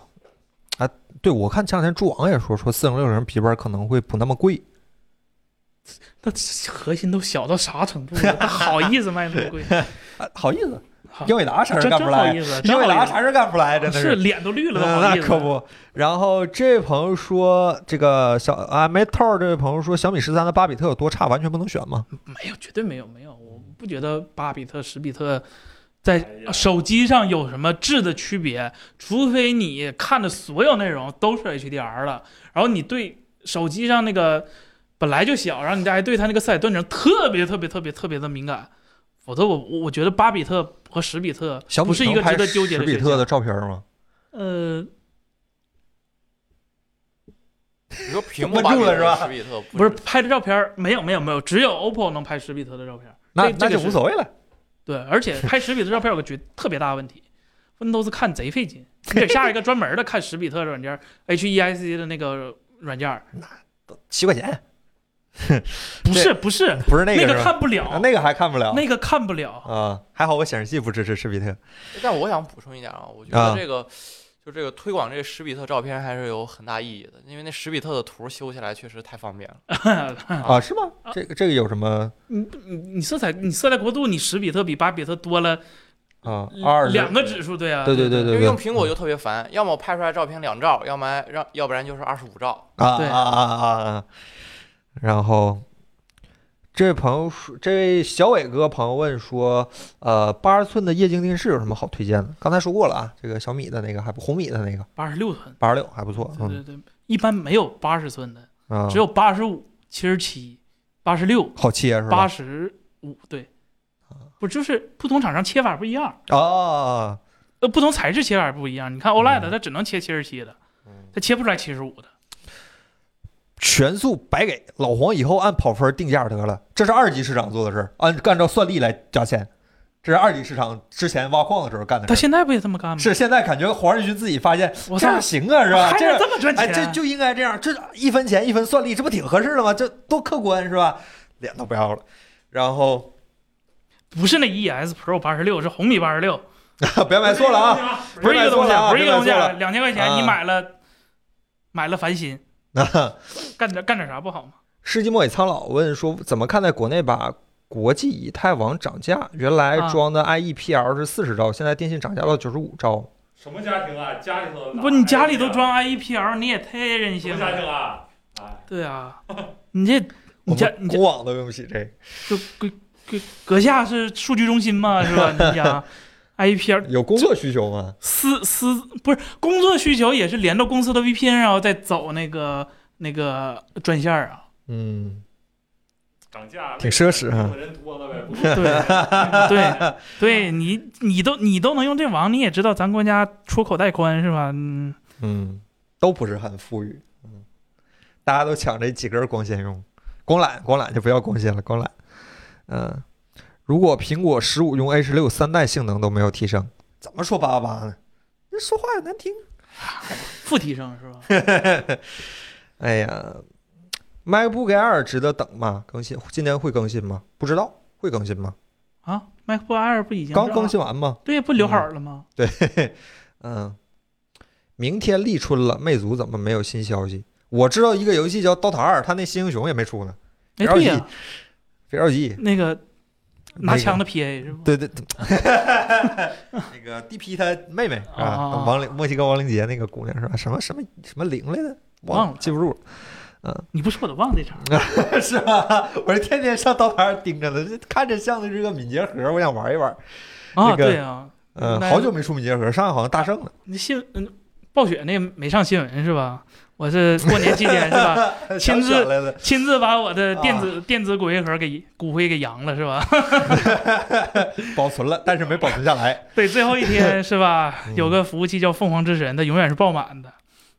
Speaker 4: 啊，对我看前两天朱王也说，说四零六零平板可能会不那么贵。
Speaker 2: 那核心都小到啥程度了？
Speaker 4: (laughs)
Speaker 2: 他好意思卖那么贵？
Speaker 4: 啊，好意思
Speaker 2: 好，
Speaker 4: 英伟达啥事
Speaker 2: 真
Speaker 4: 儿干不
Speaker 2: 真好
Speaker 4: 来，
Speaker 2: 意思，
Speaker 4: 英
Speaker 2: 真
Speaker 4: 伟
Speaker 2: 好
Speaker 4: 达
Speaker 2: 意思
Speaker 4: 啥事儿干不来，真的
Speaker 2: 是脸都 (laughs) 绿了，都
Speaker 4: 嗯
Speaker 2: 好
Speaker 4: 那
Speaker 2: 意思。
Speaker 4: 可不。然后这位朋友说，这个小啊没套儿这位朋友说，小米十三的巴比特有多差，完全不能选吗？
Speaker 2: 没有，哎绝对没有，没有，我
Speaker 4: 嗯
Speaker 2: 不觉得八比特、十比特
Speaker 4: 哎
Speaker 2: 在手机上有什么质的区别，除非你看的所有内容都是 HDR 了，然后你对手机上那个本来就小，然后你再对它那个色彩断层特别特别特别特别的敏感，否则我我我觉得八比特和十比特
Speaker 4: 小米
Speaker 2: 不是一个
Speaker 4: 能拍
Speaker 2: 值得纠结
Speaker 4: 10
Speaker 2: 的
Speaker 4: 比
Speaker 2: 选项
Speaker 4: 特的照片吗？
Speaker 2: 呃，
Speaker 1: 你说屏幕
Speaker 4: 关注了是吧
Speaker 1: 十比特
Speaker 2: 不是拍的照片儿没有没有没有，只有 OPPO 能拍十比特的照片儿，
Speaker 4: 那
Speaker 2: 这
Speaker 4: 那
Speaker 2: 这
Speaker 4: 就
Speaker 2: 个
Speaker 4: 无
Speaker 2: 是
Speaker 4: 所谓了。
Speaker 2: 对，而且拍十比特照片有个绝特别大的问题，Windows 看贼费劲，你得下一个专门的看十比特的软件，HEIC 的那个软件儿，
Speaker 4: 七块钱
Speaker 2: 不是不是
Speaker 4: 不是那
Speaker 2: 那个
Speaker 4: 个是吧？
Speaker 2: 看不
Speaker 4: 啊
Speaker 2: 了，
Speaker 4: 那个还看不了。
Speaker 2: 那啊个看不了， (laughs)
Speaker 4: 啊，还好我显示器不支持十比特。
Speaker 1: 但我想补充一点啊，我觉
Speaker 4: 啊
Speaker 1: 得这个、就这个推广这个十比特照片还是有很大意义的，因为那十比特的图修起来确实太方便了。
Speaker 4: 啊，是吗？这个这个有什么
Speaker 2: 你你你色彩你色彩国度你十比特比八比特多了
Speaker 4: 啊？二
Speaker 2: 嗯两个指数，对啊，
Speaker 4: 对对
Speaker 2: 对
Speaker 4: 对对
Speaker 1: 因
Speaker 4: 对，
Speaker 1: 为用苹果就特别烦，要么拍出来照片两兆，要么让要不然就是二十五兆。
Speaker 4: 啊
Speaker 2: 对
Speaker 4: 啊啊啊啊！然后这位朋友说，这位小伟哥朋友问说，呃，八十寸的液晶电视有什么好推荐的？刚才说过了啊，这个小米的那个还不红米的那个
Speaker 2: 八十六寸，
Speaker 4: 八十六还不错，
Speaker 2: 对
Speaker 4: 嗯
Speaker 2: 对对，一般没有八十寸的，
Speaker 4: 啊，
Speaker 2: 只有八十五、七十七、八十六、
Speaker 4: 好切是
Speaker 2: 八
Speaker 4: 吧？嗯
Speaker 2: 十五，对，不就是不同厂商切法不一样。
Speaker 4: 啊，
Speaker 2: 呃，不同材质切法不一样。你看
Speaker 4: 嗯
Speaker 2: OLED 它只能切七十七的，它切不出来七十五的。
Speaker 4: 全速白给老黄，以后按跑分定价得了，这是二级市场做的事儿，按按照算力来加钱，这是二级市场之前挖矿的时候干的
Speaker 2: 它
Speaker 4: 事儿。
Speaker 2: 现在不也这么干吗？
Speaker 4: 嗯是现在感觉黄仁勋自己发现
Speaker 2: 我
Speaker 4: 这
Speaker 2: 操
Speaker 4: 样，行啊，是吧？
Speaker 2: 还
Speaker 4: 这样
Speaker 2: 能这么赚
Speaker 4: (laughs) 哎，
Speaker 2: 钱？啊
Speaker 4: 这就应该这样，这一分钱一分算力，这不挺合适的吗？这多客观是吧？脸都不要了，然后 (laughs)
Speaker 2: 不是那 ES Pro 八十六，是红米八十六。
Speaker 4: 不要买错了啊！
Speaker 2: 啊，(laughs)
Speaker 4: 不
Speaker 2: 不
Speaker 4: 是
Speaker 2: 是一
Speaker 4: 买
Speaker 2: 个
Speaker 4: 错
Speaker 2: 东西
Speaker 4: 了啊
Speaker 2: 啊，不是一个东西
Speaker 4: 别买
Speaker 2: 啊
Speaker 4: 错，
Speaker 2: 两千块钱你
Speaker 4: 啊
Speaker 2: 买了，买了烦心，干点干点啥不好吗？
Speaker 4: 世纪末尾苍老问说，怎么看待国内把国际以太网涨价？原来
Speaker 2: 啊
Speaker 4: 装的 IEPL 是四十兆，现在电信涨价到九十五兆。
Speaker 3: 什么家庭啊？家里头
Speaker 2: 不，你家里都装 IEPL，你也太任
Speaker 3: 什
Speaker 2: 性
Speaker 3: 么家
Speaker 2: 了。
Speaker 3: 庭啊？哎，
Speaker 2: 对啊，你这
Speaker 4: 我
Speaker 2: 你家
Speaker 4: 们
Speaker 2: 你这
Speaker 4: 国网都用不起这个，
Speaker 2: 阁阁阁下是数据中心吗？是吧？你
Speaker 4: (laughs)
Speaker 2: 家 IEPL
Speaker 4: 有工作需求吗？
Speaker 2: 私私不是工作需求也是连到公司的 VPN，然后再走那个那个专线儿啊。
Speaker 4: 嗯，
Speaker 3: 涨价
Speaker 4: 挺奢侈啊
Speaker 3: 用的人多了呗，不
Speaker 2: 对对对，你你都你都能用这网，你也知道咱国家出口带宽是吧？嗯，
Speaker 4: 嗯，都不是很富裕，嗯，大家都抢这几根光纤用，光缆光缆就不要光纤了，光缆，嗯，如果苹果十五用 A 十六三代性能都没有提升，怎么说八八八呢？这说话也难听。 (laughs)
Speaker 2: 负提升是吧？ (laughs)
Speaker 4: 哎呀，MacBook Air 值得等吗？更新今年会更新吗？不知道会更新吗？
Speaker 2: 啊，MacBook Air 不已经
Speaker 4: 刚
Speaker 2: 是
Speaker 4: 更新完吗？
Speaker 2: 对不留好了吗？
Speaker 4: (laughs) 嗯，明天立春了，魅族怎么没有新消息？我知道一个游戏叫《DOTA 二》，它那新英雄也没出呢。
Speaker 2: 哎，
Speaker 4: 了
Speaker 2: 对
Speaker 4: 解
Speaker 2: 呀、
Speaker 4: 别着急，
Speaker 2: 那个拿
Speaker 4: 那个
Speaker 2: 枪的 PA 是吧？
Speaker 4: 对 (laughs) 对对，那个 DP 他妹妹
Speaker 2: 啊啊
Speaker 4: 啊，
Speaker 2: 啊
Speaker 4: 王玲，墨西哥王玲杰那个姑娘是吧？什么什么什么玲来的，
Speaker 2: 忘了
Speaker 4: 记不住
Speaker 2: 你不说我都忘这茬儿。
Speaker 4: 了， (laughs) 是吧？我是天天上刀牌上盯着呢，这看着像的是个敏捷盒，我想玩一玩。
Speaker 2: 啊，
Speaker 4: 那个
Speaker 2: 对啊，
Speaker 4: 嗯，
Speaker 2: 那
Speaker 4: 好久没出敏捷盒，上海好像大圣了。
Speaker 2: 那新嗯，暴雪那个没上新闻是吧？我是过年期间是吧，亲自
Speaker 4: 想起来了
Speaker 2: 亲自把我的电
Speaker 4: 啊
Speaker 2: 子、电子骨灰盒给骨灰给扬了是吧？ (laughs)
Speaker 4: 保存了，但是没保存下来。
Speaker 2: 对，最后一
Speaker 4: (laughs)
Speaker 2: 天是吧
Speaker 4: 嗯？
Speaker 2: 有个服务器叫凤凰之神，它永远是爆满的。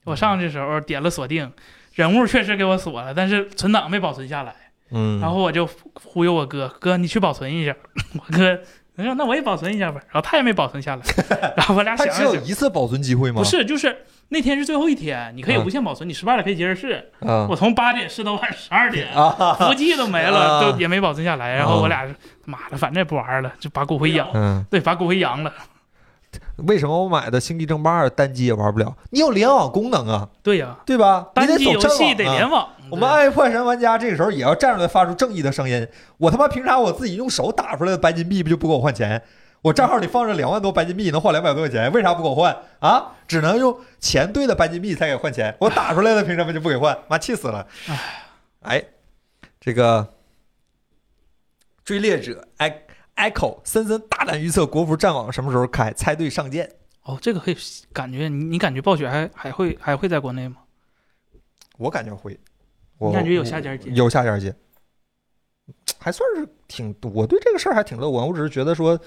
Speaker 2: 我上去的时候点了锁定，人物确实给我锁了，但是存档没保存下来。
Speaker 4: 嗯
Speaker 2: 然后我就忽悠我哥，哥你去保存一下。 (laughs) 我哥他说那我也保存一下吧，然后他也没保存
Speaker 4: (laughs)
Speaker 2: 下来。然后我俩
Speaker 4: 它
Speaker 2: 想
Speaker 4: 只
Speaker 2: 了
Speaker 4: 有
Speaker 2: 想，
Speaker 4: 一次保存机会吗？
Speaker 2: 不，是，就是那天是最后一天，你可以
Speaker 4: 嗯
Speaker 2: 无限保存，你失败了可以接着试。
Speaker 4: 嗯
Speaker 2: 我从八点试到晚上十二点。
Speaker 4: 啊，
Speaker 2: 服务器都没了，
Speaker 4: 啊
Speaker 2: 都也没保存下来。然后我俩是，妈的，反正也不玩了，就把骨灰扬，
Speaker 4: 嗯，
Speaker 2: 对，把骨灰扬了。
Speaker 4: 为什么我买的《星际争霸二》单机也玩不了？你有联网功能啊，
Speaker 2: 对呀，
Speaker 4: 对吧？
Speaker 2: 单
Speaker 4: 你得
Speaker 2: 机
Speaker 4: 走
Speaker 2: 游
Speaker 4: 战
Speaker 2: 戏
Speaker 4: 网
Speaker 2: 得
Speaker 4: 啊
Speaker 2: 联网。
Speaker 4: 我们暗夜破坏神玩家这个时候也要站出来发出正义的声音。我他妈凭啥我自己用手打出来的白金币不就不给我换钱？我账号里放着两万多白金币，能换两百多块钱，为啥不给我换啊？只能用钱兑的白金币才给换钱，我打出来的凭什么就不给换？妈气死了！哎，这个追猎者 e Echo 森森大胆预测国服战网什么时候开，猜对上舰。
Speaker 2: 哦，这个可以感觉你你感觉暴雪还还会还会在国内吗？
Speaker 4: 我感觉会，我
Speaker 2: 你感觉有下家接？
Speaker 4: 有下家接，还算是挺，我对这个事儿还挺乐观。我只是觉得说，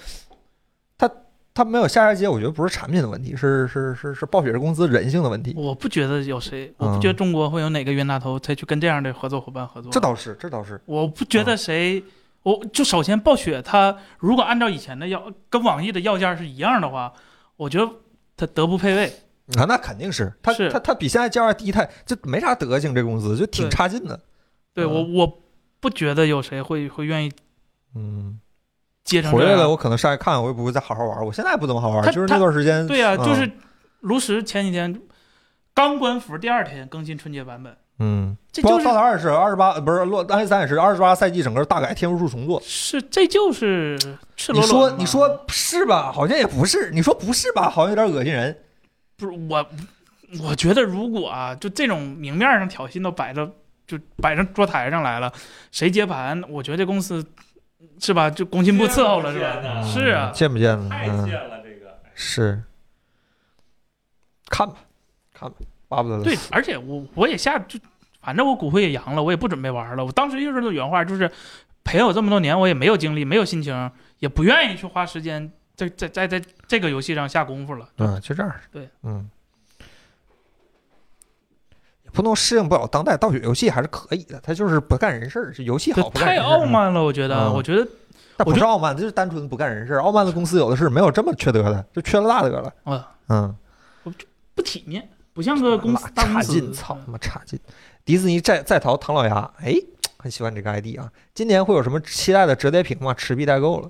Speaker 4: 他他没有下家接，我觉得不是产品的问题，是是是是暴雪公司人性的问题。
Speaker 2: 我不觉得有谁，我不觉得中国会有哪个冤大头再去跟这样的合作伙伴合作。
Speaker 4: 嗯这倒是，这倒是，
Speaker 2: 我不觉得谁，我就首先暴雪它如果按照以前的要跟网易的要价是一样的话，我觉得它德不配位。
Speaker 4: 啊，那肯定是他
Speaker 2: 是
Speaker 4: 他他比现在价价低太，这没啥德行，这公司就挺
Speaker 2: 对
Speaker 4: 差劲的。
Speaker 2: 对我我不觉得有谁会会愿意
Speaker 4: 嗯，
Speaker 2: 接成这
Speaker 4: 回来
Speaker 2: 样
Speaker 4: 了，我可能上去看看，我也不会再好好玩。我现在不怎么好玩，
Speaker 2: 啊他
Speaker 4: 就是
Speaker 2: 他
Speaker 4: 那段时间。
Speaker 2: 对呀、
Speaker 4: 嗯
Speaker 2: 就是炉石前几天刚关服，第二天更新春节版本，
Speaker 4: 嗯，
Speaker 2: 这
Speaker 4: 包
Speaker 2: 就
Speaker 4: 括
Speaker 2: 是
Speaker 4: 萨达尔也是二十八，不是洛安三也是二十八赛季整个大改天赋树重做。
Speaker 2: 是这就是赤裸裸
Speaker 4: 你说
Speaker 2: 的嘛。
Speaker 4: 你说是吧？好像也不是。你说不是吧？好像有点恶心人。
Speaker 2: 不是我，我觉得如果啊，就这种明面上挑衅都摆到就摆上桌台上来了，谁接盘？我觉得这公司是吧，就工信部伺候了是吧？
Speaker 3: 吧
Speaker 2: 是啊
Speaker 4: 见不见呢？
Speaker 3: 太
Speaker 4: 嗯
Speaker 3: 贱，了，这个。
Speaker 4: 是。看吧，看吧，巴不得了
Speaker 2: 对，而且我我也下就，反正我骨灰也扬了，我也不准备玩了。我当时就是那原话，就是陪我这么多年，我也没有精力，没有心情，也不愿意去花时间在在在在这个游戏上下功夫了。
Speaker 4: 嗯，就这样。
Speaker 2: 对，
Speaker 4: 嗯，也不能适应不了当代盗雪游戏，还是可以的。他就是不干人事儿，这游戏
Speaker 2: 就
Speaker 4: 好不干
Speaker 2: 太
Speaker 4: 人事儿
Speaker 2: 傲，慢了，我觉得，
Speaker 4: 嗯
Speaker 2: 我觉得
Speaker 4: 但不
Speaker 2: 我
Speaker 4: 是
Speaker 2: 就
Speaker 4: 傲慢，这是单纯不干人事儿。傲慢的公司有的是，没有这么缺德的，就缺了大德了。
Speaker 2: 嗯
Speaker 4: 嗯。
Speaker 2: 不体面，不像个公司大公
Speaker 4: 差
Speaker 2: 司。
Speaker 4: 劲，操他妈差劲！迪士尼再再逃唐老鸭，哎，很喜欢这个 ID 啊。今年会有什么期待的折叠屏吗？持币代购了，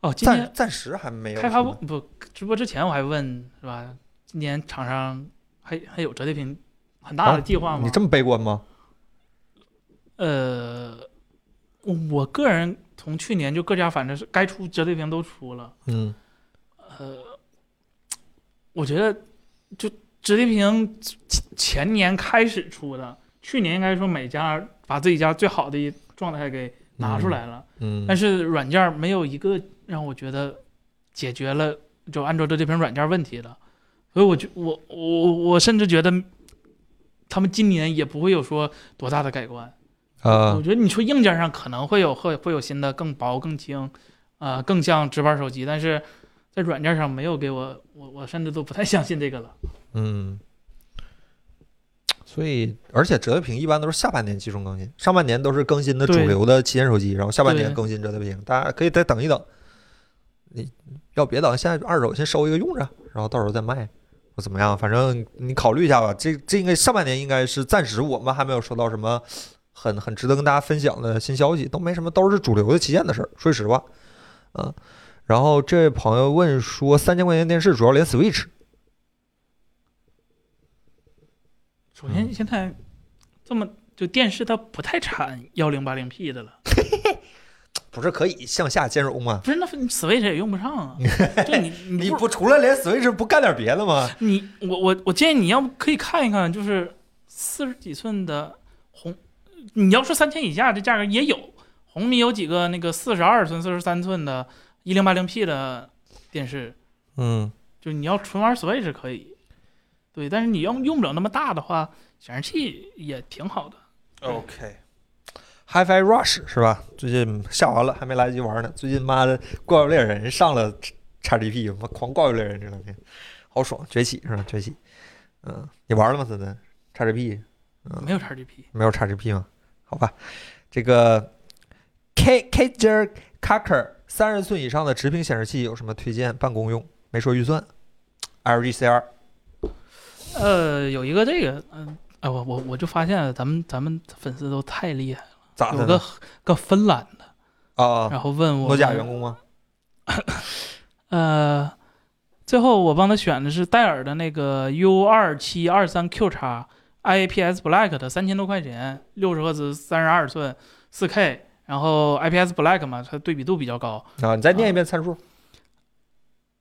Speaker 2: 哦，今天
Speaker 4: 暂暂时还没有
Speaker 2: 开发布不直播之前我还问是吧？今年厂商还还有折叠屏很大
Speaker 4: 啊
Speaker 2: 的计划
Speaker 4: 什么
Speaker 2: 吗？
Speaker 4: 你这么悲观吗？
Speaker 2: 呃，我我个人从去年就各家反正是该出折叠屏都出了，
Speaker 4: 嗯
Speaker 2: 呃，我觉得就折叠屏前前年开始出的，去年应该说每家把自己家最好的一状态给拿出来了。
Speaker 4: 嗯，
Speaker 2: 但是软件没有一个让我觉得解决了就安卓的这屏软件问题的，所以我就我我我甚至觉得他们今年也不会有说多大的改观。
Speaker 4: 呃
Speaker 2: 我，觉得你说硬件上可能会有会会有新的更薄更轻，呃，更像直板手机，但是在软件上没有给我我我甚至都不太相信这个了。
Speaker 4: 嗯，所以而且折叠屏一般都是下半年集中更新，上半年都是更新的主
Speaker 2: 对
Speaker 4: 流的旗舰手机，然后下半年
Speaker 2: 对
Speaker 4: 更新折叠屏，大家可以再等一等。你要别等，现在二手先收一个用着，然后到时候再卖，或怎么样？反正你考虑一下吧。这这应该上半年应该是暂时我们还没有收到什么很很值得跟大家分享的新消息，都没什么，都是主流的旗舰的事儿。说句实话，嗯。然后这位朋友问说，三千块钱电视主要连 Switch，
Speaker 2: 首先现在这么就电视它不太产幺零八零 P 的了。
Speaker 4: 不是可以向下兼容吗？
Speaker 2: 不是，那你 Switch 也用不上啊。就你
Speaker 4: 你
Speaker 2: 你不
Speaker 4: 不除了连 Switch 不干点别的吗？
Speaker 2: 你我我我建议你要不可以看一看，就是四十几寸的红，你要说三千以下这价格也有，红米有几个那个四十二寸、四十三寸的，一零八零 P 的电视，
Speaker 4: 嗯，
Speaker 2: 就你要纯玩 Switch 可以，对，但是你要用不了那么大的话，显示器也挺好的。
Speaker 4: OK。HiFi Rush 是吧？最近下完了，还没来得及玩呢。最近妈的《怪物猎人》上了 XGP，妈狂《怪物猎人》这两天，好爽！崛起是吧？崛起，嗯，你玩了吗？森森 XGP
Speaker 2: 没有 XGP，
Speaker 4: 没有 XGP 吗？好吧，这个 K K J Cucker 三十寸以上的直屏显示器有什么推荐？办公用，没说预算。LG CR
Speaker 2: 呃，有一个这个，嗯、哎，我我我就发现了，咱们咱们粉丝都太厉害了，
Speaker 4: 咋
Speaker 2: 有
Speaker 4: 啊的
Speaker 2: 个
Speaker 4: 呢？
Speaker 2: 个芬兰的，
Speaker 4: 啊，
Speaker 2: 然后问我
Speaker 4: 诺基亚员工吗？
Speaker 2: 呃，最后我帮他选的是戴尔的那个 U 二七二三 Q 叉 IPS Black 的，三千多块钱，六十赫兹，三十二寸，四 K，然后 IPS Black 嘛，它对比度比较高，
Speaker 4: 啊，你再念一遍参数，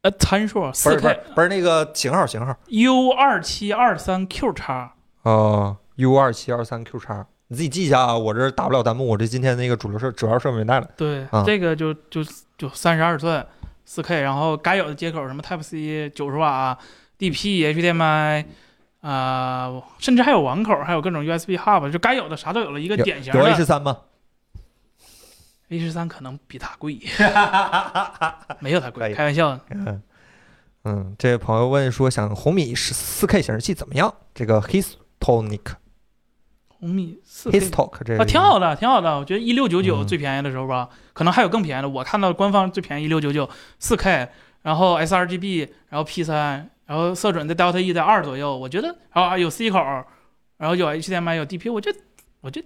Speaker 2: 呃，参数
Speaker 4: 不
Speaker 2: 四
Speaker 4: 是不
Speaker 2: K
Speaker 4: 是不是那个型号型号
Speaker 2: U 二七二三 Q 叉，
Speaker 4: 哦 u 二七二三 Q 叉，你自己记一下啊，我这打不了弹幕，我这今天那个主流设主要设备没带了。
Speaker 2: 对，
Speaker 4: 啊
Speaker 2: 这个就就就三十二寸，四 K，然后该有的接口什么 Type C 九十瓦、DP、HDMI。啊、甚至还有网口，还有各种 USB hub，就该有的啥都有了，一个典型
Speaker 4: 有
Speaker 2: 的
Speaker 4: A 十三吗？
Speaker 2: A 十三可能比它
Speaker 4: (laughs)
Speaker 2: 贵，没有它
Speaker 4: 可
Speaker 2: 贵，
Speaker 4: 以
Speaker 2: 开玩笑。
Speaker 4: 嗯，嗯，这位朋友问说，想红米十四 K 显示器怎么样？这个 Histonic
Speaker 2: 红米四 K
Speaker 4: Histalk 这
Speaker 2: 啊，
Speaker 4: 个
Speaker 2: 挺好的，挺好的。我觉得一六九九
Speaker 4: 嗯
Speaker 2: 最便宜的时候吧，可能还有更便宜的。我看到官方最便宜一六九九四 K，然后 sRGB，然后 P 三，然后色准在 Delta E 在二左右，我觉得啊有 C 口，然后有 HDMI 有 DP，我这我这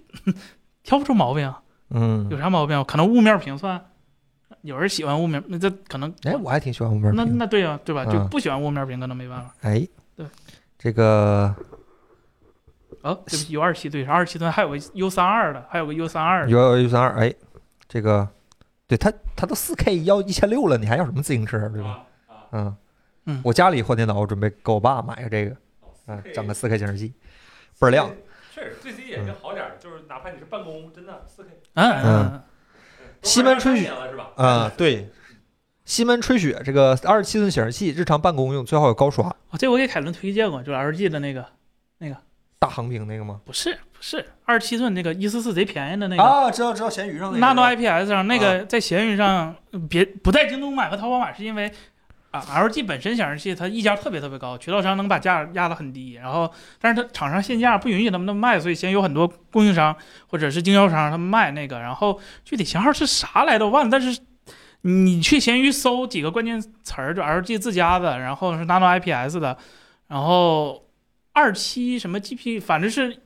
Speaker 2: 挑不出毛病啊，
Speaker 4: 嗯
Speaker 2: 有，啥毛病啊？可能雾面屏算，有人喜欢雾面，那这可能
Speaker 4: 哎，我还挺喜欢红面
Speaker 2: 那
Speaker 4: 屏的。
Speaker 2: 那对啊，对吧？就
Speaker 4: 嗯
Speaker 2: 不喜欢雾面屏可能没办法。
Speaker 4: 哎，
Speaker 2: 对，
Speaker 4: 这个
Speaker 2: 啊，对
Speaker 4: (laughs)
Speaker 2: 不起，U 二七对，二七吨还有个 U 三二的，还有个 U 三二的，
Speaker 4: 幺幺幺三二，哎，这个对它它都四 K 要一千六了，你还要什么自行车对吧？嗯
Speaker 2: 嗯
Speaker 4: 我家里换电脑，我准备给我爸买个这个，嗯，整个四 K 显示器，倍儿亮。
Speaker 3: 确实对自己眼睛好点儿，就是哪怕你是办公，真的四 K。
Speaker 2: 嗯嗯嗯，
Speaker 4: 西门吹雪
Speaker 3: 年了是吧？
Speaker 4: 啊，对，西门吹雪这个二十七寸显示器，日常办公用，最好有高刷
Speaker 2: 我哦这我给凯伦推荐过，就是 LG 的那个，
Speaker 4: 大横屏那个吗？
Speaker 2: 不是不是，二七寸那个一四四贼便宜的那个。
Speaker 4: 啊，知道知道，闲鱼上
Speaker 2: Nano IPS 上那个在闲鱼上呃别不在京东买和淘宝买，是因为啊 LG 本身显示器它溢价特别特别高，渠道商能把价压得很低，然后但是它厂商限价不允许他们那么卖，所以现在有很多供应商或者是经销商他们卖那个，然后具体型号是啥来着我忘了，但是你去闲鱼搜几个关键词儿，就 LG 自家的，然后是 Nano IPS 的，然后二七什么 GP，反正是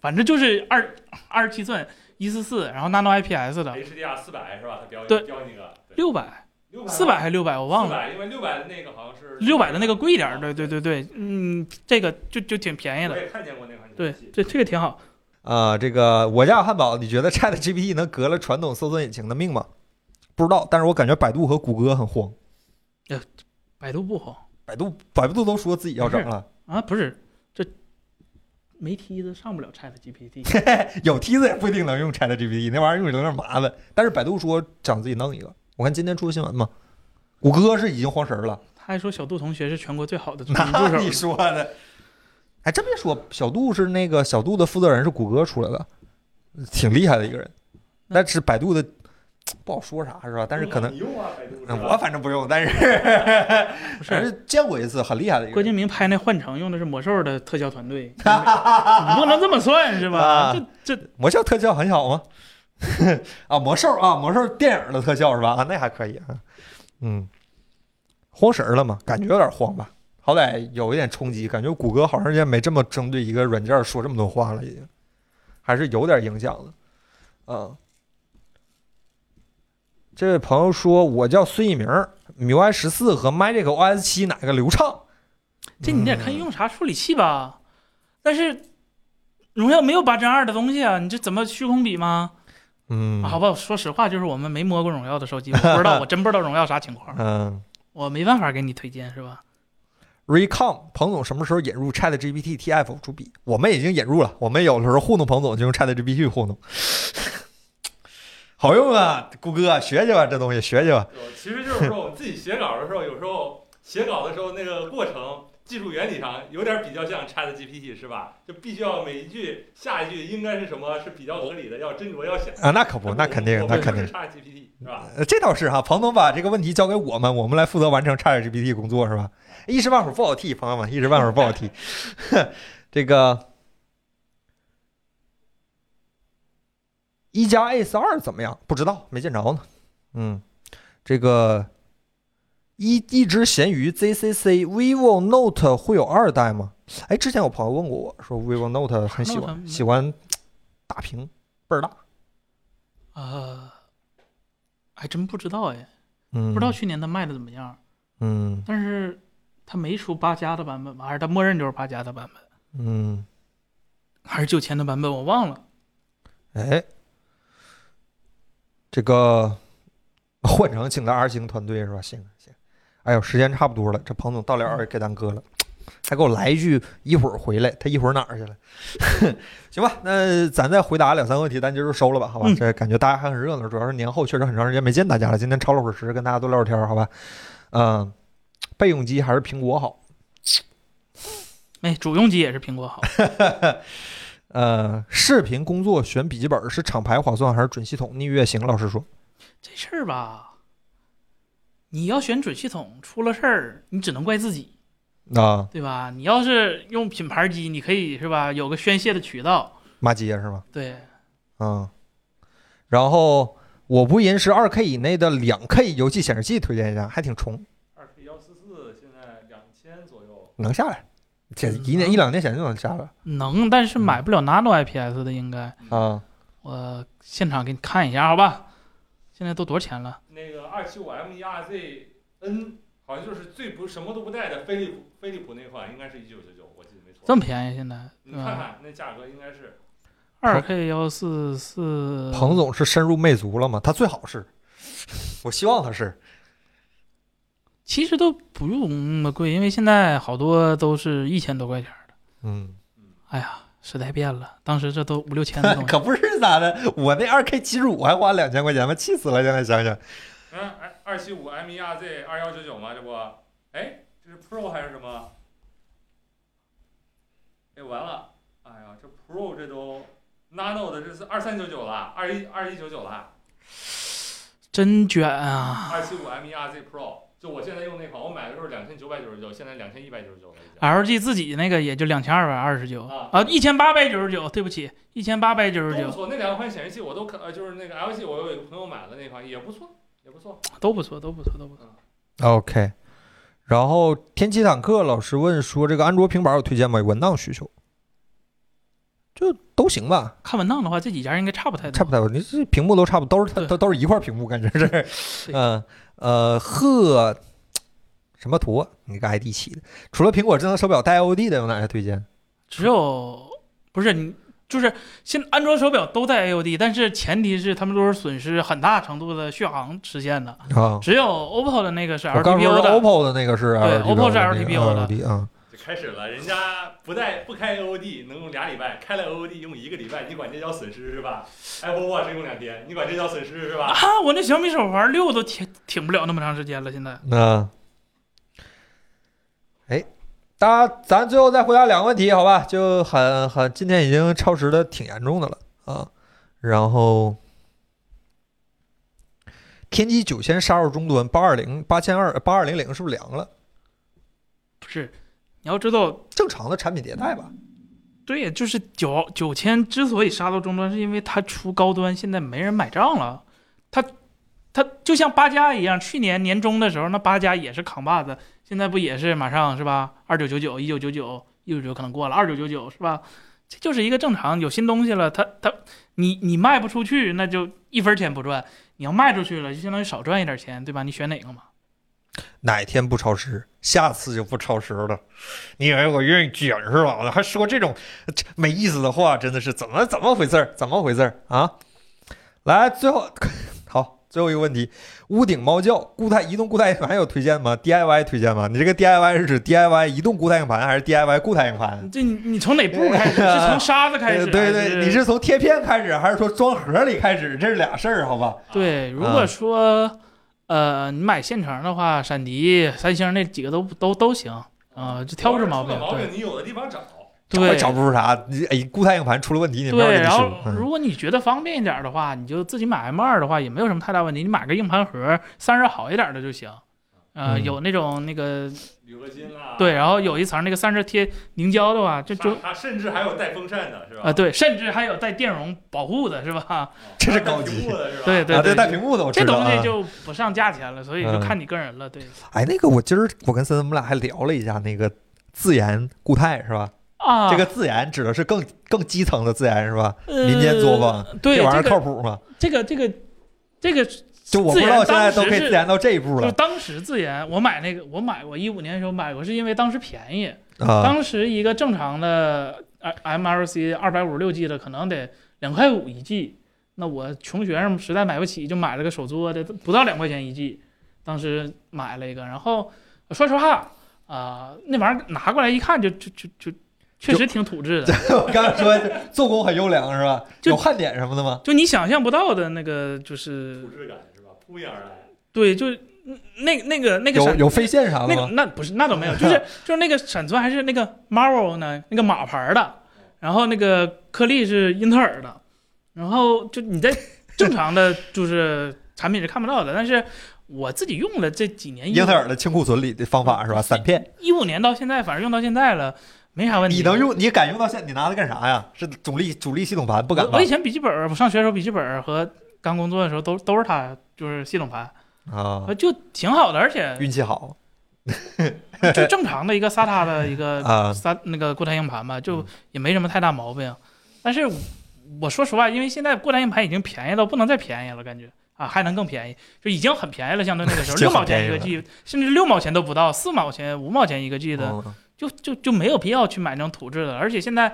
Speaker 2: 反正就是二二十七寸。一四四，然后 Nano IPS 的，
Speaker 3: HDR 四百是吧？它标
Speaker 2: 对
Speaker 3: 标那个
Speaker 2: 六百、
Speaker 3: 六
Speaker 2: 四百还是六百，我忘了。
Speaker 3: 400，因为六百的那个好像是
Speaker 2: 六百的那个贵一点儿，对对对对，嗯，这个就就挺便宜
Speaker 3: 我
Speaker 2: 的，
Speaker 3: 也看见过那款
Speaker 2: 对，这这个挺好。
Speaker 4: 啊，这个我家有汉堡，你觉得 Chat GPT 能革了传统搜索引擎的命吗？不知道，但是我感觉百度和谷歌很慌，
Speaker 2: 百度不好
Speaker 4: 百度百度都说自己要整了，
Speaker 2: 啊，不是这没梯子上不了 Chat GPT，
Speaker 4: (laughs) 有梯子也不一定能用 Chat GPT，那玩意儿用着有点麻烦。但是百度说想自己弄一个，我看今天出新闻嘛，谷歌是已经慌神儿了。
Speaker 2: 他还说小杜同学是全国最
Speaker 4: (laughs)
Speaker 2: 好的助
Speaker 4: 那你
Speaker 2: 手，
Speaker 4: 说的，还真别说，小度是那个小度的负责人是谷歌出来的，挺厉害的一个人。但是百度的不好说啥是吧？但是可能
Speaker 3: 你用啊，百度
Speaker 4: 嗯我反正不用，但是
Speaker 2: 不
Speaker 4: 反
Speaker 2: 是。
Speaker 4: 正见过一次，很厉害的一个
Speaker 2: 郭
Speaker 4: 人。
Speaker 2: 敬明拍那《幻城》用的是魔兽的特效团
Speaker 4: (laughs)
Speaker 2: 队，你不能这么算是吧？
Speaker 4: 啊
Speaker 2: 这这
Speaker 4: 魔兽特效很好吗？ (laughs) 啊，魔兽啊，魔兽电影的特效是吧？啊，那还可以啊。嗯，慌神儿了吗？感觉有点慌吧。好歹有一点冲击，感觉谷歌好长时间没这么针对一个软件说这么多话了，已经还是有点影响的。嗯，这位朋友说，我叫孙一鸣，MIUI 十四和 Magic OS 七哪个流畅？
Speaker 2: 这你得
Speaker 4: 嗯
Speaker 2: 看用啥处理器吧。但是荣耀没有八针二的东西啊，你这怎么虚空比吗？啊
Speaker 4: 嗯，
Speaker 2: 好吧，我说实话，就是我们没摸过荣耀的手机，我不知道，我真不知道荣耀啥情
Speaker 4: (laughs)
Speaker 2: 况，
Speaker 4: 嗯。
Speaker 2: 我没办法给你推荐，是吧？
Speaker 4: Recom，彭总什么时候引入 Chat GPT TF 主笔？我们已经引入了，我们有的时候糊弄彭总就用 Chat GPT 糊弄， (laughs) 好用啊，谷歌学去吧，这东西学去吧。
Speaker 3: 其实就是说我们自己写稿的时候，有时候写稿的时候那个过程，技术原理上有点比较像 Chat GPT 是吧？就必须要每一句下一句应该是什么是比较合理的，要斟酌要想。
Speaker 4: 啊，那可不，那肯定，那肯定。
Speaker 3: Chat GPT 是吧？
Speaker 4: 呃，这倒是哈，庞总把这个问题交给我们，我们来负责完成 ChatGPT 工作是吧？一时半会儿不好替，朋友们，一时半会儿不好替。 (laughs) 这个一加 S 二怎么样？不知道，没见着呢。嗯，这个一一只咸鱼 ZCC vivo Note 会有二代吗？哎，之前有朋友问过我说 vivo Note 很喜欢
Speaker 2: Note
Speaker 4: 喜欢大屏倍儿大，
Speaker 2: 呃，还真不知道哎，
Speaker 4: 嗯，
Speaker 2: 不知道去年它卖的怎么样。
Speaker 4: 嗯，
Speaker 2: 但是它没出八加的版本吧？还是它默认就是八加的版本？
Speaker 4: 嗯，
Speaker 2: 还是九千的版本？我忘了。
Speaker 4: 哎，这个 (laughs) 换成请的 R 星团队是吧？行行，哎呦，时间差不多了，这彭总到了也该咱哥了，还给我来一句一会儿回来，他一会儿哪儿去了？ (laughs) 行吧，那咱再回答两三个问题，咱今儿就收了吧，好吧？
Speaker 2: 嗯
Speaker 4: 这感觉大家还很热闹，主要是年后确实很长时间没见大家了，今天超了会儿时，跟大家多聊聊天儿，好吧？嗯，备用机还是苹果好？ (laughs)
Speaker 2: 哎，主用机也是苹果好。
Speaker 4: 呃，视频工作选笔记本是厂牌划算还是准系统逆月行？老实说。
Speaker 2: 这事儿吧，你要选准系统，出了事儿你只能怪自己，
Speaker 4: 啊，
Speaker 2: 对吧？你要是用品牌机，你可以是吧，有个宣泄的渠道。
Speaker 4: 骂街是吗？
Speaker 2: 对，
Speaker 4: 嗯，然后我不银时二 K 以内的两 K 游戏显示器推荐一下，还挺冲，
Speaker 3: 二 K 幺四四现在两千左右，
Speaker 4: 能下来，这
Speaker 2: 嗯
Speaker 4: 一年一两年前就能下来
Speaker 2: 能，但是买不了 Nano IPS 的应该。
Speaker 3: 嗯
Speaker 4: 啊。
Speaker 2: 我现场给你看一下，好吧？现在都多少钱了？
Speaker 3: 那个二七五 M E R Z N 好像就是最不什么都不带的飞利浦飞利浦那款，应该是一九九九，我记得没错。
Speaker 2: 这么便宜现在，
Speaker 3: 你
Speaker 2: 对
Speaker 3: 看
Speaker 2: 吧？
Speaker 3: 看那价格应该是
Speaker 2: 二 K 幺四四，
Speaker 4: 彭总是深入魅族了吗？他最好是， (laughs) 我希望他是。
Speaker 2: 其实都不用那么贵，因为现在好多都是一千多块钱儿的。
Speaker 4: 嗯，
Speaker 2: 哎呀，时代变了，当时这都五六千的
Speaker 3: (laughs)
Speaker 2: 东西。
Speaker 4: 可不是咋的，我那二 K 七十五还花两千块钱吗？气死了！现在想想，
Speaker 3: 嗯，哎，二七五 M E R Z 二幺九九吗？这不，哎，这是 Pro 还是什么？哎，完了，哎呀，这 Pro 这都 Nano 的这是二三九九了，二一二一九九了，
Speaker 2: 真卷啊！
Speaker 3: 二七五 M E R Z Pro，就我现在用那款，我买的时候两千九百九十九，现在两千一百九十九了已经。
Speaker 2: LG 自己那个也就两千二百二十九
Speaker 3: 啊
Speaker 2: 啊，一千八百九十九，对不起，一千八百九十
Speaker 3: 都不
Speaker 2: 九
Speaker 3: 错，那两款显示器我都看，呃，就是那个 LG，我有一个朋友买的那款也不错，也不错。
Speaker 2: 都不错，都不错，都不错。
Speaker 4: OK，然后天启坦克老师问说，这个安卓平板有推荐吗？有文档需求，就都行吧，
Speaker 2: 看文档的话，这几家应该差不太多。
Speaker 4: 差不太多。你这屏幕都差不，都是它
Speaker 2: 对
Speaker 4: 都都是一块屏幕，感觉是。 (laughs) 嗯呃，赫什么图？啊你个 ID 起的。除了苹果智能手表带 IOD 的，有哪些推荐？
Speaker 2: 只有不是你，就是现安卓手表都带 AOD，但是前提是他们都是损失很大程度的续航实现的。
Speaker 4: 啊，
Speaker 2: 只有 OPPO 的那个是
Speaker 4: 我刚说
Speaker 2: LTPO
Speaker 4: 的
Speaker 2: 的，
Speaker 4: OPPO 的那个是
Speaker 2: 对
Speaker 4: LTPO
Speaker 2: ，OPPO 是
Speaker 4: 那个
Speaker 2: LTPO 的
Speaker 4: LTPO 啊。
Speaker 3: 就开始了，人家不带不开 AOD 能用俩礼拜，开了 AOD 用一个礼拜，你管这叫损失是吧？Apple 哎 Watch 用两天，你管这叫损失是吧？
Speaker 2: 啊，我那小米手环六都挺挺不了那么长时间了，现在。
Speaker 4: 那，哎，大家，咱最后再回答两个问题，好吧？就很很，今天已经超时的挺严重的了啊。然后，天玑九千杀入终端，八二零、八千二、八二零零是不是凉了？
Speaker 2: 不是，你要知道，
Speaker 4: 正常的产品迭代吧。
Speaker 2: 对，就是九九千之所以杀到终端，是因为它出高端，现在没人买账了。它它就像八加一样，去年年中的时候，那八加也是扛把子，现在不也是马上是吧？二九九九、一九九九、一九九可能过了，二九九九是吧？这就是一个正常，有新东西了，它它你你卖不出去，那就一分钱不赚；你要卖出去了，就相当于少赚一点钱，对吧？你选哪个嘛？
Speaker 4: 哪天不超时，下次就不超时了。你以为我愿意卷是吧？我还说这种这没意思的话，真的是怎么怎么回事儿？怎么回事儿啊？来，最后 (coughs) 好，最后一个问题：屋顶猫叫固态移动固态硬盘有推荐吗？DIY 推荐吗？你这个 DIY 是指 DIY 移动固态硬盘还是 DIY 固态硬盘？
Speaker 2: 这你你从哪步开始？是从沙子开
Speaker 4: 呃
Speaker 2: 始？
Speaker 4: 对
Speaker 2: 还
Speaker 4: 对，你是从贴片开始，还是说装盒里开始？这是俩事儿，好吧？
Speaker 2: 对，如
Speaker 4: 啊
Speaker 2: 果说、呃你买现成的话，闪迪、三星那几个都不都都行。啊、就挑不出毛病。
Speaker 3: 毛
Speaker 2: 对
Speaker 3: 病你有的地方找。
Speaker 4: 也
Speaker 2: 对，
Speaker 4: 找不出啥。你哎，固态硬盘出了问题，你没法
Speaker 2: 对，
Speaker 4: 给你
Speaker 2: 然
Speaker 4: 修。
Speaker 2: 后
Speaker 4: 嗯
Speaker 2: 如果你觉得方便一点的话，你就自己买 M 二的话也没有什么太大问题，你买个硬盘盒，散热好一点的就行。呃，
Speaker 4: 嗯
Speaker 2: 有那种那个
Speaker 3: 铝合金啦，
Speaker 2: 对，然后有一层那个散热贴凝胶的话，这就
Speaker 3: 它它甚至还有带风扇的，是吧？
Speaker 2: 啊、对，甚至还有带电容保护的是吧？
Speaker 4: 这是
Speaker 3: 还有带
Speaker 4: 高级
Speaker 3: 屏幕的是吧？
Speaker 2: 对对
Speaker 4: 啊，对，带屏幕的我
Speaker 2: 这
Speaker 4: 知道
Speaker 2: 东西
Speaker 4: 啊。
Speaker 2: 就不上价钱了，所以就
Speaker 4: 嗯
Speaker 2: 看你个人了。对
Speaker 4: 哎，那个我今儿我跟森森我们俩还聊了一下那个自研固态是吧？
Speaker 2: 啊，
Speaker 4: 这个自研指的是更更基层的自研是吧？民间作坊，
Speaker 2: 呃，对
Speaker 4: 这玩意儿
Speaker 2: 这
Speaker 4: 靠
Speaker 2: 个
Speaker 4: 谱吗？
Speaker 2: 这个这个这个
Speaker 4: 就我不知
Speaker 2: 自
Speaker 4: 道
Speaker 2: 研
Speaker 4: 现在都可以
Speaker 2: 当时是
Speaker 4: 自研到这一步
Speaker 2: 就
Speaker 4: 了
Speaker 2: 当时自研，我买那个，我买我一五年的时候买过，是因为当时便宜，
Speaker 4: 啊。
Speaker 2: 当时一个正常的呃 M L C 二百五十六 G 的可能得两块五一 G，那我穷学生实在买不起，就买了个手作的，不到两块钱一 G，当时买了一个，然后说实话啊、那玩意儿拿过来一看就就就就确实挺土质的，
Speaker 4: 我刚才说做工很优良是吧？
Speaker 2: 就
Speaker 4: 有焊点什么的吗？
Speaker 2: 就你想象不到的那个就是
Speaker 3: 土质感是吧？扑面而来，
Speaker 2: 对，就是那那个那个
Speaker 4: 有
Speaker 2: 闪
Speaker 4: 有飞线啥的
Speaker 2: 那个
Speaker 4: 吗？
Speaker 2: 那不是那倒没有，
Speaker 4: (laughs)
Speaker 2: 就是就是那个闪存还是那个 Marvel 呢，那个马牌的，然后那个颗粒是英特尔的，然后就你在正常的就是产品是看不到的，但是我自己用了这几年，
Speaker 4: 英特尔的清库存里的方法是吧？散片，
Speaker 2: 一五年到现在，反正用到现在了，没啥问题。
Speaker 4: 你能？用，你敢用到现在，你拿它干啥呀？是主力主力系统盘不敢
Speaker 2: 我
Speaker 4: 吧
Speaker 2: 我以？前笔记本儿，我上学的时候笔记本儿和刚工作的时候都都是它，就是系统盘，
Speaker 4: 啊，
Speaker 2: 呃
Speaker 4: 嗯
Speaker 2: 就挺好的，而且
Speaker 4: 运气好
Speaker 2: 就正常的一个 SATA 的一个
Speaker 4: (laughs) 啊，
Speaker 2: 三那个固态硬盘吧，就
Speaker 4: 嗯
Speaker 2: 也没什么太大毛病。但是我说实话，因为现在固态硬盘已经便宜到不能再便宜了，感觉啊还能更便宜，就已经很便宜了，相对那个时候
Speaker 4: 就
Speaker 2: 六
Speaker 4: 很
Speaker 2: 毛钱一个 G，甚至六毛钱都不到，四毛钱、五毛钱一个 G 的，
Speaker 4: 嗯
Speaker 2: 就就就没有必要去买那种土制的。而且现在，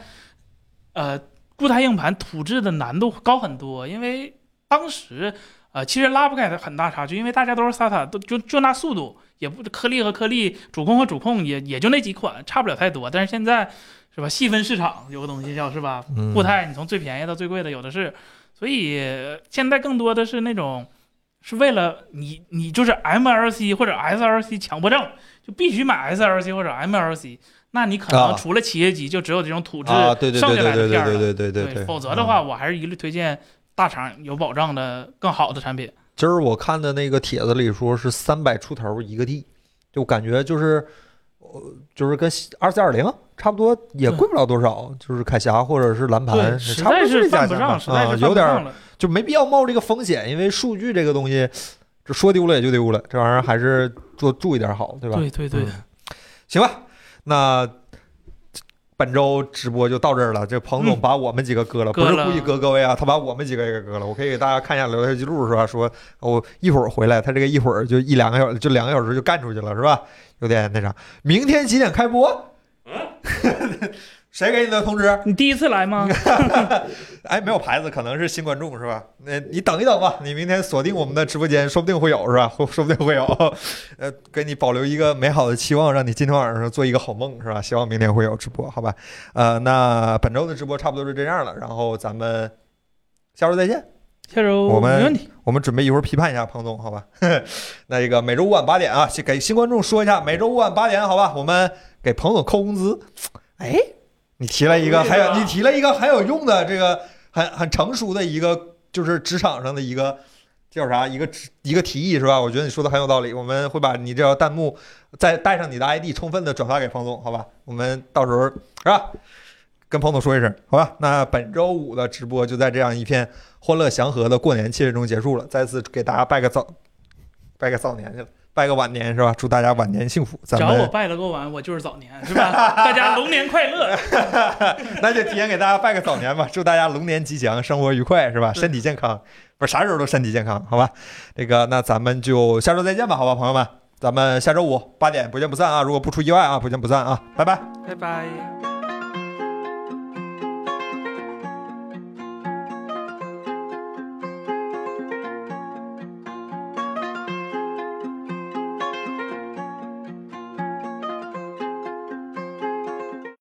Speaker 2: 呃，固态硬盘土制的难度高很多，因为当时呃其实拉不开很大差距，因为大家都是 SATA，都就就那速度，也不颗粒和颗粒，主控和主控也也就那几款，差不了太多。但是现在是吧，细分市场有个东西叫是吧，
Speaker 4: 嗯
Speaker 2: 固态你从最便宜到最贵的有的是，所以呃现在更多的是那种。是为了你，你就是 MLC 或者 SLC 强迫症，就必须买 SLC 或者 MLC，那你可
Speaker 4: 啊
Speaker 2: 能除了企业级，就只有这种土质
Speaker 4: 啊，对对
Speaker 2: 剩
Speaker 4: 对
Speaker 2: 下来
Speaker 4: 对
Speaker 2: 的
Speaker 4: 对
Speaker 2: 片儿
Speaker 4: 对
Speaker 2: 了。
Speaker 4: 对对对对，嗯
Speaker 2: 否则的话，我还是一律推荐大厂有保障的更好的产品。
Speaker 4: 今儿我看的那个帖子里说是三百出头一个 D，就感觉就是，呃，就是跟二四二零差不多，也贵不了多少，就是凯霞或者是蓝
Speaker 2: 对，
Speaker 4: 盘，
Speaker 2: 实
Speaker 4: 差不
Speaker 2: 在
Speaker 4: 多
Speaker 2: 是
Speaker 4: 这价
Speaker 2: 犯不
Speaker 4: 钱
Speaker 2: 上，
Speaker 4: 吧
Speaker 2: 实在
Speaker 4: 啊，
Speaker 2: 是
Speaker 4: 有
Speaker 2: 犯不
Speaker 4: 点
Speaker 2: 上
Speaker 4: 儿
Speaker 2: 了。
Speaker 4: 就没必要冒这个风险，因为数据这个东西，这说丢了也就丢了，这玩意儿还是多注意点好，对吧？
Speaker 2: 对对对，
Speaker 4: 嗯行吧，那本周直播就到这儿了。这彭总
Speaker 2: 嗯
Speaker 4: 把我们几个割了，
Speaker 2: 割
Speaker 4: 不是
Speaker 2: 了
Speaker 4: 故意割各位啊，他把我们几个也给割了。我可以给大家看一下聊天记录是吧？说我一会儿回来，他这个一会儿就一两个小时，就两个小时就干出去了是吧？有点那啥。明天几点开播？ (laughs) 谁给你的通知？
Speaker 2: 你第一次来吗？
Speaker 4: 哎，没有牌子，可能是新观众是吧？那你等一等吧，你明天锁定我们的直播间，说不定会有是吧？ (laughs) 说说不定会有，呃，给你保留一个美好的期望，让你今天晚上做一个好梦是吧？希望明天会有直播，好吧？呃，那本周的直播差不多是这样了，然后咱们下周再见。
Speaker 2: 下周
Speaker 4: 我们
Speaker 2: 没问题。
Speaker 4: 我们准备一会儿批判一下彭总，好吧？ (laughs) 那个每周五晚八点啊，先给新观众说一下，每周五晚八点，好吧？我们给彭总扣工资。哎，你提了一个，还有你提了一个很有用的，这个很很成熟的一个，就是职场上的一个叫啥一个指一个提议是吧？我觉得你说的很有道理，我们会把你这条弹幕再带上你的 ID，充分的转发给彭总，好吧？我们到时候是吧？跟彭总说一声，好吧？那本周五的直播就在这样一片欢乐祥和的过年气氛中结束了。再次给大家拜个早，拜个早年去了，拜个晚年是吧？祝大家晚年幸福。咱
Speaker 2: 只要我
Speaker 4: 们
Speaker 2: 拜了个晚，我就是早年，是吧？大家龙年快乐，
Speaker 4: (laughs) 那就提前给大家拜个早年吧，祝大家龙年吉祥，生活愉快是吧？
Speaker 2: 对
Speaker 4: 身体健康，不是啥时候都身体健康，好吧？这个那咱们就下周再见吧，好吧，朋友们，咱们下周五八点不见不散啊！如果不出意外啊，不见不散啊，拜拜。
Speaker 2: 拜拜。